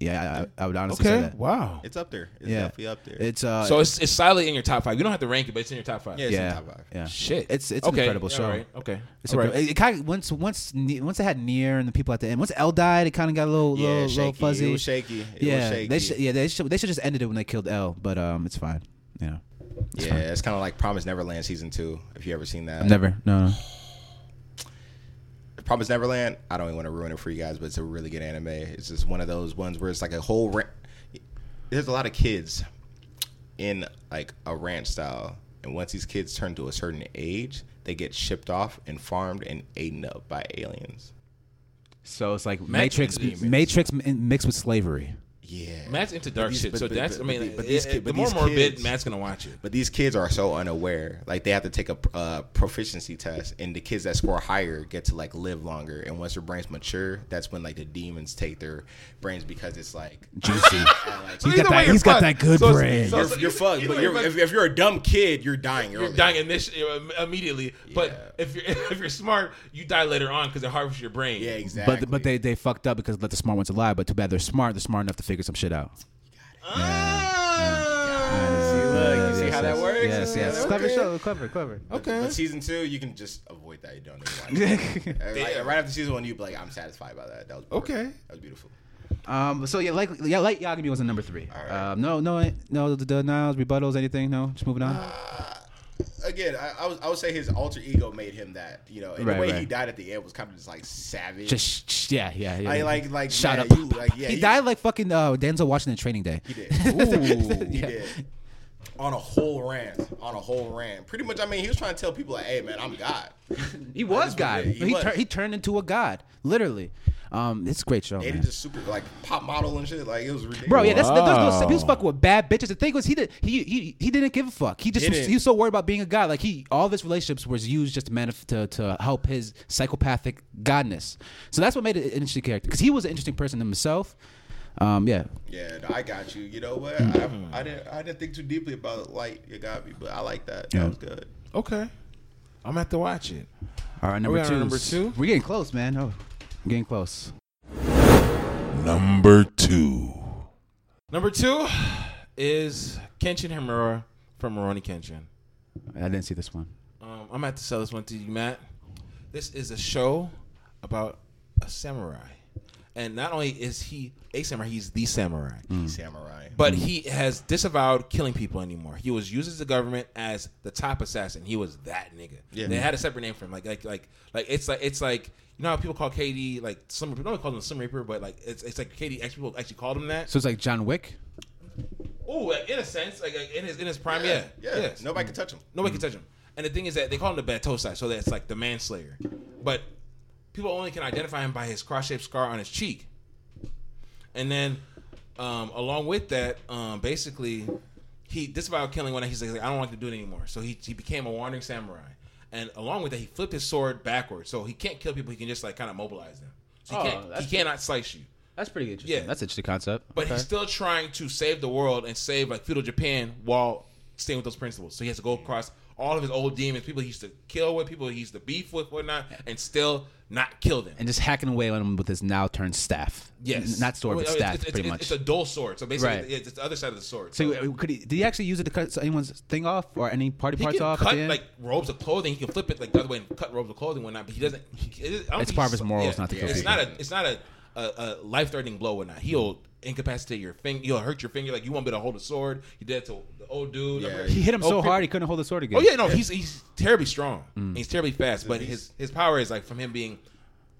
S2: Yeah, I, I would honestly say that.
S1: Wow.
S3: It's up there. It's
S2: Yeah,
S3: definitely up there.
S2: It's uh,
S1: So it's it's solidly in your top five. You don't have to rank it, but it's in your top five.
S3: yeah, it's in
S2: yeah,
S3: top five.
S2: yeah.
S1: Shit.
S2: It's it's an
S1: Okay,
S2: incredible show.
S1: all right, Okay.
S2: It's a great- it, kind of, once once Ne- once they had near and the people at the end. Once L died, it kind of got a little
S3: Yeah,
S2: little, little
S3: shaky.
S2: fuzzy.
S3: It was shaky. It was
S2: yeah, they
S3: shaky.
S2: should yeah they should they should just ended it when they killed L, but um, it's fine. You know,
S3: Yeah, it's kind of like Promise Neverland season two. If you ever seen that,
S2: never no. no.
S3: Promise Neverland. I don't even want to ruin it for you guys, but it's a really good anime. It's just one of those ones where it's like a whole. Ra- There's a lot of kids in like a ranch style, and once these kids turn to a certain age, they get shipped off and farmed and eaten up by aliens.
S2: So it's like
S1: Matrix-
S2: Matrix,
S1: Demons.
S2: Matrix m- mixed with slavery.
S3: Yeah,
S1: Matt's into dark
S3: But these-
S1: shit,
S3: but-
S1: so
S3: but-
S1: that's.
S3: but-
S1: I mean,
S3: but- but
S1: it-
S3: these
S1: it-
S3: kid-
S1: the
S3: but
S1: more
S3: these
S1: morbid
S3: kids-
S1: Matt's gonna watch it.
S3: But these kids are so unaware. Like they have to take a uh, proficiency test, and the kids that score higher get to like live longer. And once their brains mature, that's when like the demons take their brains because it's like
S2: Juicy.
S3: and, like,
S2: He's got that. He's got that good
S1: So it's-
S2: brain.
S1: so-
S3: you're, you're fucked. But you're, if, if you're a dumb kid, you're dying.
S1: You're
S3: early.
S1: dying initially, immediately, but if you're if you're smart, you die later on because it harvests your brain.
S3: Yeah, exactly.
S2: But but they they fucked up because let the smart ones alive. But too bad they're smart. They're smart enough to figure some shit out.
S3: see, look, you see how that works.
S2: uh, Yes, yes.
S3: Okay.
S2: Clever show. Clever, clever.
S3: Okay. But season two, you can just avoid that. You don't need to watch it. right, right after season one, you'd be like, I'm satisfied by that. That was perfect.
S1: Okay.
S3: That was beautiful.
S2: Um. So yeah, like yeah, like Yagami was in number three.
S3: right.
S2: Um. No, no, no the denials, rebuttals, anything. No, just moving on.
S3: Again, I, I, was, I would say his alter ego made him that. You know, and
S2: Right,
S3: the way
S2: right.
S3: he died at the end was kind of just like savage.
S2: Just sh- sh- yeah, yeah, yeah.
S3: I like like
S2: Shut
S3: yeah,
S2: up.
S3: You, like, yeah,
S2: he died like fucking uh, Denzel Washington in Training Day.
S3: He did. Ooh, he did. On a whole rant. On a whole rant. Pretty much, I mean, he was trying to tell people, like, hey, man, I'm God.
S2: He was
S3: just
S2: God.
S3: remember-
S2: He,
S3: he was.
S2: tur- he turned into a god, literally. Um, it's a great show.
S3: And
S2: man.
S3: he just super, like, pop model and shit. Like, it was ridiculous.
S2: Bro, yeah, that's that, there was no,
S1: Wow.
S2: he was fucking with bad bitches. The thing was, he did he he, he didn't give a fuck. He just was,
S3: Didn't.
S2: he was so worried about being a god. Like he, all of his relationships was used just to manif- to, to help his psychopathic godness. So that's what made it an interesting character because he was an interesting person himself. Um, yeah,
S3: Yeah, I got you. You know what? I,
S2: Mm-hmm.
S3: I didn't I didn't think too deeply about it. Like, you got me, but I like that. That
S2: Yeah.
S3: was good.
S1: Okay, I'm gonna have to watch it.
S2: all right, number
S1: on
S2: two,
S1: number two?
S2: We're getting close, man. Oh, we're getting close.
S5: Number two.
S1: Number two is Kenshin Himura from Moroni Kenshin.
S2: I didn't see this one.
S1: Um, I'm gonna have to sell this one to you, Matt. This is a show about a samurai, and not only is he a samurai, he's the samurai.
S3: Samurai.
S1: But he has disavowed killing people anymore. He was used as the government as the top assassin. He was that nigga.
S3: Yeah.
S1: They had a separate name for him. Like like like like it's like it's like you know how people call KD like some people don't call him Slim Reaper, but like it's it's like KD actually people actually called him that.
S2: So it's like John Wick.
S1: Oh, in a sense, like, like, in his in his prime, yeah,
S3: Yeah.
S1: yes.
S3: Nobody can touch him.
S4: Mm.
S1: Nobody can touch him. And the thing is that they call him the Batosai, so that's like the manslayer. But people only can identify him by his cross-shaped scar on his cheek. And then, um, along with that, um, basically, he disavowed killing one. night. He's like, I don't like to do it anymore. So he, he became a wandering samurai. And along with that, he flipped his sword backwards. So he can't kill people. He can just like kind of mobilize them. So he,
S4: Oh,
S1: can't,
S4: that's
S1: he cannot slice you.
S4: That's pretty interesting.
S1: Yeah.
S4: That's an interesting concept.
S1: But
S4: Okay.
S1: he's still trying to save the world and save like feudal Japan while staying with those principles. So he has to go across all of his old demons, people he used to kill with, people he used to beef with, whatnot, and still not kill them.
S2: and just hacking away on him with his now turned staff.
S1: yes,
S2: N- not sword, but
S1: Well, it's-
S2: staff,
S1: It's, it's,
S2: pretty
S1: it's,
S2: much.
S1: it's a dull sword, so basically,
S4: Right.
S1: it's, it's the other side of the sword.
S2: so uh, could he, did he actually use it to cut anyone's thing off or any party
S1: he
S2: parts
S1: can
S2: off? at
S1: cut
S2: the end?
S1: like robes of clothing. He can flip it like the other way and cut robes of clothing, and whatnot. But he doesn't. He, it- I don't
S2: It's
S1: think
S2: part of
S1: he's-
S2: his morals not to kill
S1: It's
S2: people.
S1: not a. It's not a, a, a life threatening blow, or not. He'll incapacitate your finger. He'll hurt your finger. Like you won't be able to hold a sword. He did that to the old dude.
S3: Yeah.
S1: Remember-
S2: he hit him
S1: Oh,
S2: so
S1: people-
S2: hard he couldn't hold the sword again.
S1: Oh yeah, no, he's he's terribly strong. He's terribly fast, but his his power is like from him being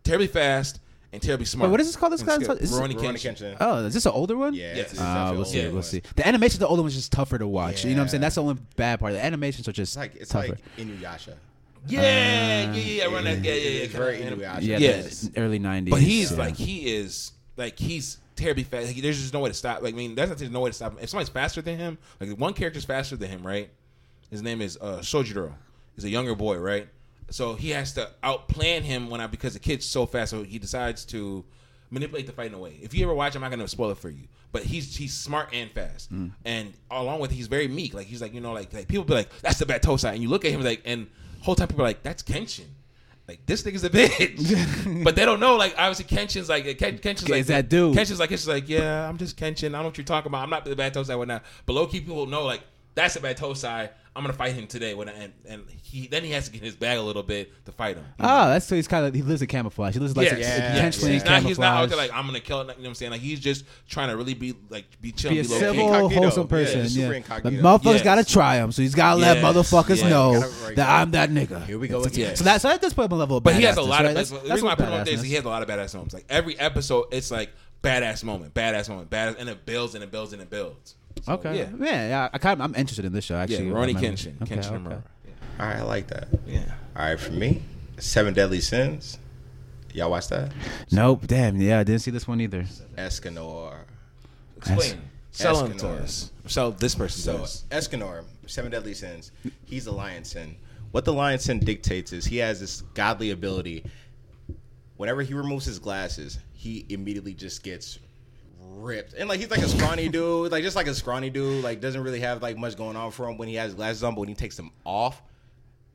S1: terribly fast and terribly smart.
S2: Wait, what is this called? This
S1: And
S2: guy?
S1: skilled.
S2: Is this-
S1: Rurouni
S3: Rurouni
S1: Kenshin.
S3: Kenshin.
S2: Oh, is this an older one?
S3: Yeah,
S1: Yes.
S3: it's
S2: Uh,
S3: essentially
S2: we'll see.
S3: old
S2: We'll
S3: one.
S2: see. The animations, the older ones, just tougher to watch. You know what I'm saying?
S3: Yeah.
S2: That's the only bad part. The animations are just
S3: It's like it's
S2: tougher.
S3: like Inuyasha.
S1: Yeah, yeah, yeah, yeah, run that. Yeah, yeah, yeah.
S3: It's very Inuyasha.
S2: yeah,
S1: Yeah.
S2: the early '90s.
S1: But he's
S2: yeah.
S1: like he is like he's terribly fast. Like, there's just no way to stop. Like I mean, that's not there's no way to stop him. If somebody's faster than him, like one character's faster than him, right? His name is uh, Shojiro. He's a younger boy, right? So he has to outplan him when I because the kid's so fast. So he decides to manipulate the fight in a way. If you ever watch, I'm not gonna spoil it for you. But he's he's smart and fast,
S2: Mm-hmm.
S1: and along with he's very meek. Like he's like you know like, like people be like that's the bad toe side, and you look at him like and whole time people are like that's Kenshin like this nigga's a bitch, but they don't know. Like obviously, Kenshin's like Ken, Kenshin's like
S2: It's that dude.
S1: Kenshin's like Kenshin's like yeah, I'm just Kenshin. I don't know what you're talking about. I'm not the bad toe side whatnot. But low key people know like that's the bad toe side. I'm gonna fight him today. When I, and and he then he has to get in his bag a little bit to fight him.
S2: Oh, that's so he's kind of he lives in camouflage. He lives like
S1: Yes.
S3: Yeah,
S2: intentionally
S1: he's
S2: in
S1: not
S2: camouflage.
S1: he's not out there like I'm gonna kill. it," You know what I'm saying? Like he's just trying to really be like be chill,
S2: be a
S1: and be low key.
S2: civil,
S3: Incognito.
S2: wholesome
S3: Yeah,
S2: person.
S3: super
S2: Yeah, the
S3: incognito.
S2: motherfuckers
S1: Yes.
S2: gotta try him, so he's gotta let
S1: Yes.
S2: motherfuckers
S1: Yeah.
S2: know
S3: Gotta break
S2: that
S3: it.
S2: I'm that nigga.
S3: Here we go
S1: That's-
S3: again.
S2: So that's so that's that's put level. Of
S1: But he has a
S2: badassness,
S1: lot
S2: right?
S1: of. That's,
S2: That's,
S1: the
S2: that's
S1: reason why I
S2: what
S1: put him on
S2: badassness.
S1: this. He has a lot of badass moments. Like every episode, it's like badass moment, badass moment, badass, and it builds and it builds and it builds. So,
S2: Okay.
S1: Yeah.
S2: Yeah, yeah. I kind of, I'm interested in this show
S1: Yeah,
S2: actually.
S1: Ronnie
S2: I'm-
S1: Kenshin.
S2: okay,
S1: Kenshin
S2: okay.
S1: Nomura.
S3: All right, I like that.
S1: Yeah.
S3: All right, for me, Seven Deadly Sins. Y'all watch that?
S2: Nope. Damn. Yeah, I didn't see this one either.
S3: Escanor.
S1: Explain. Sell him to
S3: Escanor.
S1: us. Sell this person
S3: So
S1: to us.
S3: Escanor, Seven Deadly Sins, he's the lion sin. What the lion sin dictates is he has this godly ability. Whenever he removes his glasses, he immediately just gets ripped. And like he's like a scrawny dude, like just like a scrawny dude, like doesn't really have like much going on for him when he has his glasses on, but when he takes them off,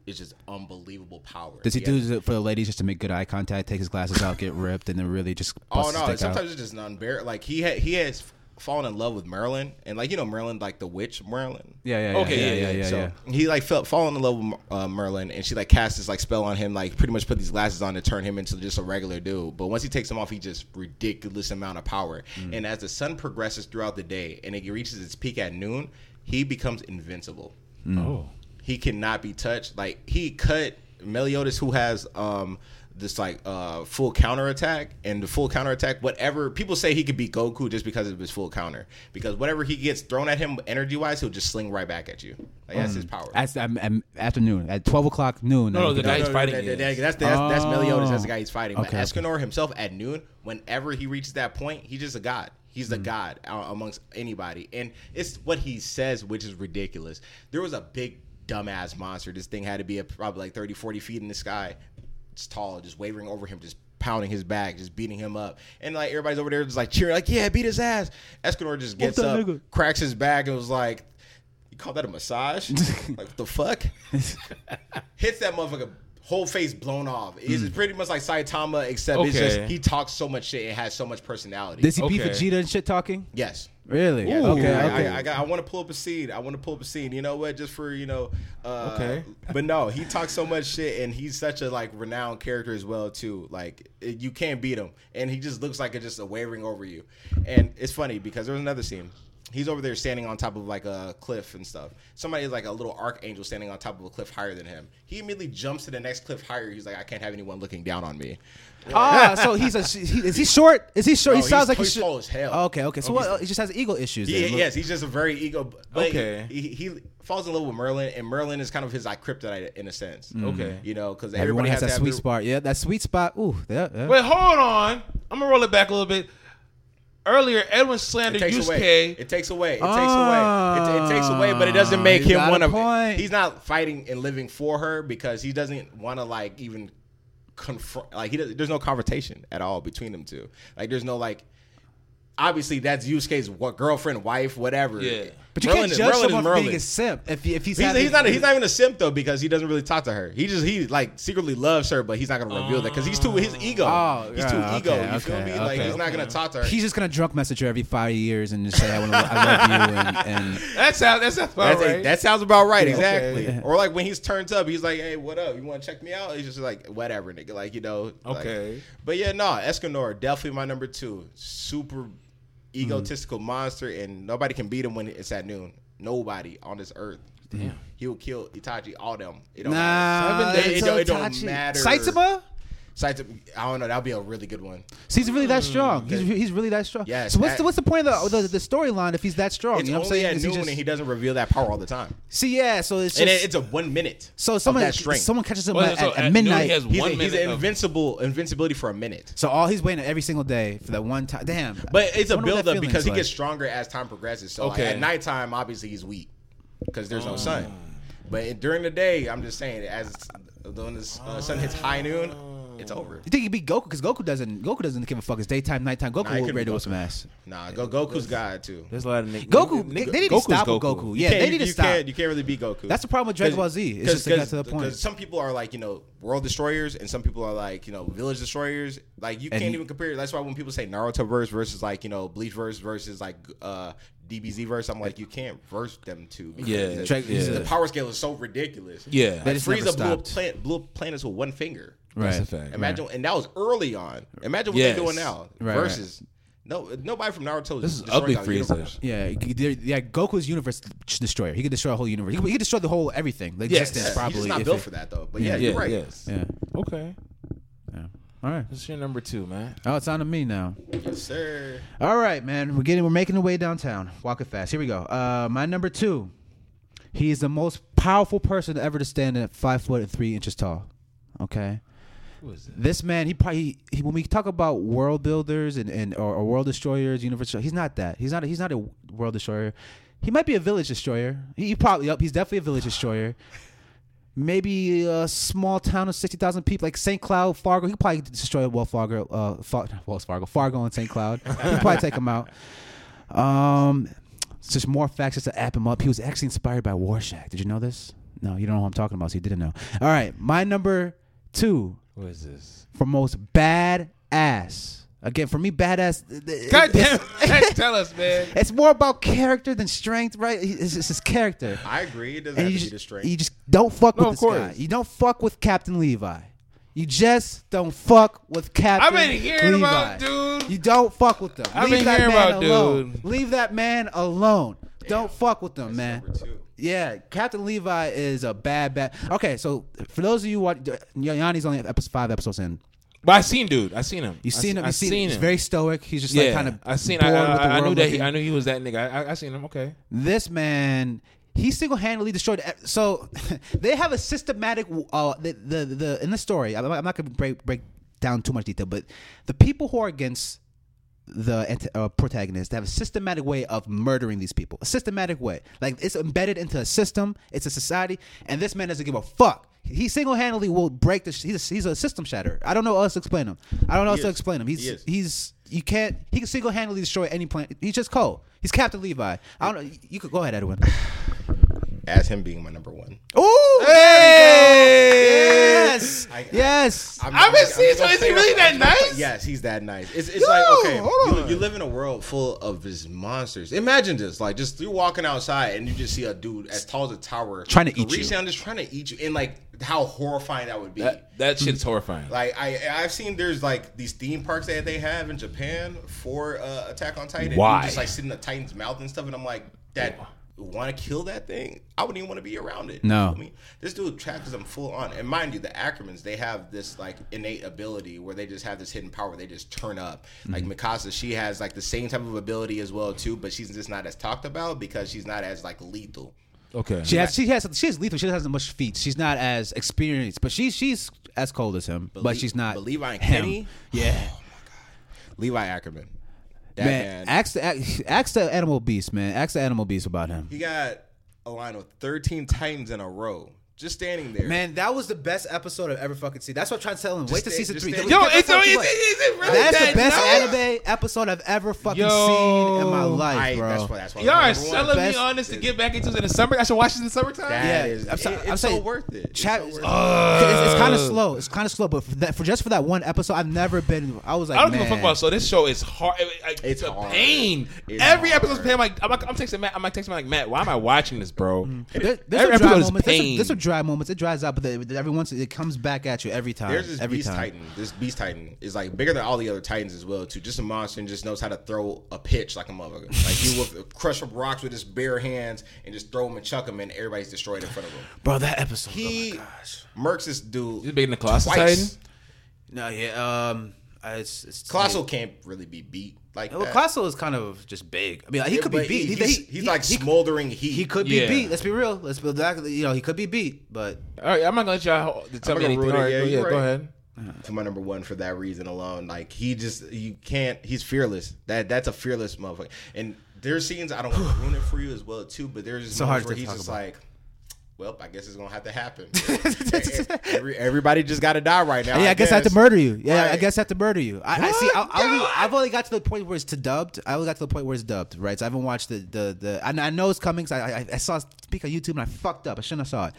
S3: it's just unbelievable power.
S2: Does he
S3: Yeah.
S2: do it for the ladies just to make good eye contact, take his glasses out, get ripped, and then really just
S3: Oh
S2: bust
S3: no!
S2: his dick
S3: Sometimes
S2: out?
S3: it's just unbearable. Like he ha- he has fallen in love with Merlin, and like you know Merlin, like the witch Merlin.
S2: Yeah, yeah, yeah.
S1: Okay, yeah,
S2: yeah, yeah,
S1: yeah,
S2: yeah.
S3: so
S2: yeah.
S3: he like felt falling in love with uh, Merlin, and she like cast this like spell on him, like pretty much put these glasses on to turn him into just a regular dude. But once he takes them off, he just ridiculous amount of power.
S2: Mm.
S3: And as the sun progresses throughout the day, and it reaches its peak at noon, he becomes invincible.
S1: Oh.
S3: He cannot be touched. Like he cut Meliodas, who has um this like uh full counter attack and the full counter attack. Whatever people say, he could beat Goku just because of his full counter. Because whatever he gets thrown at him, energy wise, he'll just sling right back at you. Like that's his power.
S2: That's um, um, afternoon at twelve o'clock noon.
S1: No, no,
S2: I
S1: the
S2: think I-
S1: guy he's fighting.
S3: that- that-
S1: is.
S3: that's, that's, that's
S2: Oh.
S3: Meliodas. That's the guy he's fighting.
S2: Okay,
S3: but
S2: okay.
S3: Escanor himself at noon, whenever he reaches that point, he's just a god. He's a god uh, amongst anybody, and it's what he says, which is ridiculous. There was a big dumbass monster. This thing had to be a, probably like 30, 40 feet in the sky. It's tall, just wavering over him, just pounding his back, just beating him up, and like everybody's over there just like cheering, like yeah, beat his ass. Escanor just gets
S2: that
S3: up,
S2: nigga.
S3: cracks his back, and was like. You call that a massage? like what the fuck? hits that motherfucker whole face blown off. It's pretty much like Saitama, except it's
S1: Okay.
S3: just he talks so much shit and has so much personality.
S2: Does he beat
S1: Okay.
S2: Vegeta and shit talking?
S3: yes.
S2: Really?
S3: Yes.
S2: Okay.
S3: I,
S2: okay.
S3: I, I, got- I want to pull up a scene. I want to pull up a scene. You know what? Just for you know. Uh,
S1: Okay.
S3: But no, he talks so much shit, and he's such a like renowned character as well too. Like it- you can't beat him, and he just looks like a, just a wavering over you. And it's funny because there was another scene. he's over there standing on top of like a cliff and stuff. Somebody is like a little archangel standing on top of a cliff higher than him. He immediately jumps to the next cliff higher. He's like, I can't have anyone looking down on me.
S2: Ah, so he's a he, is he short? Is he short?
S3: No,
S2: he sounds
S3: Oh, he's-
S2: like
S3: he's
S2: short.
S3: tall as hell.
S2: Okay, okay. So
S3: Oh,
S2: what? He just has ego issues.
S3: He,
S2: then.
S3: yes, he's just a very ego. But
S1: Okay.
S3: okay. He, he falls in love with Merlin, and Merlin is kind of his like kryptonite in a sense.
S1: Okay.
S3: You know, because
S2: Mm. Everyone
S3: everybody
S2: has that
S3: to have
S2: sweet
S3: their-
S2: spot. Yeah, that sweet spot. Ooh, yeah, yeah.
S1: Wait, hold on. I'm gonna roll it back a little bit. Earlier, Edwin slandered
S3: It takes
S1: Yusuke.
S3: away. It takes away. It takes away. It,
S2: Ah,
S3: it takes away, but it doesn't make
S2: you
S3: him
S2: got
S3: want
S2: a
S3: to.
S2: point.
S3: He's not fighting and living for her because he doesn't want to like even confront. Like he does, there's no confrontation at all between them two. Like there's no like. Obviously, that's Yusuke's what girlfriend, wife, whatever.
S1: Yeah.
S2: but you
S3: Merlin
S2: can't
S3: is-
S2: judge
S3: Merlin is
S2: someone for being
S3: Merlin.
S2: a simp if, he- if he's
S3: He's,
S2: having-
S3: he's not. He's not even a simp though because he doesn't really talk to her. He just he like secretly loves her, but he's not gonna reveal that because he's too his ego.
S2: Oh,
S3: he's
S2: yeah,
S3: too
S2: okay,
S3: ego. You feel
S2: okay,
S3: me? Like
S2: okay,
S3: he's not gonna talk to her.
S2: He's just gonna drunk message her every five years and just say I, wanna, I love you and, and
S1: That's how. That's how.
S3: That's-
S1: right.
S3: That sounds about right.
S1: Yeah,
S3: Exactly.
S1: okay.
S3: Or like when he's turned up, he's like, "Hey, what up? You want to check me out?" He's just like, "Whatever, nigga." Like you know. like-
S1: Okay.
S3: but yeah, no, Escanor definitely my number two. Super egotistical
S2: Mm.
S3: monster, and nobody can beat him when it's at noon. Nobody on this earth. Damn. He will kill Itachi, all them. It don't matter.
S2: nah,
S3: It- it,
S2: it's
S3: don't, it
S2: so
S3: don't
S2: touchy.
S3: matter.
S2: Saitama.
S3: Saitama- I don't know. That'd be a really good one.
S2: So he's really that strong. He's, he's really that strong.
S3: Mm, Yes,
S2: So what's
S3: that-
S2: the what's the point of the, the, the storyline if he's that strong?
S3: It's
S2: Oh, you know what I'm
S3: only
S2: saying?
S3: at
S2: 'Cause
S3: noon,
S2: he just-
S3: and he doesn't reveal that power all the time.
S2: see, yeah. So it's just
S3: and it, it's a one minute.
S2: so
S3: of
S2: someone
S3: that strength.
S2: someone catches him
S1: Well,
S2: at,
S1: so
S2: at
S1: at noon
S2: midnight.
S1: he has
S3: He's,
S1: one
S3: a, he's
S1: minute
S3: a
S1: of-
S3: invincible, invincibility for a minute.
S2: so all he's waiting every single day for that one time. Damn.
S3: But it's
S2: I
S3: a
S2: wonder what that
S3: build up
S2: feeling's
S3: because he
S2: like.
S3: gets stronger as time progresses. So
S1: Okay.
S3: like, at nighttime, obviously he's weak because there's no
S2: Mm.
S3: sun. But during the day, I'm just saying, as when the uh, sun hits high noon, it's over.
S2: You think he'd be Goku because Goku doesn't Goku doesn't give a fuck. It's daytime, nighttime. Goku
S3: Nah, he
S2: will
S3: could be
S2: ready to whip
S3: Goku.
S2: some ass.
S3: Nah, go, Goku's God too.
S1: There's a lot of niggas.
S2: Goku,
S1: nigga-
S2: they, they need
S1: Goku's
S2: to stop with
S1: Goku.
S2: Goku.
S3: You
S2: Oh. Yeah,
S3: can't-
S2: they need to
S3: you
S2: stop.
S3: Can't, you can't really beat Goku.
S2: That's the problem with Dragon
S3: 'Cause-
S2: Ball Z. It's just it got to the point.
S3: 'cause some people are like you know world destroyers, and some people are like you know village destroyers. Like you
S2: And
S3: can't
S2: he-
S3: even compare. That's why when people say Naruto verse versus like you know Bleach verse versus like uh DBZ verse, I'm like you can't verse them two. because
S1: Yeah,
S3: the,
S1: Drake-
S3: the
S1: yeah.
S3: power scale is so ridiculous.
S1: Yeah.
S2: They
S3: like,
S2: just never
S3: Frieza blew up,
S2: stopped.
S3: plant, blew up planets with one finger.
S2: Right.
S1: That's a fact.
S3: Imagine, and that was early on. Imagine what
S1: Yes.
S3: they're doing now.
S2: Right,
S3: versus no, nobody from Naruto is
S1: This is
S3: destroying
S1: ugly
S3: our
S1: Frieza.
S3: universe.
S2: Yeah, he- there- yeah. Goku's universe destroyer. He could destroy a whole universe. He could, he could destroy the whole everything, the
S1: Yes.
S2: existence.
S3: Yes,
S2: Probably.
S3: he's just not
S2: if
S3: built
S2: it-
S3: for that though. But yeah,
S1: Yeah.
S3: you're right.
S1: Yes.
S2: Yeah.
S1: Okay.
S2: yeah. All right.
S1: That's your number two, man.
S2: Oh, it's on to me now.
S3: Yes, sir.
S2: All right, man. We're getting. We're making our way downtown. Walking fast. Here we go. Uh, my number two. He is the most powerful person ever to stand at five foot and three inches tall. Okay.
S1: Who is it?
S2: This man, he probably he, when we talk about world builders and, and or, or world destroyers, universe, destroyer- he's not that. He's not. A, he's not a world destroyer. He might be a village destroyer. He, he probably yep. He's definitely a village destroyer. Maybe a small town of sixty thousand people, like St. Cloud, Fargo. He could probably destroy well Fargo, uh, Far- not Wells Fargo, Fargo and St. Cloud. He could probably take him out. Um, it's just more facts just to app him up. He was actually inspired by Warshak. Did you know this? No, you don't know what I'm talking about, so you didn't know. All right, my number two
S1: Who is this?
S2: for most badass. Again, for me, badass. th- th-
S1: God damn.
S2: it's,
S1: it. Tell us, man.
S2: it's more about character than strength, right? He- It's, it's his character.
S3: I agree. It doesn't
S2: And
S3: have
S2: you
S3: to be
S2: just,
S3: the strength.
S2: you just don't fuck
S1: No,
S2: with
S1: of
S2: this
S1: course.
S2: guy. You don't fuck with Captain Levi. You just don't fuck with Captain.
S1: I've been hearing
S2: Levi.
S1: about dude.
S2: You don't fuck with them.
S1: I've
S2: Leave
S1: been
S2: that
S1: hearing
S2: man
S1: about
S2: alone.
S1: dude.
S2: Leave that man alone. Don't fuck with them, man.
S3: number two.
S2: Yeah, Captain Levi is a bad, bad. Okay, so for those of you watching, Yanni's only episode five episodes in.
S1: But I seen dude. I seen him.
S2: You
S1: I
S2: seen
S1: se-
S2: him?
S1: I
S2: You seen, him? He's very stoic. He's just like
S1: yeah.
S2: kind of.
S1: I seen. I,
S2: Bored
S1: I,
S2: with the
S1: I knew
S2: world
S1: that. He,
S2: looking.
S1: I knew he was that nigga. I, I, I seen him. Okay.
S2: This man, he single-handedly destroyed. e- So they have a systematic. Uh, the, the the in the story, I'm, I'm not gonna break break down too much detail, but the people who are against the ant- uh, protagonist they have a systematic way of murdering these people a systematic way like it's embedded into a system it's a society and this man doesn't give a fuck he single-handedly will break the sh- he's, a, he's a system shatterer i don't know how else to explain him i don't know how else to
S3: is.
S2: explain him he's
S3: He is.
S2: he's you can't he can single-handedly destroy any planet he's just cold he's captain levi i don't know you could go ahead edwin
S1: Oh,
S3: as him being my number one.
S2: Ooh,
S1: Hey!
S2: Yes.
S3: I-
S2: yes.
S3: I'm,
S1: I've been seeing, so is he really that nice?
S3: Yes, he's that nice. It's, it's
S1: Yo,
S3: like okay,
S1: hold
S3: you,
S1: on.
S3: you live in a world full of just monsters. Imagine this, like just you walking outside and you just see a dude as tall as a tower
S2: Trying to
S3: could
S2: eat you.
S3: reach down, just trying to eat you, and like how horrifying that would be.
S1: That, that shit's horrifying.
S3: like I, I've seen there's like these theme parks that they have in Japan for uh, Attack on Titan.
S2: Why?
S3: You just like sit in the Titan's mouth and stuff, and I'm like, that want to kill that thing? I wouldn't even want to be around it.
S2: No.
S3: I mean, this dude tackles them full on. And mind you, the Ackermans they have this like innate ability where they just have this hidden power they just turn up.
S2: Mm-hmm.
S3: Like Mikasa, she has like the same type of ability as well too, but she's just not as talked about because she's not as like lethal.
S1: okay.
S2: She has, she has, she has lethal. She doesn't have much feet. She's not as experienced, but she's she's as cold as him. but she's not.
S3: but Levi and
S2: him.
S3: Kenny? Oh,
S2: yeah,
S3: Levi Ackerman. That
S2: man. Ask the ask, ask the animal beast, man. Ask the animal beast about him.
S3: He got a line of 13 Titans in a row, just standing there.
S2: Man, that was the best episode I've ever fucking seen. That's what I'm trying to tell him. Wait to
S3: stay-
S2: season
S3: just
S2: three.
S3: stay-
S2: Don't
S1: Yo,
S2: give
S1: is,
S2: yourself too
S1: is,
S2: much.
S1: is it really
S2: That's
S1: that
S2: the best
S1: nice?
S2: anime episode I've ever fucking
S1: Yo.
S2: seen in my
S3: I,
S2: life, bro.
S3: that's why. That's why.
S1: Y'all are
S3: number one.
S1: selling me
S2: Best-
S1: on this to get back into it in the summer. I should watch this in the summertime.
S3: That
S2: Yeah,
S3: is-
S2: I'm so-
S3: it-
S2: I'm
S3: it's so
S2: saying-
S3: worth it. It's
S2: Chat,
S3: so
S2: it's,
S3: worth
S2: kind of slow. It's kind of slow, but for that, for just for that one episode, I've never been. I was like,
S1: I don't
S2: man.
S1: give a fuck about. So this show is hard. I- I- it's
S3: It's
S1: a
S3: hard.
S1: pain.
S3: It's
S1: Every
S3: hard.
S1: episode's pain. I'm like, I'm, like, I'm texting Matt. I'm like texting Matt, like Matt. Why am I watching this, bro?
S2: There, there's
S1: Every
S2: some
S1: episode
S2: dry
S1: is
S2: moments. There's some,
S1: pain.
S2: there's some dry moments. It dries out, but the, every once it comes back at you every time.
S3: There's this
S2: every
S3: beast
S2: time.
S3: titan. This beast titan is like bigger than all the other titans as well. Too, just a monster and just knows how to throw a pitch like a motherfucker. Like you will crush up rocks with his bare hands and just throw them and chuck them, and everybody's destroyed in front of him.
S2: Bro, that episode.
S3: He
S2: oh my gosh.
S3: murks this dude.
S1: He's big in the Colossus
S3: twice.
S1: Titan?
S2: No, yeah. Um, uh, it's, it's
S3: Colossal can't really be beat like
S2: Well,
S3: that.
S2: Colossal is kind of just big. I mean, he could be
S3: But
S2: beat.
S3: He,
S2: He-
S3: he's,
S2: he-
S3: he's
S2: he-
S3: like
S2: he,
S3: smoldering heat.
S2: he could be
S1: Yeah.
S2: beat. Let's be real. Let's be you know he could be beat, but
S1: All right, I'm not gonna let y'all ho- tell
S3: I'm
S1: me
S3: not gonna
S1: anything.
S3: ruin it.
S1: All right,
S3: Yeah,
S1: go- yeah,
S3: you're
S1: go
S3: right.
S1: ahead.
S3: to my number one for that reason alone. Like he just you can't. He's fearless. That that's a fearless motherfucker. And there's scenes I don't want to ruin it for you as well too. But there's
S2: So hard
S3: moments where
S2: to
S3: he's
S2: talk
S3: just
S2: about.
S3: like. Well, I guess it's gonna have to happen. Every, everybody just gotta die right now.
S2: yeah, I, guess I have to murder you. Yeah, I
S3: Right.
S2: guess I have to murder you. I, I see. I,
S1: What?
S2: I only, I've only got to the point where it's to dubbed. I only got to the point where it's dubbed, right? So I haven't watched the the the. I, I know it's coming. 'cause I, I I saw it speak on YouTube and I fucked up. I shouldn't have saw it.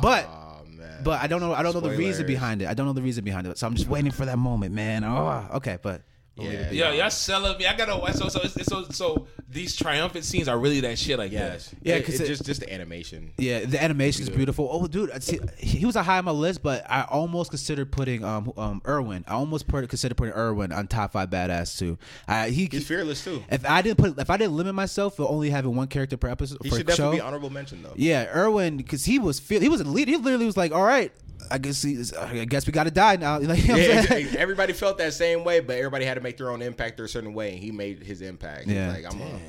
S2: but
S3: Oh man.
S2: but I don't know. I don't know the reason
S3: Spoilers.
S2: behind it. I don't know the reason behind it. So I'm just waiting for that moment, man. Oh, okay, but we'll leave it
S3: Yeah.
S2: be.
S1: Yo, y'all selling me. I gotta watch. So, so, it's- so, so these triumphant scenes are really that shit. Like,
S3: yes,
S1: yes.
S2: Yeah,
S3: yeah,
S2: 'cause
S3: because
S2: it-
S3: just just the animation.
S2: Yeah, the animation is beautiful. Oh, dude, I see, he was a high on my list, but I almost considered putting um um Irwin. I almost put, considered putting Irwin on top five badass too. I he,
S3: He's fearless too.
S2: If I didn't put, if I didn't limit myself to only having one character per episode,
S3: He
S2: per
S3: should
S2: show,
S3: definitely be honorable mention though.
S2: yeah, Irwin, because he was feel, he was a lead. He literally was like, all right. I guess he, I guess we gotta die now. Like, you know what I'm
S3: Yeah,
S2: saying?
S3: ex- everybody felt that same way, but everybody had to make their own impact their certain way, and he made his impact. He was
S2: Yeah.
S3: like I'm a,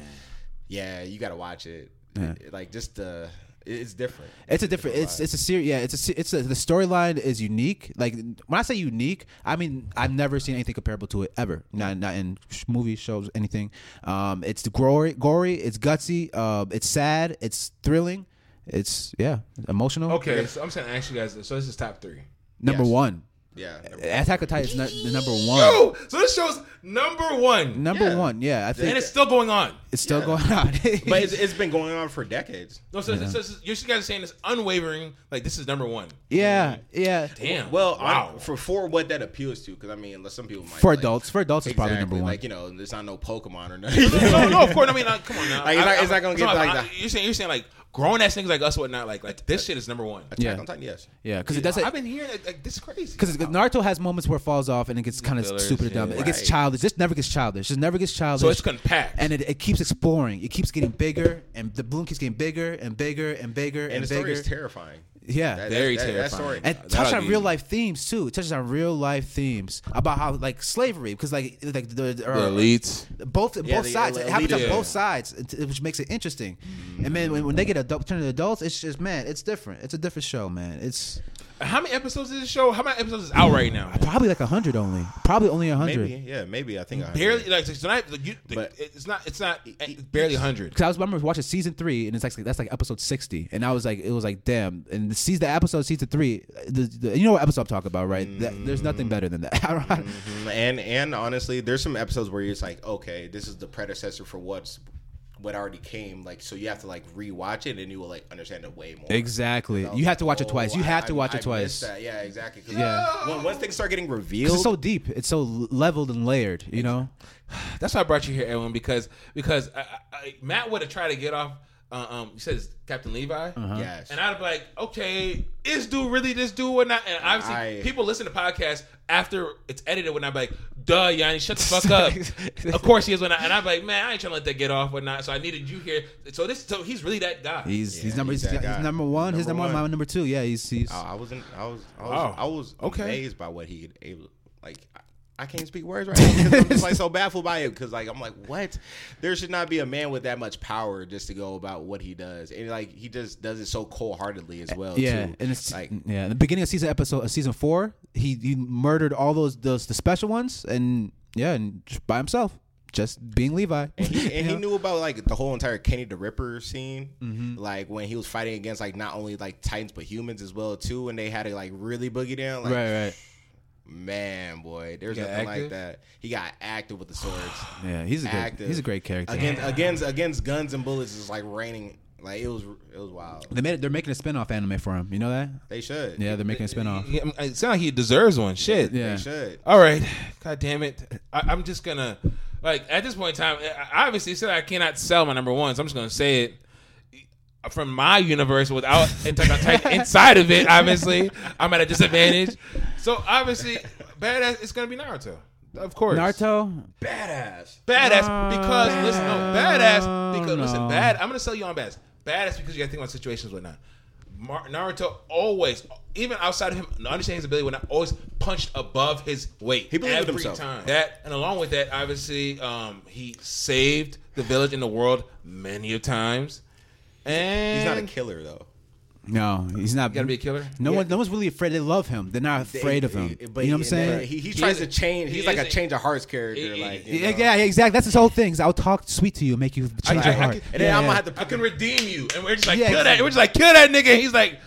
S3: yeah, you got to watch it. It- Like just the, it- it's different.
S2: It's a different. It's it's a series. Yeah, it's a se- it's a, the storyline is unique. Like when I say unique, I mean I've never seen anything comparable to it ever. Not not in sh- movies, shows, anything. Um, it's gory, gory. It's gutsy. Um, it's sad. It's thrilling. It's yeah, emotional.
S1: Okay, so I'm just gonna ask you guys. this. So this is top three.
S2: number
S3: Yes.
S2: one,
S3: Yeah,
S2: Attack on Titan is not the number one.
S1: Yo, so this show's number one,
S2: Number
S3: Yeah.
S2: one, yeah. I
S1: and
S2: think
S1: it's
S2: it's,
S1: still going on.
S2: still going on.
S3: but it's, it's been going on for decades.
S1: No, so, so, so, so you guys are saying it's unwavering. Like this is number one.
S2: yeah, yeah.
S1: Damn.
S3: Well,
S1: wow.
S3: I, for for what that appeals to, because I mean, some people might
S2: For
S3: like-
S2: adults, for adults, it's probably number
S3: Exactly,
S2: one.
S3: Like you know, there's not no Pokemon or nothing.
S1: no, no, of course. I mean, like, come on now.
S3: Like, it's
S1: I-
S3: not-
S1: I'm-
S3: it's not gonna
S1: I'm
S3: get
S1: talking
S3: like
S1: about-
S3: that.
S1: You're saying you're saying like grown ass niggas like us, whatnot. Like like this shit is number one.
S3: yeah.
S2: Yeah.
S3: on Titan, yes.
S2: yeah, because it doesn't.
S1: I've been hearing like, like this is crazy.
S2: Because Naruto has moments where it falls off and it gets kind of
S1: fillers,
S2: stupid and
S1: yeah.
S2: dumb. It gets
S3: Right.
S2: childish. This never gets childish. This never gets childish.
S1: so it's compact.
S2: and it, it keeps exploring. It keeps getting bigger, and the balloon keeps getting bigger and bigger and bigger and,
S3: And the
S2: bigger.
S3: story is terrifying.
S2: yeah,
S3: That-
S1: Very
S3: that, That
S1: terrifying.
S3: story.
S2: and
S1: That'll
S2: touch on
S1: be-
S2: real life themes too. It touches on real life themes about how like slavery, because like like the, or-
S1: elites.
S2: both both
S3: the
S2: sides. It
S3: elite- Mm-hmm.
S2: happens on
S1: yeah.
S2: both sides, it- it- which makes it interesting. And man, when, when they get adult, turn to adults, it's just man, it's different. It's a different show, man. It's
S1: How many episodes is this show? How many episodes is out right now?
S2: probably like hundred only, probably only hundred.
S3: maybe, yeah, maybe I think I
S1: Barely like so tonight. Like, you, the,
S3: But-
S1: it's not. It's not. It's barely hundred.
S2: Cause I was I remember watching season three, and it's like that's like episode sixty, and I was like, it was like, damn. And the season, the episode of season three, the, the, you know what episode I'm talking about, right?
S3: Mm.
S2: That, there's nothing better than that. I don't- I don't-
S3: Mm-hmm. And and honestly, there's some episodes where you're just like, okay, this is the predecessor for what's what already came. Like so, you have to like rewatch it and you will like understand it way more.
S2: Exactly.
S3: So,
S2: You have to watch it
S3: oh,
S2: twice. You
S3: I-
S2: have to
S3: I-
S2: watch
S3: I
S2: it
S3: missed
S2: twice.
S3: that. Yeah, exactly. 'Cause
S2: Yeah.
S3: when- once things start getting
S2: 'Cause
S3: revealed,
S2: It's so deep. It's so leveled and layered. You know.
S1: That's why I brought you here, Edwin, because because I, I, I, Matt would have tried to get off. Uh, um, he says Captain Levi.
S2: Uh-huh.
S3: yes.
S1: And I'd be like, okay, is dude really this dude or not? And obviously,
S3: I-
S1: people listen to podcasts after it's edited. When I'm like, duh, Yanni, shut the fuck up. of course he is. When I, and I'm like, man, I ain't trying to let that get off or not. So I needed you here. So this, so he's really that guy.
S2: He's he's
S3: Yeah,
S2: number
S3: he's
S2: he's,
S3: that
S2: he's
S3: guy.
S2: number one. He's number
S3: Number
S2: one.
S3: one. Oh,
S2: My number two. Yeah, he's he's.
S3: I I wasn't. I was. I was.
S1: Wow.
S3: I was
S1: Okay.
S3: amazed by what he able. Like I- I can't speak words right now. 'cause I'm just like so baffled by it because like I'm like what? There should not be a man with that much power just to go about what he does, and like he just does it so cold heartedly as well.
S2: yeah,
S3: too.
S2: and it's
S3: like
S2: yeah. The beginning of season episode, of season four, he he murdered all those those the special ones, and yeah, and just by himself, just being Levi.
S3: And he, and
S2: You
S3: he
S2: know?
S3: knew about like the whole entire Kenny the Ripper scene,
S2: Mm-hmm.
S3: like when he was fighting against like not only like Titans but humans as well too, and they had to like really boogie down. Like,
S2: right, right.
S3: man, boy, there's
S1: Got
S3: nothing
S1: active?
S3: like that. He got active with the swords.
S2: Yeah, he's a good,
S3: active.
S2: he's a great character.
S3: Against against against guns and bullets is like raining. Like it was it was wild.
S2: They made it, they're making a spin off anime for him. You know that?
S3: They should.
S2: Yeah, they're making a spin off.
S1: Yeah, it sounds like he deserves one. Shit.
S2: Yeah.
S3: They should.
S1: All right. God damn it. I, I'm just gonna like at this point in time. I I obviously said I cannot sell my number one, so I'm just gonna say it from my universe without Attack on Titan inside of it. Obviously, I'm at a disadvantage. So obviously, badass. It's gonna be Naruto, of course.
S2: Naruto.
S3: Badass.
S1: Badass because listen, no, badass because
S2: No.
S1: listen, bad. I'm gonna sell you on badass. Badass because you gotta think about situations and whatnot. Mar- Naruto always, even outside of him, understanding his ability, when I always punched above his weight.
S3: He believed in
S1: every
S3: himself.
S1: time. That and along with that, obviously, um, he saved the village and the world many a times. And
S3: He's not a killer though.
S2: No, he's not.
S1: gotta be a killer.
S2: No
S3: Yeah.
S2: one, no one's really afraid. They love him. They're not afraid of him.
S3: He-
S2: you know what I'm
S3: he-
S2: saying?
S3: He, he
S1: He
S3: tries
S1: is a-
S3: to change.
S1: he
S3: He's like
S1: is
S3: a
S1: a-
S3: change of hearts character.
S1: He-
S3: Like you
S2: yeah,
S3: know.
S2: yeah, exactly. That's his whole thing. is I'll talk sweet to you, make you change
S1: I-
S2: your
S1: I
S2: heart.
S1: can-
S3: And then
S2: Yeah,
S3: I'm
S2: yeah.
S3: gonna have to
S1: I
S3: put
S1: can redeem you, and we're just like
S2: Yeah,
S1: kill that. We're just like kill that nigga. And he's like,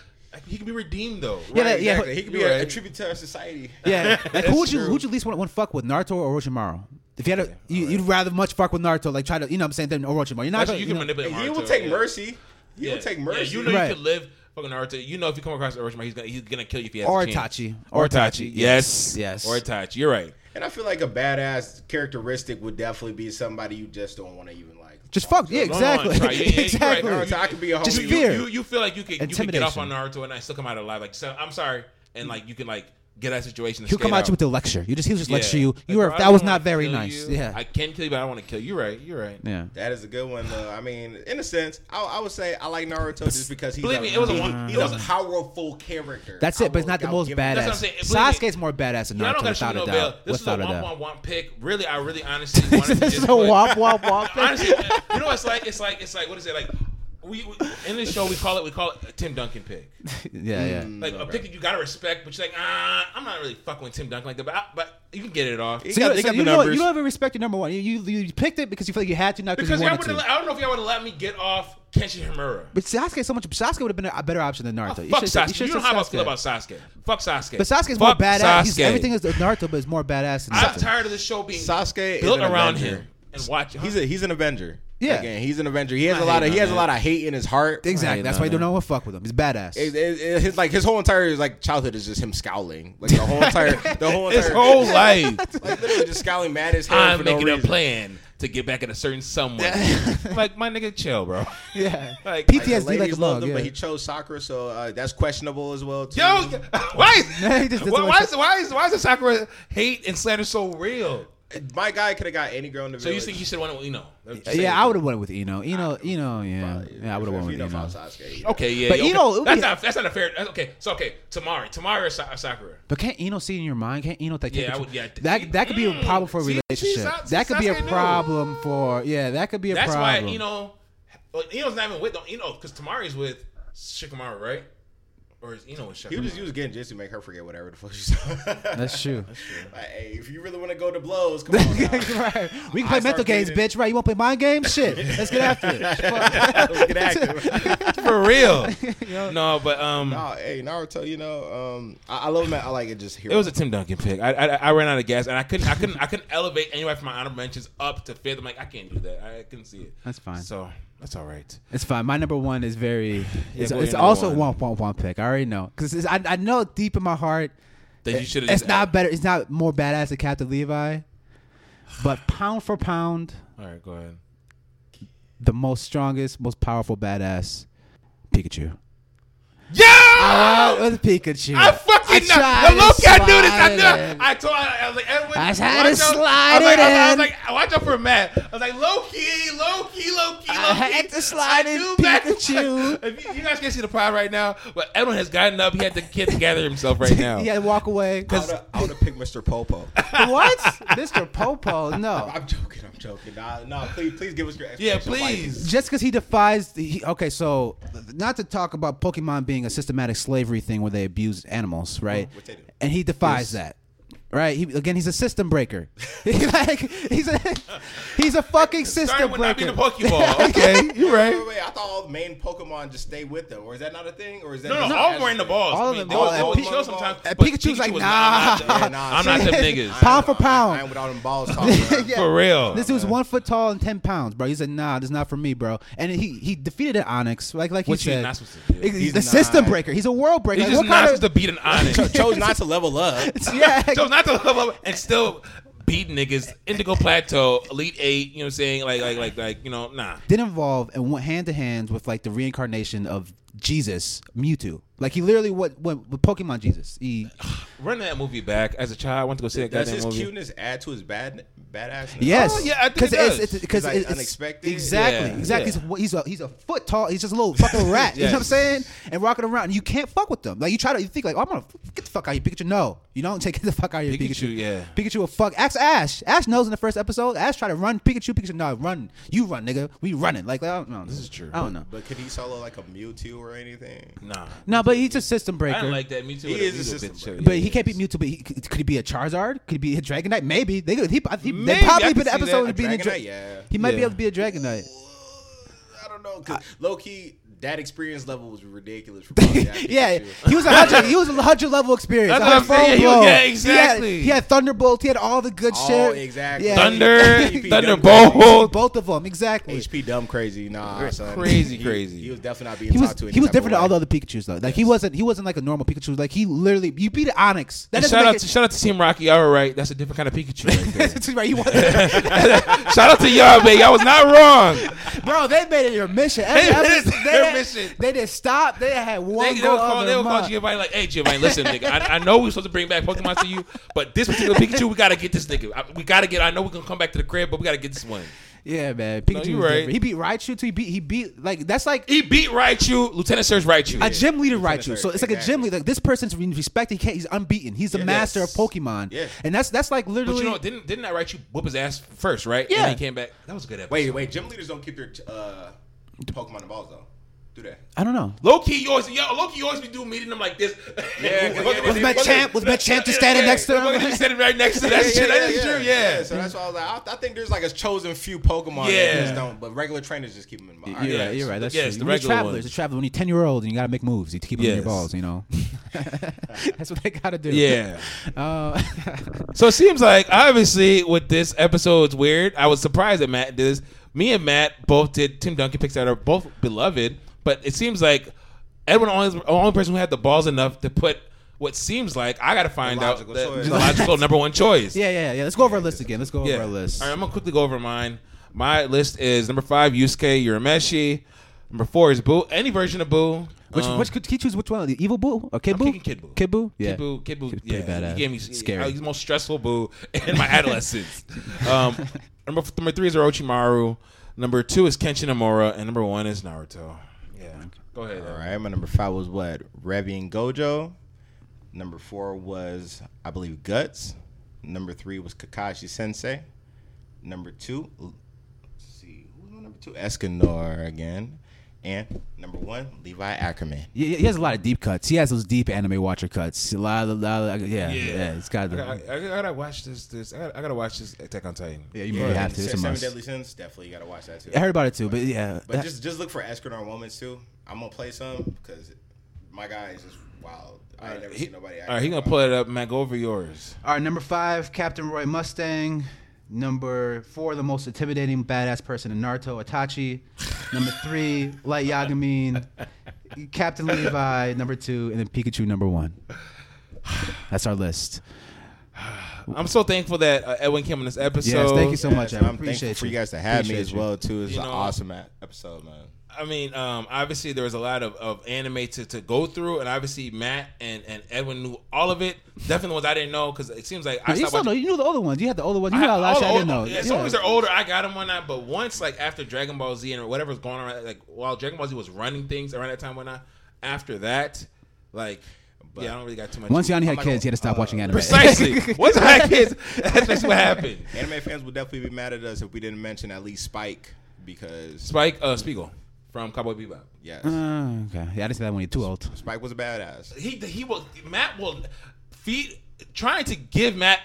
S1: he can be redeemed though.
S2: Yeah,
S1: Right?
S2: that- yeah.
S3: Exactly. He could be
S1: You're
S3: a, a
S1: right.
S3: tribute to our society.
S2: Yeah, like who would you
S1: true.
S2: who would you least want, want to fuck with Naruto or Orochimaru? If you had a, you, you'd rather much fuck with Naruto, like try to you know what I'm saying than Orochimaru. You're not
S1: Actually, you
S2: gonna, you
S1: can
S2: know-
S1: manipulate.
S3: he will
S1: Naruto,
S3: take
S1: yeah.
S3: mercy. He will take mercy.
S1: Yeah, you know
S2: Right.
S1: you can live fucking Naruto. You know if you come across Orochimaru, he's gonna he's gonna kill you if he has
S2: or
S1: a chance.
S2: Itachi
S1: Or Itachi. Yes.
S2: yes.
S1: Or Itachi. You're right.
S3: And I feel like a badass characteristic would definitely be somebody you just don't want to even like.
S2: Just fuck. Yeah,
S1: Go on,
S2: exactly,
S1: try. Yeah, yeah, you're right.
S2: exactly.
S1: Naruto,
S3: I could be a homie.
S2: Just
S3: You-
S1: You,
S2: fear.
S1: you you feel like you could you could get off on
S2: Intimidation.
S1: Naruto and I still come out alive. Like so, I'm sorry, and like you can like get out of situation. and
S2: He'll come
S1: skate
S2: at you with a lecture. You just he'll just
S1: Yeah.
S2: lecture you. You
S1: Like,
S2: were
S1: bro, I
S2: that
S1: don't
S2: was
S1: wanna
S2: not very
S1: kill
S2: nice.
S1: you.
S2: Yeah,
S1: I can kill you, but I don't want to kill you. You're Right, you're right.
S2: yeah.
S3: That is a good one, though. I mean, in a sense, I, I would say I like Naruto just because he's
S1: Believe
S3: a,
S1: me, it was a
S3: he-
S1: one-
S3: he's
S1: it
S3: a
S1: was a-
S3: powerful character.
S2: That's it, but it's not the
S3: I'll
S2: most
S3: give him-
S2: badass.
S1: what I'm saying. Believe me-
S2: Sasuke's more badass than
S1: Y'all
S2: Naruto,
S1: don't gotta show me
S2: without a
S1: no
S2: doubt.
S1: bell. This is a
S2: without a
S1: womp
S2: doubt.
S1: womp womp pick. Really, I really honestly wanted to
S2: This is
S1: just
S2: a
S1: put-
S2: womp womp womp.
S1: honestly, you know, what it's like it's like it's like what is it like? We, we in this show we call it we call it a Tim Duncan pick.
S2: Yeah, yeah.
S1: Like a pick that you gotta respect, but you're like, ah, I'm not really fucking with Tim Duncan like that. But I, but you can get it off.
S3: He
S2: So,
S3: got-
S2: you,
S3: he
S2: so
S3: got
S2: you,
S3: the
S2: know, you
S3: numbers.
S2: don't even respect your number one. You, you you picked it because you feel like you had to, not because
S1: Because
S2: you
S1: y'all
S2: wanted
S1: would
S2: to.
S1: have, I don't know if y'all would have let me get off Kenshin Himura.
S2: But Sasuke, so much. Sasuke would have been a better option than Naruto.
S1: Fuck
S2: should've
S1: Sasuke.
S2: said-
S1: You,
S2: should've
S1: don't know
S2: said
S1: how I feel about Sasuke. Fuck Sasuke.
S2: But Sasuke's
S1: Fuck
S2: more badass. He's,
S1: Sasuke.
S2: everything is Naruto, but it's more badass than
S1: I'm
S2: Sasuke.
S1: tired of this show being
S3: Sasuke
S1: built
S3: is an
S1: around
S3: Avenger.
S1: him and watching.
S3: He's a he's an Avenger.
S2: Yeah.
S3: Again, he's an Avenger. He has a
S1: not
S3: lot of
S1: hating
S3: he
S1: on
S3: has a
S1: that.
S3: lot of hate in his heart.
S2: Exactly. That's why you don't know what fuck with him. He's badass.
S3: It- it- it- his like his whole entire like childhood is just him scowling. Like the whole entire the whole entire
S1: his whole life.
S3: like literally just scowling mad as hell
S1: I'm
S3: for no
S1: making a
S3: reason.
S1: plan to get back at a certain someone. like my nigga, chill, bro.
S2: Yeah.
S1: Like
S2: PTSD
S3: The
S2: like a
S3: ladies loved
S2: mug,
S3: him,
S2: yeah.
S3: but he chose soccer, so uh, that's questionable as well. Too.
S1: Yo, why is,
S2: Yeah, he just doesn't
S1: why,
S2: like
S1: why, is, why is why is the Sakura hate and slander so real?
S3: my guy could have got any girl in the
S1: So you
S3: village.
S1: think you should want to, you know?
S2: yeah, I would have went with Eno. Eno, Eno, yeah, yeah, I would have went
S3: If
S2: with
S3: you know
S2: Eno.
S3: about Sasuke.
S1: Okay, yeah,
S2: But
S1: yeah,
S2: you
S1: okay.
S2: know, it would
S1: that's
S2: be-
S1: not that's not a fair. that's- okay, so okay, Tamari, Tamari or Sa- Sakura.
S2: But can't Eno see in your mind? Can't Eno like, take
S1: Yeah, I
S2: it-
S1: would- yeah.
S2: that that could be a
S1: Mm.
S2: problem for a
S1: See, see,
S2: relationship.
S1: Sa- see,
S2: that could be a
S1: Sasuke knew.
S2: problem for yeah. That could be a
S1: That's
S2: problem.
S1: why you know, well, Eno's not even with you know because Tamari's with Shikamaru, right? or is Eno was shut?
S3: He was just he was getting just to make her forget whatever the fuck she saw.
S2: That's true.
S3: Like, hey, if you really want to go to blows, come on. now.
S2: right. We can play
S3: I start
S2: mental games,
S3: reading.
S2: bitch. Right? You want to play mind games? Shit. Let's get after it.
S3: Let's get active.
S1: for real. no, but um,
S3: Nah, hey, Naruto, you know, um, I, I love him. I like it just here.
S1: it was a Tim Duncan pick. I, I I ran out of gas and I couldn't I couldn't I couldn't elevate anywhere from my honorable mentions up to fifth. I'm like I can't do that. I couldn't see it.
S2: That's fine. Eh,
S1: So that's all right.
S2: It's fine. My number one is very. It's,
S1: go
S2: it's
S1: your number
S2: also one.
S1: one.
S2: womp womp womp pick. I already know because I I know deep in my heart
S1: That you should have.
S2: it's not better. It's not more badass than Captain Levi, but pound for pound,
S1: All right, go ahead.
S2: the most strongest, most powerful badass, Pikachu.
S1: Yeah.
S2: I went with Pikachu.
S1: I fucking know. The
S2: tried to
S1: look I knew this.
S2: slide
S1: I
S2: it in.
S1: knew. I told. I, I was like, Edwin.
S2: I had
S1: watch
S2: to
S1: out.
S2: slide
S1: I was like,
S2: it
S1: I was, like, I was
S2: in.
S1: like, watch out for Matt. I was like, low key, low key, low key, low
S2: I
S1: key.
S2: had to slide
S1: I
S2: in
S1: knew Matt-
S2: Pikachu.
S1: if you, you guys can see the pride right now, but Edwin has gotten up. He had to get together himself right now.
S2: Yeah, walk away.
S3: I would have I would've picked Mr. Popo.
S2: what, Mr. Popo? No.
S3: I'm joking. I'm joking. Nah, nah. Please, please give us your
S1: Yeah,
S3: explanation why you-
S1: please.
S2: just because he defies the he, okay so not to talk about pokemon being a systematic slavery thing where they abuse animals right
S3: which they do.
S2: and he defies that right he, again he's a system breaker He, like he's a he's a fucking
S1: Started
S2: system
S1: with not being
S2: breaker
S1: a Pokeball. Okay, you're
S3: Wait,
S1: right.
S3: wait, I thought all the main Pokemon just stay with them, or is that not a thing? Or is that
S1: No, no,
S3: just-
S1: all were in the balls.
S2: All
S1: I
S2: of
S1: mean,
S2: them
S1: they
S2: balls.
S1: was
S2: And
S1: all in
S2: Pi-
S1: the balls sometimes,
S2: and
S1: but
S2: Pikachu's like,
S1: was
S2: nah.
S1: not-
S3: Yeah, nah,
S1: I'm not
S3: shit.
S1: them niggas.
S2: Pound for
S3: I- I,
S2: pound.
S3: ain't with all them balls talking. bro.
S2: Yeah.
S1: For real.
S2: this dude's one foot tall and ten pounds, bro. He said, "Nah, this is not for me, bro." And he he defeated an Onyx, like like he
S1: Which he's
S2: said.
S1: not supposed to do.
S2: He's,
S3: He's
S2: a system
S3: not.
S2: breaker. He's a world breaker.
S1: He's
S2: Like,
S1: just
S2: what
S1: not
S2: kind
S1: supposed to beat an onyx.
S3: Cho- chose not to level up.
S2: of- yeah,
S1: So not to level up and still beat niggas. Indigo Plateau, Elite Eight. You know what I'm saying? Like, like, like, like. You know, nah.
S2: did involve and went hand to hand with like the reincarnation of Jesus, Mewtwo. Like he literally went, went with Pokemon Jesus. He,
S1: Run that movie back. As a child, I went to go see that
S3: Does
S1: goddamn
S3: his
S1: movie.
S3: cuteness add to his bad badass?
S2: yes,
S1: Oh, yeah, I think it does.
S2: it's because
S3: He's, like,
S2: it's
S3: unexpected.
S2: Exactly,
S1: Yeah,
S2: exactly.
S1: yeah.
S2: He's a- He's, a he's a foot tall. He's just a little fucking rat. You know what I'm
S1: Yes.
S2: saying? And rocking around, and you can't fuck with them. Like you try to, you think like, oh, I'm gonna f- get the fuck out of here, Pikachu. No, you don't take the fuck out of here, Pikachu.
S1: Pikachu, yeah.
S2: Pikachu will fuck. Ask Ash. Ash knows in the first episode. Ash tried to run. Pikachu, Pikachu, no, run. You run, nigga. We running. Like I don't know. This
S1: is true.
S2: I don't know.
S3: But could he solo like a Mewtwo or anything?
S1: Nah.
S2: No, but he's a system breaker.
S1: I didn't like that. Me too.
S3: He
S1: with
S3: is a
S1: Elite
S3: system
S1: bitch.
S3: breaker.
S2: But he can't be Mewtwo. But he, could he be a Charizard? Could he be a Dragonite? Maybe they could. He, he
S1: Maybe, I
S2: they probably
S1: could
S2: put the
S1: see
S2: episode
S1: that.
S2: of being a
S3: Dragonite,
S2: Dra-
S3: yeah.
S2: He might be
S1: Yeah.
S2: able to be a Dragonite.
S3: I don't know. Cause low key, that experience level was ridiculous. For Pokemon.
S2: Yeah,
S3: Pikachu.
S2: he was a hundred. he was a hundred level experience.
S1: That's
S2: a
S1: what I'm
S2: hundred
S1: saying. He was-
S2: level.
S1: yeah,
S2: He had- He
S1: exactly.
S2: had, Thunderbolt. He had all the good
S3: Oh,
S2: shit.
S3: exactly.
S2: Yeah.
S1: Thunder,
S3: He- he
S1: Thunderbolt.
S2: Both of them exactly.
S3: HP dumb crazy. Nah, son.
S1: Crazy,
S3: He-
S1: crazy.
S3: He was definitely not being
S2: He was
S3: talked to. any
S2: he was
S3: type of
S2: different than all
S3: way.
S2: the other Pikachu's though. Like he wasn't he wasn't like a normal Pikachu. Like he literally you beat Onyx. That
S1: And
S2: doesn't
S1: shout
S2: make
S1: out
S2: it-
S1: to shout out to Team Rocky. All right, that's a different kind of Pikachu. Right there.
S2: That's right. He was,
S1: shout out to y'all, man. Y'all was not wrong.
S2: bro, they made it your mission.
S1: They made it
S2: They-
S1: their
S2: they-
S1: mission.
S2: They didn't stop. They had one
S1: They, they
S2: goal
S1: would call,
S2: of
S1: they
S2: their
S1: would call
S2: mind.
S1: Giovanni like, "Hey, Giovanni, listen, nigga, I, I know we are supposed to bring back Pokemon to you, but this particular Pikachu, we gotta get this nigga. I- we gotta get. I know we're gonna come back to the crib, but we gotta get this one.
S2: Yeah, man. Pikachu
S1: you
S2: was
S1: right.
S2: different. He beat Raichu too. He beat he beat like that's like
S1: He beat Raichu, Lieutenant Surge Raichu.
S2: a gym leader Raichu.
S3: Raichu,
S2: So it's like a gym
S3: exactly.
S2: leader. Like this person's re- respected. He can't, he's unbeaten. He's the master of
S3: Yes.
S2: Pokemon.
S3: Yeah.
S2: And that's that's like
S1: but
S2: literally
S1: you know, what? didn't didn't that Raichu whoop his ass first, right?
S2: Yeah.
S1: And he came back. That was a good episode.
S3: Wait, wait. Gym leaders don't keep their uh, Pokemon and balls though. Do that.
S2: I don't know.
S1: Low key, you always, yo, low key, you always be doing meeting them like this.
S3: Yeah, 'cause- yeah,
S2: Was my champ was my champ just standing next to
S1: Look at you
S2: him?
S1: standing right next to that shit. that is true. Yeah.
S3: So that's why I was like, I, I think there's like a chosen few Pokemon
S1: Yeah.
S3: that just don't, but regular trainers just keep them in mind.
S2: You're
S1: Yeah.
S2: right. You're right. That's
S1: Yes, the
S2: true. When you're
S1: regular
S2: travelers,
S1: ones.
S2: the traveler. When you're ten year old and you gotta make moves, you keep them in your
S1: Yes.
S2: balls. You know, that's what they gotta do.
S1: Yeah.
S2: Uh,
S1: So it seems like obviously with this episode, it's weird. I was surprised that Matt did this. Me and Matt both did Tim Duncan picks that are both beloved, but it seems like Edwin only is the only person who had the balls enough to put what seems like I got to find
S3: The
S1: out
S3: logical
S1: the,
S3: choice.
S1: the logical number one choice.
S2: yeah, yeah, yeah. Let's go over our list again. Let's go over our list.
S1: All right, I'm gonna quickly go over mine. My list is number five, Yusuke Urameshi. Number four is Boo, any version of Boo.
S2: Which,
S1: Um,
S2: which could he choose? Which one? The evil boo or kid
S1: I'm
S2: boo?
S1: kicking Kid Boo.
S2: Kid boo. Yeah.
S1: Kid Boo, Kid Boo,
S2: Kid Boo's
S1: yeah,
S2: pretty badass.
S1: he gave me
S2: Scary.
S1: scary. He's the most stressful Boo in my adolescence. um, number number three is Orochimaru. Number two is Kenshin Amora, and number one is Naruto. Yeah, go ahead.
S3: All
S1: All right.
S3: right, my number five was what? Revy and Gojo. Number four was, I believe, Guts. Number three was Kakashi Sensei. Number two, let's see, who was on number two? Escanor again. And number one, Levi Ackerman.
S2: Yeah, yeah, he has a lot of deep cuts. He has those deep anime watcher cuts. A lot of, lot of yeah, yeah, It's got
S1: I,
S2: the
S1: gotta- I gotta watch this. This I gotta, I gotta watch this Attack on Titan.
S2: yeah. You really have to. It's a
S3: Seven
S2: must.
S3: Deadly Sins, definitely you gotta watch that too.
S2: I heard about it too, but yeah,
S3: But just just look for Escadron Moments too. I'm gonna play some because my guy is just wild. I ain't never
S1: He,
S3: seen nobody. act
S1: all right, he gonna
S3: so wild.
S1: pull it up. Mac, go over yours.
S2: All right, number five, Captain Roy Mustang. Number four, the most intimidating badass person in Naruto, Itachi. Number three, Light Yagamin. Captain Levi, number two, and then Pikachu, number one. That's our list.
S1: I'm so thankful that uh, Edwin came on this episode.
S2: Yes, thank you so much.
S3: So
S2: I
S3: I'm thankful
S2: appreciate
S3: for
S2: you.
S3: you guys to have me
S2: Appreciate
S3: as
S2: you.
S3: well too. It's
S1: You
S3: an
S1: know-
S3: awesome a- episode, man.
S1: I mean, um, obviously there was a lot of, of anime to, to go through, and obviously Matt and, and Edwin knew all of it. Definitely the ones I didn't know because it seems like I
S2: you,
S1: stopped
S2: still know,
S1: watching.
S2: you knew the older ones. You had the older ones. You
S1: I-
S2: had a lot of
S1: all
S2: shit I
S1: the
S2: didn't
S1: old-
S2: know.
S1: As long as they're older, I got them on that. But once, like after Dragon Ball Z and whatever's going on, like while Dragon Ball Z was running things around that time, when I after that, like, yeah, I don't really got too much.
S2: Once Yanni
S3: I'm
S2: had
S3: not
S2: kids, he had
S3: gonna-
S2: to stop
S3: uh,
S2: watching anime.
S1: precisely, once I had kids, that's just what happened.
S3: Anime fans would definitely be mad at us if we didn't mention at least Spike because
S1: Spike uh, Spiegel from Cowboy Bebop.
S3: yes,
S2: Uh, okay. Yeah, I didn't see that when you're too old.
S3: Spike was a badass.
S1: He he will Matt will feed trying to give Matt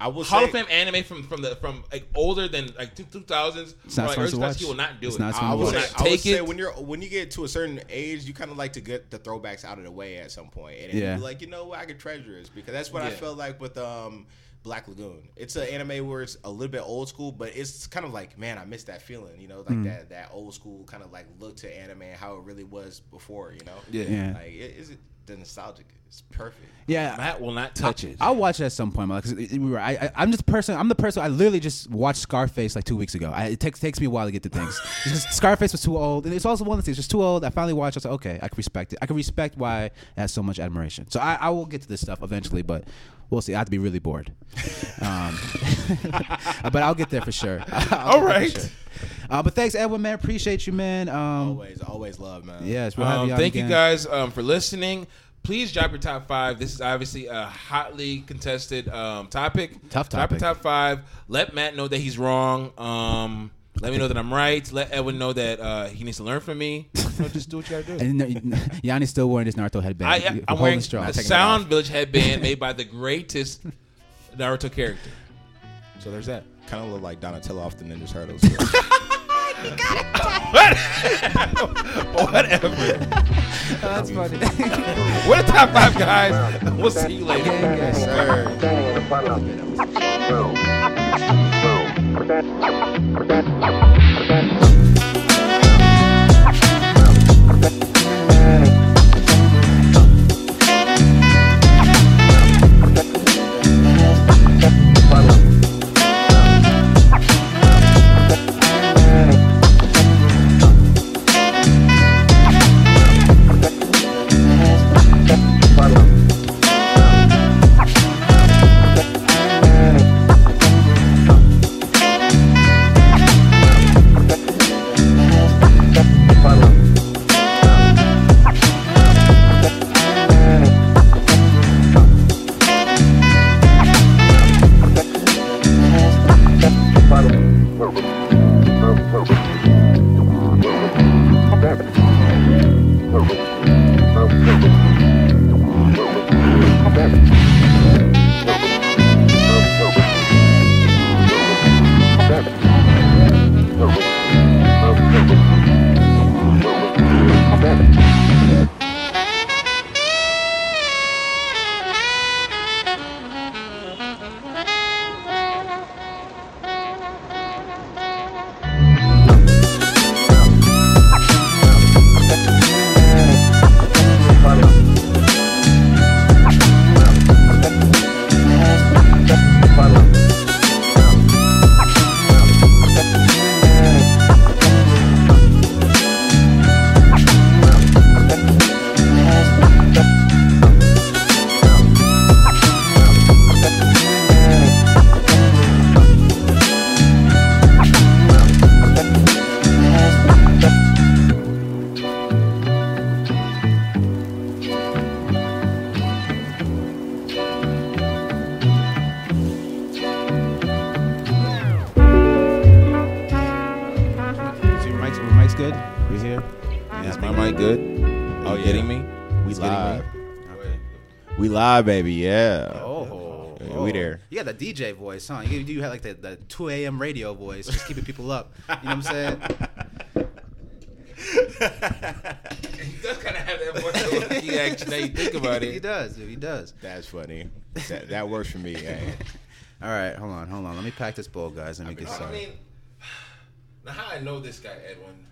S3: I will
S1: Hall
S3: say,
S1: of Fame anime from from the from like older than like two thousands.
S2: not
S1: like,
S2: fun
S1: early
S2: to
S1: 2000s,
S2: watch.
S1: He will not do
S2: It's
S1: it.
S2: not
S3: I
S2: fun to
S3: would
S1: Will
S2: watch.
S3: say,
S1: not
S3: I would
S1: take
S3: say
S1: it.
S3: when you're when you get to a certain age, you kind of like to get the throwbacks out of the way at some point, and then
S2: Yeah.
S3: you're like, you know what, I could treasure this because that's what I
S1: Yeah.
S3: felt like with um Black Lagoon. It's an anime where it's a little bit old school, but it's kind of like, man, I miss that feeling, you know,
S1: Mm.
S3: like that that old school kind of like look to anime and how it really was before, you know.
S1: Yeah.
S2: Yeah.
S3: Like it is it the nostalgic. It's perfect.
S2: Yeah,
S1: Matt will not touch it.
S2: I'll watch it at some point. Like, 'cause it- it- we were- I, I, I'm just person. I'm the person. I literally just watched Scarface like two weeks ago. I, it takes takes me a while to get to things. It's just- Scarface was too old, and it's also one of the things. Just too old. I finally watched. it. I was like, okay, I can respect it. I can respect why it has so much admiration. So I, I will get to this stuff eventually, but we'll see. I have to be really bored. Um, but I'll get there for sure. All
S1: right.
S2: Uh, but thanks, Edwin. Man, appreciate you, man. Um,
S3: Always, always love, man.
S2: yes, we'll have
S1: Um,
S2: you on
S1: thank
S2: again.
S1: you guys um, for listening. Please drop your top five. This is obviously a hotly contested um, topic.
S2: Tough
S1: Drop your
S2: topic.
S1: top five. Let Matt know that he's wrong. Um, let me know that I'm right. Let Edwin know that uh, he needs to learn from me. no, just do what you gotta do.
S2: And no, Yanni's still wearing his Naruto headband.
S1: I,
S2: We're
S1: am
S2: holding
S1: wearing
S2: strong.
S1: the Sound Village headband made by the greatest Naruto character. So there's that.
S3: Kind of look like Donatello off the Ninja's Turtles.
S1: Whatever.
S2: That's funny.
S1: We're the top five guys. We'll see you later.
S3: Sir.
S4: standing in front of you. Boom. Boom.
S2: So your mic's, your mic's good? You here?
S1: Is my mic good? Are you getting me?
S3: We
S1: It's getting
S3: live.
S1: me?
S3: We live, baby. Yeah.
S2: Oh,
S3: Yeah, we there.
S2: You got the DJ voice, huh? You, you had like the, the 2 a.m. radio voice, just keeping people up. You know what I'm saying?
S1: He does kind of have that voice. He actually, now you think about
S2: he
S1: it.
S2: does, dude. He does.
S3: That's funny. That, that works for me. Hey.
S2: All right, hold on, hold on. Let me pack this bowl, guys. Let me get
S1: No, I mean,
S2: started.
S1: now how I know this guy Edwin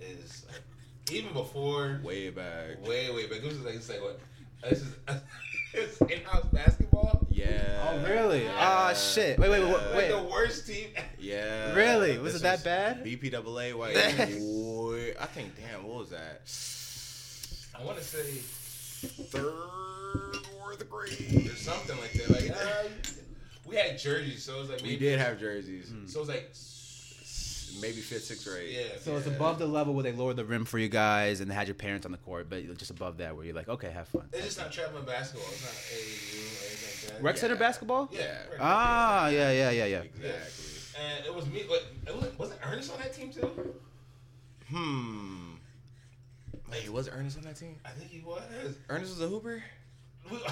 S1: is like, even before way,
S3: Way back.
S1: way, way back. This is like, it's like what? Uh, This is it's in-house basketball.
S3: Yeah.
S2: Really? Ah, shit. Wait, wait, wait,
S1: Like
S2: wait.
S1: the worst team.
S3: Yeah.
S2: Really? Was
S3: This
S2: it that bad?
S3: BPAA. White.
S2: Yes.
S3: Boy, E. I think. Damn. What was that?
S1: I want to say
S3: Third or the grade.
S1: there's something like that. Like uh, we had jerseys, so it was like
S3: We
S1: maybe,
S3: did have jerseys.
S1: So it was like
S3: Maybe fifth, sixth grade.
S1: yeah.
S2: So it's above the level where they lowered the rim for you guys and they had your parents on the court, but just above that where you're like, okay, have fun.
S1: It's just not traveling basketball. It's not AAU or anything like that.
S2: Rec Center
S3: Yeah.
S2: basketball?
S1: Yeah. right.
S2: Ah, yeah, yeah, yeah, yeah.
S3: Exactly.
S1: And it was me. But it was, wasn't Ernest on that team too?
S3: Hmm. Wait, was Ernest on that team?
S1: I think he was.
S3: Ernest was a hooper.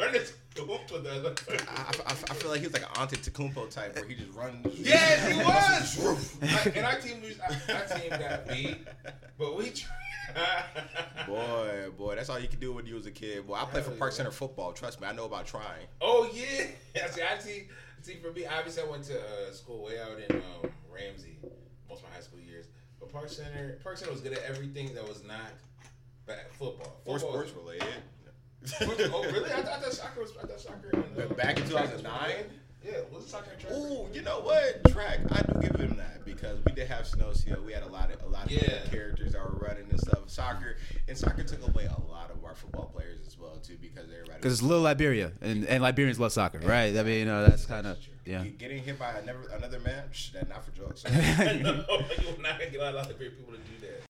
S1: Ernest goofed with us.
S3: I, I, I feel like he was like an Antetokounmpo type, where he just runs.
S1: Yes, he was. I- and our team, was- our, our team got beat, but we. tried.
S3: Boy, boy, that's all you could do when you was a kid. Boy, I played for Park Center football. Trust me, I know about trying.
S1: oh yeah. I see. I see. See, for me, obviously, I went to uh, school way out in um, Ramsey most of my high school years. But Park Center, Park Center was good at everything that was not ba- football.
S3: Or
S1: Football was-
S3: sports related.
S1: oh really? I, thought- I thought soccer was. I thought soccer. And, uh,
S3: But back in
S1: track was
S3: 2009?
S1: related. Yeah, was it soccer and track?
S3: Ooh,
S1: related?
S3: you know what? Track, I do give him that because we did have snow seal. We had a lot of a lot of
S1: Yeah.
S3: characters that were running and stuff. Soccer and soccer took away a lot of our football players as well too because everybody
S2: Because it's little Liberia, and, and Liberians love soccer, right? I mean, you know, that's kind of, yeah.
S3: You getting hit by another another man. Psh, that not for jokes.
S1: no, you will not get a lot of great people to do that.